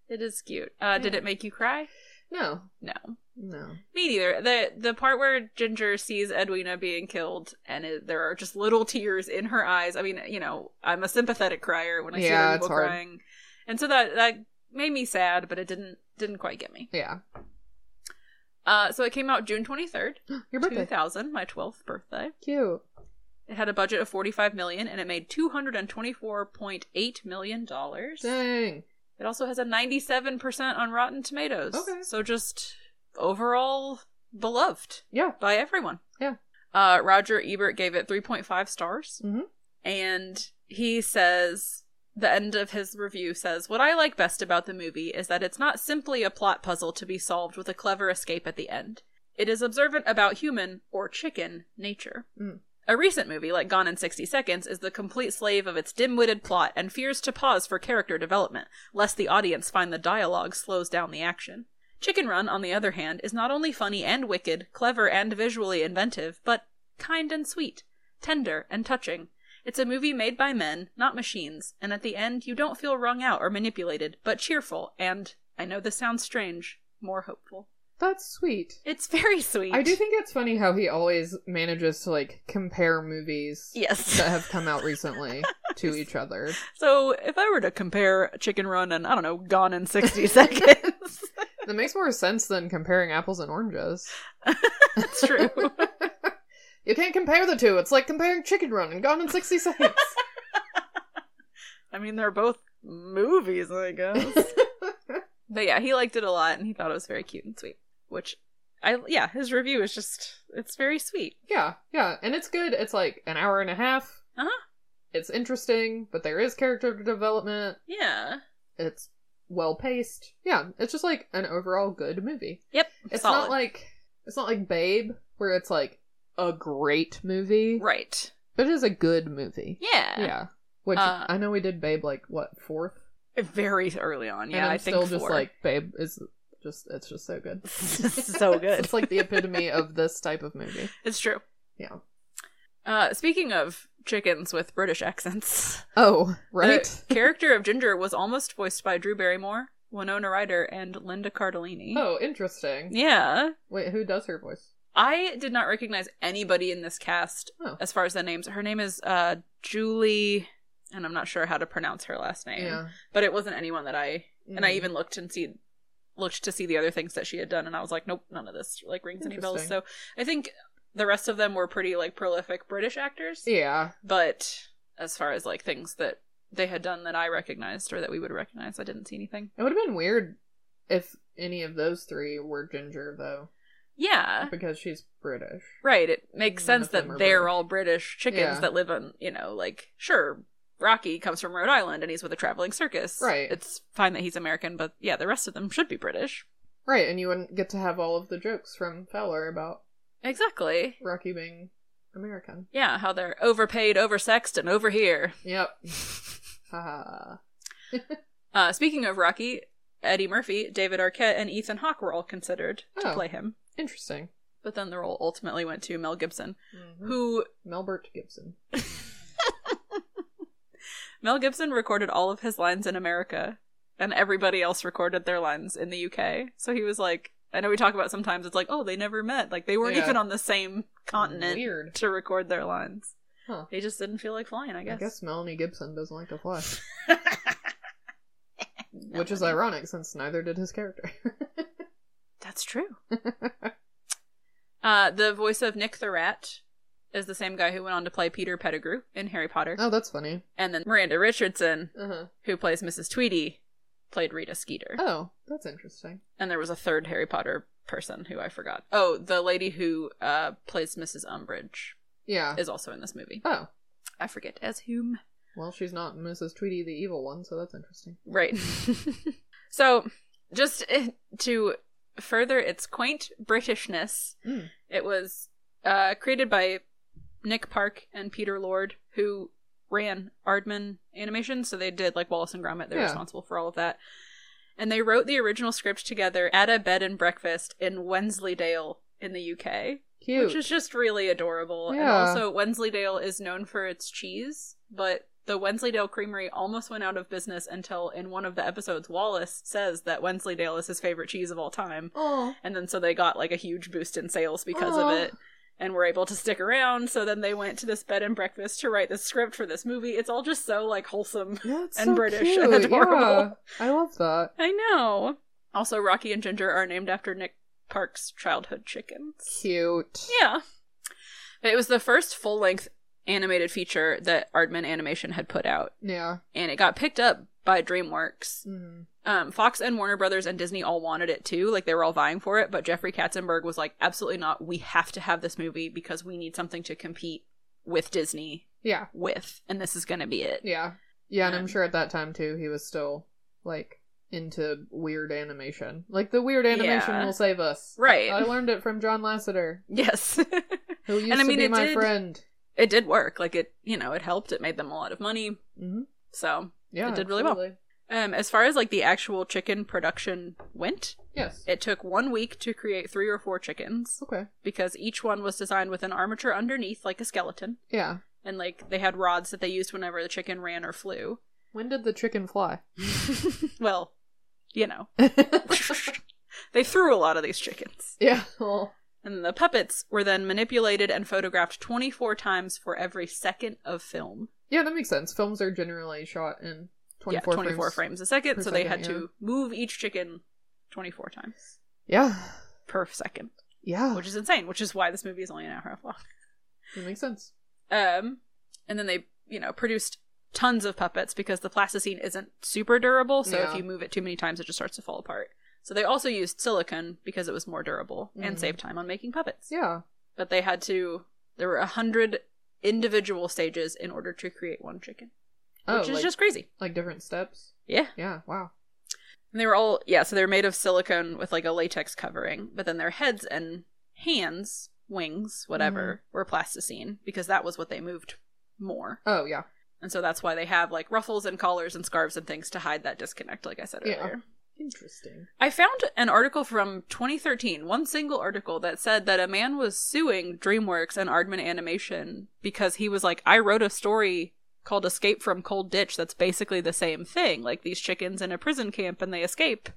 Speaker 1: it is cute. Uh, Did
Speaker 2: Yeah.
Speaker 1: it make you cry?
Speaker 2: (laughs) No,
Speaker 1: No.
Speaker 2: no.
Speaker 1: Me neither. The the part where Ginger sees Edwina being killed and it, there are just little tears in her eyes. I mean, you know, I'm a sympathetic crier when I see
Speaker 2: Yeah,
Speaker 1: other
Speaker 2: it's
Speaker 1: people
Speaker 2: hard.
Speaker 1: crying, and so that that made me sad, but it didn't didn't quite get me.
Speaker 2: Yeah,
Speaker 1: Uh, so it came out June 23rd,
Speaker 2: (gasps) your birthday.
Speaker 1: 2000, my 12th birthday.
Speaker 2: Cute.
Speaker 1: It had a budget of 45 million and it made 224.8 million dollars.
Speaker 2: Dang.
Speaker 1: It also has a 97% on Rotten Tomatoes.
Speaker 2: Okay.
Speaker 1: So just overall beloved
Speaker 2: Yeah.
Speaker 1: by everyone.
Speaker 2: Yeah.
Speaker 1: Uh, Roger Ebert gave it 3.5 stars.
Speaker 2: Mhm.
Speaker 1: And he says, the end of his review says, What I like best about the movie is that it's not simply a plot puzzle to be solved with a clever escape at the end. It is observant about human, or chicken, nature.
Speaker 2: Mm.
Speaker 1: A recent movie, like Gone in 60 Seconds, is the complete slave of its dim witted plot and fears to pause for character development, lest the audience find the dialogue slows down the action. Chicken Run, on the other hand, is not only funny and wicked, clever and visually inventive, but kind and sweet, tender and touching. It's a movie made by men, not machines, and at the end you don't feel wrung out or manipulated, but cheerful and, I know this sounds strange, more hopeful.
Speaker 2: That's sweet.
Speaker 1: It's very sweet.
Speaker 2: I do think it's funny how he always manages to like compare movies
Speaker 1: Yes.
Speaker 2: that have come
Speaker 1: (laughs)
Speaker 2: out recently to each other.
Speaker 1: So if I were to compare Chicken Run and I don't know, Gone in sixty (laughs) seconds,
Speaker 2: That makes more sense than comparing apples and oranges.
Speaker 1: (laughs) that's true.
Speaker 2: (laughs) you can't compare the two. It's like comparing Chicken Run and Gone in 60 Seconds.
Speaker 1: (laughs) I mean, they're both movies, I guess. but yeah, he liked it a lot, and he thought it was very cute and sweet. Which, I yeah, his review is just it's very sweet.
Speaker 2: yeah, yeah. And it's good. It's like an hour and a half.
Speaker 1: Uh-huh.
Speaker 2: It's interesting, but there is character development.
Speaker 1: Yeah.
Speaker 2: It's well paced. Yeah, it's just like an overall good movie.
Speaker 1: Yep.
Speaker 2: It's
Speaker 1: solid.
Speaker 2: not like it's not like Babe where it's like a great movie.
Speaker 1: right.
Speaker 2: But it is a good movie.
Speaker 1: Yeah.
Speaker 2: Yeah. Which
Speaker 1: Uh,
Speaker 2: I know we did Babe like what, fourth?
Speaker 1: Very early on. Yeah,
Speaker 2: and I'm
Speaker 1: I think
Speaker 2: still just
Speaker 1: four. (laughs)
Speaker 2: like (laughs) Babe is just it's just so good.
Speaker 1: so good.
Speaker 2: it's like the epitome of this type of movie.
Speaker 1: it's true.
Speaker 2: Yeah.
Speaker 1: Uh, speaking of chickens with British accents.
Speaker 2: Oh, right. (laughs)
Speaker 1: The character of Ginger was almost voiced by Drew Barrymore, Winona Ryder, and Linda Cardellini.
Speaker 2: oh, interesting.
Speaker 1: Yeah.
Speaker 2: Wait, who does her voice?
Speaker 1: I did not recognize anybody in this cast
Speaker 2: Oh.
Speaker 1: as far as the names. Her name is uh, Julie, and I'm not sure how to pronounce her last name.
Speaker 2: Yeah.
Speaker 1: But it wasn't anyone that I and I
Speaker 2: Mm.
Speaker 1: even looked and see looked to see the other things that she had done, and I was like, nope, none of this like rings any bells.
Speaker 2: Interesting.
Speaker 1: So I think the rest of them were pretty like prolific British actors.
Speaker 2: Yeah.
Speaker 1: But as far as like things that they had done that I recognized or that we would recognize, I didn't see anything.
Speaker 2: It would have been weird if any of those three were ginger though.
Speaker 1: Yeah.
Speaker 2: Because she's British.
Speaker 1: Right. It makes
Speaker 2: None
Speaker 1: sense
Speaker 2: of them
Speaker 1: that
Speaker 2: are
Speaker 1: they're
Speaker 2: British.
Speaker 1: all British chickens
Speaker 2: Yeah.
Speaker 1: that live on, you know, like, sure, Rocky comes from Rhode Island and he's with a traveling circus.
Speaker 2: Right.
Speaker 1: It's fine that he's American, but yeah, the rest of them should be British.
Speaker 2: Right, and you wouldn't get to have all of the jokes from Fowler about
Speaker 1: Exactly.
Speaker 2: Rocky being American.
Speaker 1: Yeah, how they're overpaid, oversexed, and over here. (laughs)
Speaker 2: Yep. Haha.
Speaker 1: Uh, speaking of Rocky, Eddie Murphy, David Arquette, and Ethan Hawke were all considered to
Speaker 2: Oh.
Speaker 1: play him.
Speaker 2: Interesting.
Speaker 1: But then the role ultimately went to Mel Gibson,
Speaker 2: Mm-hmm.
Speaker 1: who
Speaker 2: Melbert Gibson.
Speaker 1: Mel Gibson recorded all of his lines in America, and everybody else recorded their lines in the UK. So he was like, I know we talk about sometimes it's like, oh, they never met. Like they weren't
Speaker 2: Yeah.
Speaker 1: even on the same continent
Speaker 2: Weird.
Speaker 1: to record their lines.
Speaker 2: Huh.
Speaker 1: They just didn't feel like flying, I
Speaker 2: I
Speaker 1: guess.
Speaker 2: guess Melanie Gibson doesn't like
Speaker 1: (laughs)
Speaker 2: to fly. Which is ironic since neither did his character. (laughs)
Speaker 1: That's true. uh, the voice of Nick the Rat is the same guy who went on to play Peter Pettigrew in Harry Potter.
Speaker 2: oh, that's funny.
Speaker 1: And then Miranda Richardson,
Speaker 2: Uh-huh.
Speaker 1: who plays Mrs. Tweedy, played Rita Skeeter.
Speaker 2: Oh, that's interesting.
Speaker 1: and there was a third Harry Potter person who I forgot. Oh, the lady who uh, plays Mrs. Umbridge
Speaker 2: Yeah.
Speaker 1: is also in this movie.
Speaker 2: Oh,
Speaker 1: I forget as whom.
Speaker 2: well, she's not Mrs. Tweety, the evil one, so that's interesting.
Speaker 1: Right. (laughs) so just eh, to further its quaint Britishness,
Speaker 2: Mm.
Speaker 1: it was uh, created by Nick Park and Peter Lord, who ran Aardman Animation. So they did like Wallace and Gromit. They're
Speaker 2: Yeah.
Speaker 1: responsible for all of that. And they wrote the original script together at a bed and breakfast in Wensleydale in the UK,
Speaker 2: Cute.
Speaker 1: which is just really adorable. And
Speaker 2: Yeah.
Speaker 1: also, Wensleydale is known for its cheese, but the Wensleydale Creamery almost went out of business until in one of the episodes, Wallace says that Wensleydale is his favorite cheese of all time.
Speaker 2: oh,
Speaker 1: And then so they got like a huge boost in sales because
Speaker 2: Aw.
Speaker 1: of it and were able to stick around. So then they went to this bed and breakfast to write the script for this movie. It's all just so like wholesome.
Speaker 2: that's
Speaker 1: and
Speaker 2: so
Speaker 1: British
Speaker 2: cute.
Speaker 1: (laughs) and adorable.
Speaker 2: Yeah, (laughs) I love that.
Speaker 1: I know. Also, Rocky and Ginger are named after Nick Park's childhood chickens.
Speaker 2: Cute.
Speaker 1: Yeah. It was the first full length animated feature that Aardman Animation had put out,
Speaker 2: Yeah.
Speaker 1: and it got picked up by DreamWorks.
Speaker 2: Mm.
Speaker 1: Um, Fox and Warner Brothers and Disney all wanted it too, like they were all vying for it, but Jeffrey Katzenberg was like, absolutely not. We have to have this movie because we need something to compete with Disney
Speaker 2: Yeah.
Speaker 1: with, and this is going to be it.
Speaker 2: Yeah. Yeah, and I'm
Speaker 1: And-
Speaker 2: sure at that time too, he was still like into weird animation. Like the weird animation
Speaker 1: Yeah.
Speaker 2: will save us.
Speaker 1: Right.
Speaker 2: I learned it from John Lasseter,
Speaker 1: (laughs) Yes. (laughs)
Speaker 2: who used
Speaker 1: I
Speaker 2: to
Speaker 1: mean,
Speaker 2: be
Speaker 1: it
Speaker 2: my
Speaker 1: did-
Speaker 2: friend.
Speaker 1: it did work. Like it, you know, it helped. It made them a lot of money.
Speaker 2: hmm
Speaker 1: So,
Speaker 2: Yeah,
Speaker 1: It did really well.
Speaker 2: absolutely.
Speaker 1: um, as far as like the actual chicken production went,
Speaker 2: Yes.
Speaker 1: It took one week to create three or four chickens
Speaker 2: okay.
Speaker 1: because each one was designed with an armature underneath, like a skeleton,
Speaker 2: Yeah.
Speaker 1: and like they had rods that they used whenever the chicken ran or flew. (laughs)
Speaker 2: When did the chicken fly? (laughs)
Speaker 1: well, you know, they threw a lot of these chickens.
Speaker 2: yeah. Well,
Speaker 1: And the puppets were then manipulated and photographed 24 times for every second of film.
Speaker 2: yeah, that makes sense. Films are generally shot in 24,
Speaker 1: yeah, 24 frames, a second,
Speaker 2: per
Speaker 1: so they
Speaker 2: second,
Speaker 1: had to move each chicken 24 times
Speaker 2: Yeah.
Speaker 1: per second,
Speaker 2: Yeah.
Speaker 1: which is insane, which is why this movie is only an hour and a half long.
Speaker 2: That makes sense.
Speaker 1: Um, and then they, you know, produced tons of puppets because the plasticine isn't super durable. So
Speaker 2: Yeah.
Speaker 1: if you move it too many times, it just starts to fall apart. So they also used silicone because it was more durable and
Speaker 2: Mhm.
Speaker 1: saved time on making puppets.
Speaker 2: Yeah.
Speaker 1: But they had to. There were a hundred individual stages in order to create one chicken,
Speaker 2: Oh,
Speaker 1: which is
Speaker 2: like,
Speaker 1: just crazy.
Speaker 2: like different steps.
Speaker 1: Yeah.
Speaker 2: Yeah. Wow.
Speaker 1: And they were all yeah. So they were made of silicone with like a latex covering, but then their heads and hands, wings, whatever,
Speaker 2: Mm-hmm.
Speaker 1: were plasticine because that was what they moved more.
Speaker 2: Oh yeah.
Speaker 1: And so that's why they have like ruffles and collars and scarves and things to hide that disconnect, like I said
Speaker 2: Yeah.
Speaker 1: earlier.
Speaker 2: Interesting.
Speaker 1: I found an article from 2013, one single article that said that a man was suing DreamWorks and Aardman Animation because he was like, I wrote a story called Escape from Cold Ditch that's basically the same thing, like these chickens in a prison camp and they escape.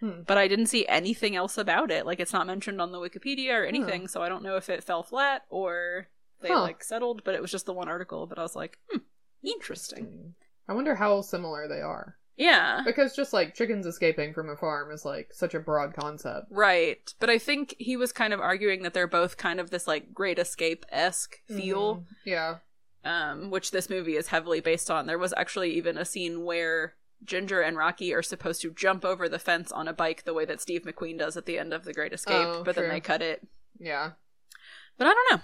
Speaker 2: Hmm.
Speaker 1: But I didn't see anything else about it. Like it's not mentioned on the Wikipedia or anything, so I don't know if it fell flat or they
Speaker 2: Hmm. Huh.
Speaker 1: like settled, but it was just the one article, but I was like, hmm, interesting.
Speaker 2: Hmm. I wonder how similar they are.
Speaker 1: (sighs) Yeah.
Speaker 2: Because just like chickens escaping from a farm is like such a broad concept.
Speaker 1: Right. But I think he was kind of arguing that they're both kind of this like great escape esque feel,
Speaker 2: Mhm. Yeah. Mm-hmm.
Speaker 1: um, which this movie is heavily based on. There was actually even a scene where Ginger and Rocky are supposed to jump over the fence on a bike the way that Steve McQueen does at the end of The Great Escape,
Speaker 2: Oh,
Speaker 1: but
Speaker 2: true.
Speaker 1: then they cut it.
Speaker 2: Yeah.
Speaker 1: But I don't know.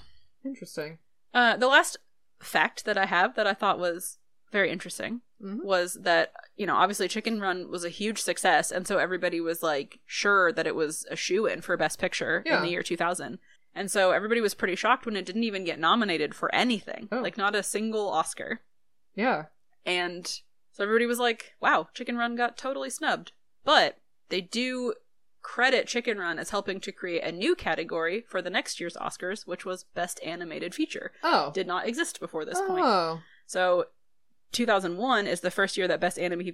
Speaker 2: Interesting.
Speaker 1: Uh, the last fact that I have that I thought was very interesting
Speaker 2: Mhm.
Speaker 1: Mm-hmm. was that you know obviously Chicken Run was a huge success, and so everybody was like sure that it was a shoe in for Best Picture
Speaker 2: Yeah.
Speaker 1: in the year 2000, and so everybody was pretty shocked when it didn't even get nominated for anything,
Speaker 2: Oh.
Speaker 1: like not a single Oscar,
Speaker 2: Yeah.
Speaker 1: and so everybody was like, wow, Chicken Run got totally snubbed, but they do. Credit Chicken Run as helping to create a new category for the next year's Oscars, which was Best Animated Feature
Speaker 2: Oh.
Speaker 1: did not exist before this point.
Speaker 2: oh.
Speaker 1: So 2001 is the first year that best anime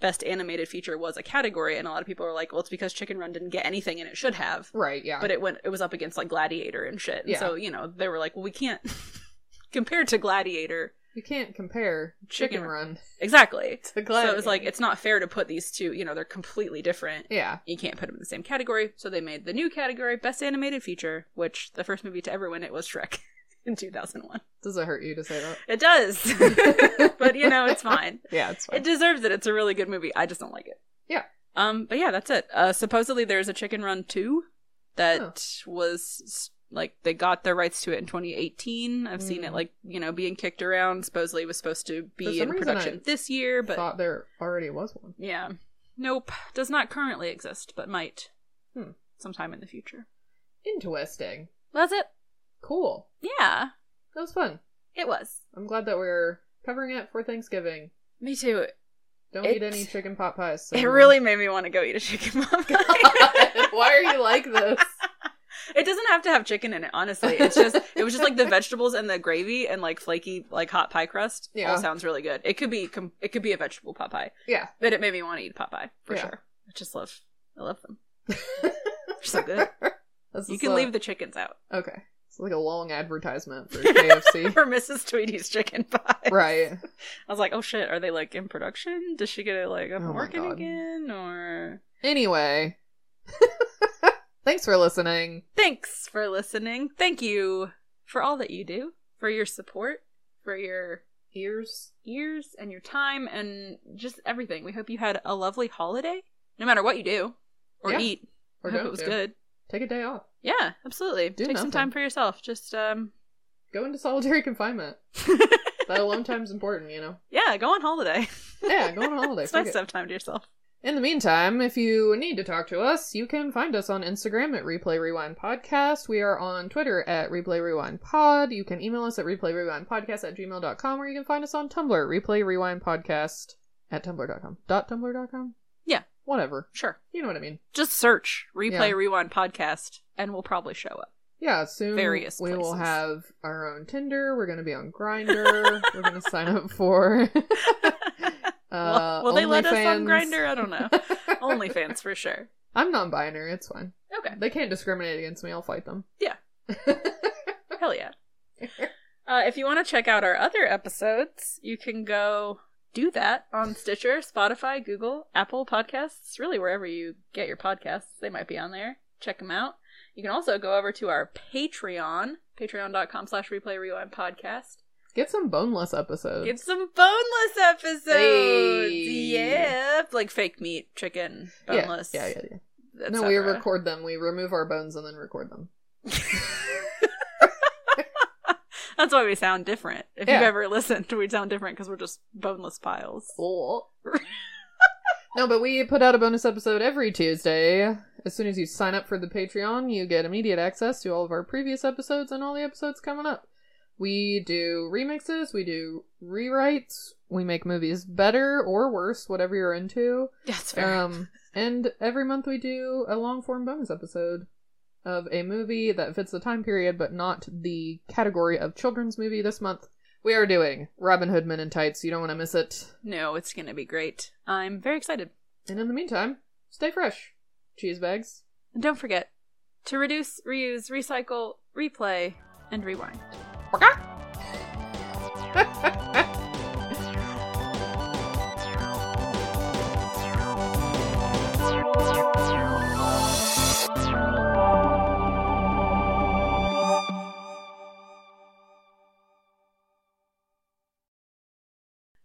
Speaker 1: best animated feature was a category and a lot of people are like, "Well, it's because Chicken Run didn't get anything and it should have."
Speaker 2: Right. Yeah.
Speaker 1: But it went it was up against like Gladiator and shit. And
Speaker 2: Yeah.
Speaker 1: So, you know, they were like, "Well, we can't (laughs) compare to Gladiator."
Speaker 2: you can't compare Chicken,
Speaker 1: Chicken Run.
Speaker 2: Run. (laughs)
Speaker 1: Exactly.
Speaker 2: To
Speaker 1: So it was like
Speaker 2: Gladiator.
Speaker 1: it's not fair to put these two, you know, they're completely different.
Speaker 2: Yeah.
Speaker 1: You can't put them in the same category, so they made the new category Best Animated Feature, which the first movie to ever win it was Shrek (laughs) in 2001.
Speaker 2: Does it hurt you to say that?
Speaker 1: (laughs) It does. but you know, it's fine.
Speaker 2: Yeah, it's fine.
Speaker 1: It deserves it. It's a really good movie. I just don't like it.
Speaker 2: Yeah.
Speaker 1: Um, but yeah, that's it. Uh supposedly there's a Chicken Run 2 that was s- like they got their rights to it in 2018. I've seen it
Speaker 2: Mm.
Speaker 1: like, you know, being kicked around. Supposedly it was supposed to
Speaker 2: For
Speaker 1: be
Speaker 2: some
Speaker 1: in
Speaker 2: reason, I
Speaker 1: production this year, but
Speaker 2: Thought there already was one.
Speaker 1: yeah. Nope. Does not currently exist, but might.
Speaker 2: Hmm.
Speaker 1: Sometime in the future.
Speaker 2: Interesting.
Speaker 1: Was it?
Speaker 2: Cool.
Speaker 1: Yeah.
Speaker 2: That was fun.
Speaker 1: It was.
Speaker 2: I'm glad that we're covering it for Thanksgiving.
Speaker 1: Me too.
Speaker 2: Don't
Speaker 1: It-
Speaker 2: eat any chicken pot pies. so-
Speaker 1: It really made me want to go eat a chicken pot (laughs) pie.
Speaker 2: (laughs) Why are you like this?
Speaker 1: It doesn't have to have chicken in it, honestly. It's just it was just like the
Speaker 2: (laughs)
Speaker 1: vegetables and the gravy and like flaky like hot pie crust.
Speaker 2: Yeah.
Speaker 1: All sounds really good. It could be com- it could be a vegetable pot pie,
Speaker 2: Yeah.
Speaker 1: but it made me want to eat pot pie for
Speaker 2: Yeah.
Speaker 1: sure. I just love I love them. so
Speaker 2: (laughs)
Speaker 1: good.
Speaker 2: This
Speaker 1: You
Speaker 2: is
Speaker 1: can
Speaker 2: a-
Speaker 1: leave the chickens out (laughs)
Speaker 2: Okay. It's like a long advertisement for KFC.
Speaker 1: for Mrs. Tweedy's chicken pie.
Speaker 2: right.
Speaker 1: I was like, oh shit, are they like in production? Does she get it like up and
Speaker 2: Oh my
Speaker 1: working
Speaker 2: God.
Speaker 1: again? Or
Speaker 2: Anyway. (laughs) Thanks for listening.
Speaker 1: thanks for listening. Thank you for all that you do, for your support, for your
Speaker 2: Ears.
Speaker 1: ears and your time and just everything. We hope you had a lovely holiday, no matter what you do or
Speaker 2: Yeah.
Speaker 1: eat.
Speaker 2: Or
Speaker 1: I hope
Speaker 2: don't
Speaker 1: it was
Speaker 2: do.
Speaker 1: good.
Speaker 2: Take a day off.
Speaker 1: Yeah, absolutely.
Speaker 2: Do
Speaker 1: Take some
Speaker 2: nothing.
Speaker 1: time for yourself. Just
Speaker 2: (laughs)
Speaker 1: um,
Speaker 2: Go into solitary confinement. That alone time's important, you know.
Speaker 1: yeah, go on holiday.
Speaker 2: Yeah, go on
Speaker 1: (laughs)
Speaker 2: holiday.
Speaker 1: it's
Speaker 2: fuck
Speaker 1: nice
Speaker 2: it.
Speaker 1: to have time to yourself.
Speaker 2: In the meantime, if you need to talk to us, you can find us on Instagram at Replay Rewind Podcast. We are on Twitter at Replay Rewind Pod. You can email us at Replay Rewind Podcast at gmail.com, or you can find us on Tumblr, Replay Rewind Podcast at tumblr.com. Dot tumblr.com?
Speaker 1: Yeah.
Speaker 2: Whatever.
Speaker 1: Sure.
Speaker 2: You know what I mean.
Speaker 1: Just search replay
Speaker 2: Yeah.
Speaker 1: rewind podcast, and we'll probably show up. (laughs)
Speaker 2: Yeah, soon
Speaker 1: Various
Speaker 2: we will
Speaker 1: places.
Speaker 2: have our own Tinder. We're going to be on Grinder. We're going to (laughs) sign up for. uh,
Speaker 1: will will they let us on
Speaker 2: OnlyFans.
Speaker 1: Grinder? I don't
Speaker 2: (laughs)
Speaker 1: know. (laughs) OnlyFans for sure.
Speaker 2: I'm non binary. It's fine.
Speaker 1: Okay.
Speaker 2: They can't discriminate against me. I'll fight them.
Speaker 1: Yeah. Hell yeah. Uh, if you want to check out our other episodes, you can go do that on Stitcher, Spotify, Google, Apple Podcasts, really wherever you get your podcasts. They might be on there. Check them out. You can also go over to our Patreon, patreon.com slash replay rewind podcast.
Speaker 2: (laughs) Get some boneless episodes.
Speaker 1: Get some boneless episodes.
Speaker 2: Hey.
Speaker 1: Yeah. Like fake meat, chicken,
Speaker 2: Yeah,
Speaker 1: boneless.
Speaker 2: Yeah, yeah, yeah.
Speaker 1: et
Speaker 2: No, we
Speaker 1: cetera.
Speaker 2: record them. We remove our bones and then record them.
Speaker 1: That's why we sound different. If
Speaker 2: Yeah.
Speaker 1: you've ever listened, (laughs) we sound different because we're just boneless piles.
Speaker 2: no, but we put out a bonus episode every Tuesday. As soon as you sign up for the Patreon, you get immediate access to all of our previous episodes and all the episodes coming up. We do remixes, we do rewrites, we make movies better or worse, whatever you're into.
Speaker 1: That's fair.
Speaker 2: Um, and every month we do a long form bonus episode of a movie that fits the time period but not the category of children's movie this month. We are doing Robin Hood Men in Tights. You don't want to miss it.
Speaker 1: No, it's gonna be great. I'm very excited.
Speaker 2: And in the meantime, stay fresh. Cheese bags.
Speaker 1: And don't forget to reduce, reuse, recycle, replay, and rewind.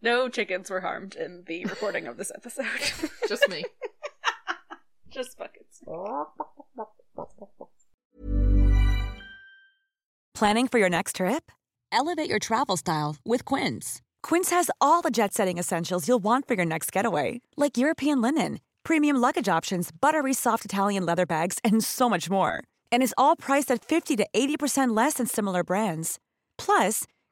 Speaker 1: No chickens were harmed in the recording of this (laughs) episode.
Speaker 2: Just me.
Speaker 1: Just buckets.
Speaker 4: Planning for your next trip? Elevate your travel style with Quince. Quince has all the jet setting essentials you'll want for your next getaway, like European linen, premium luggage options, buttery soft Italian leather bags, and so much more. And is all priced at 50 to 80% less than similar brands. Plus,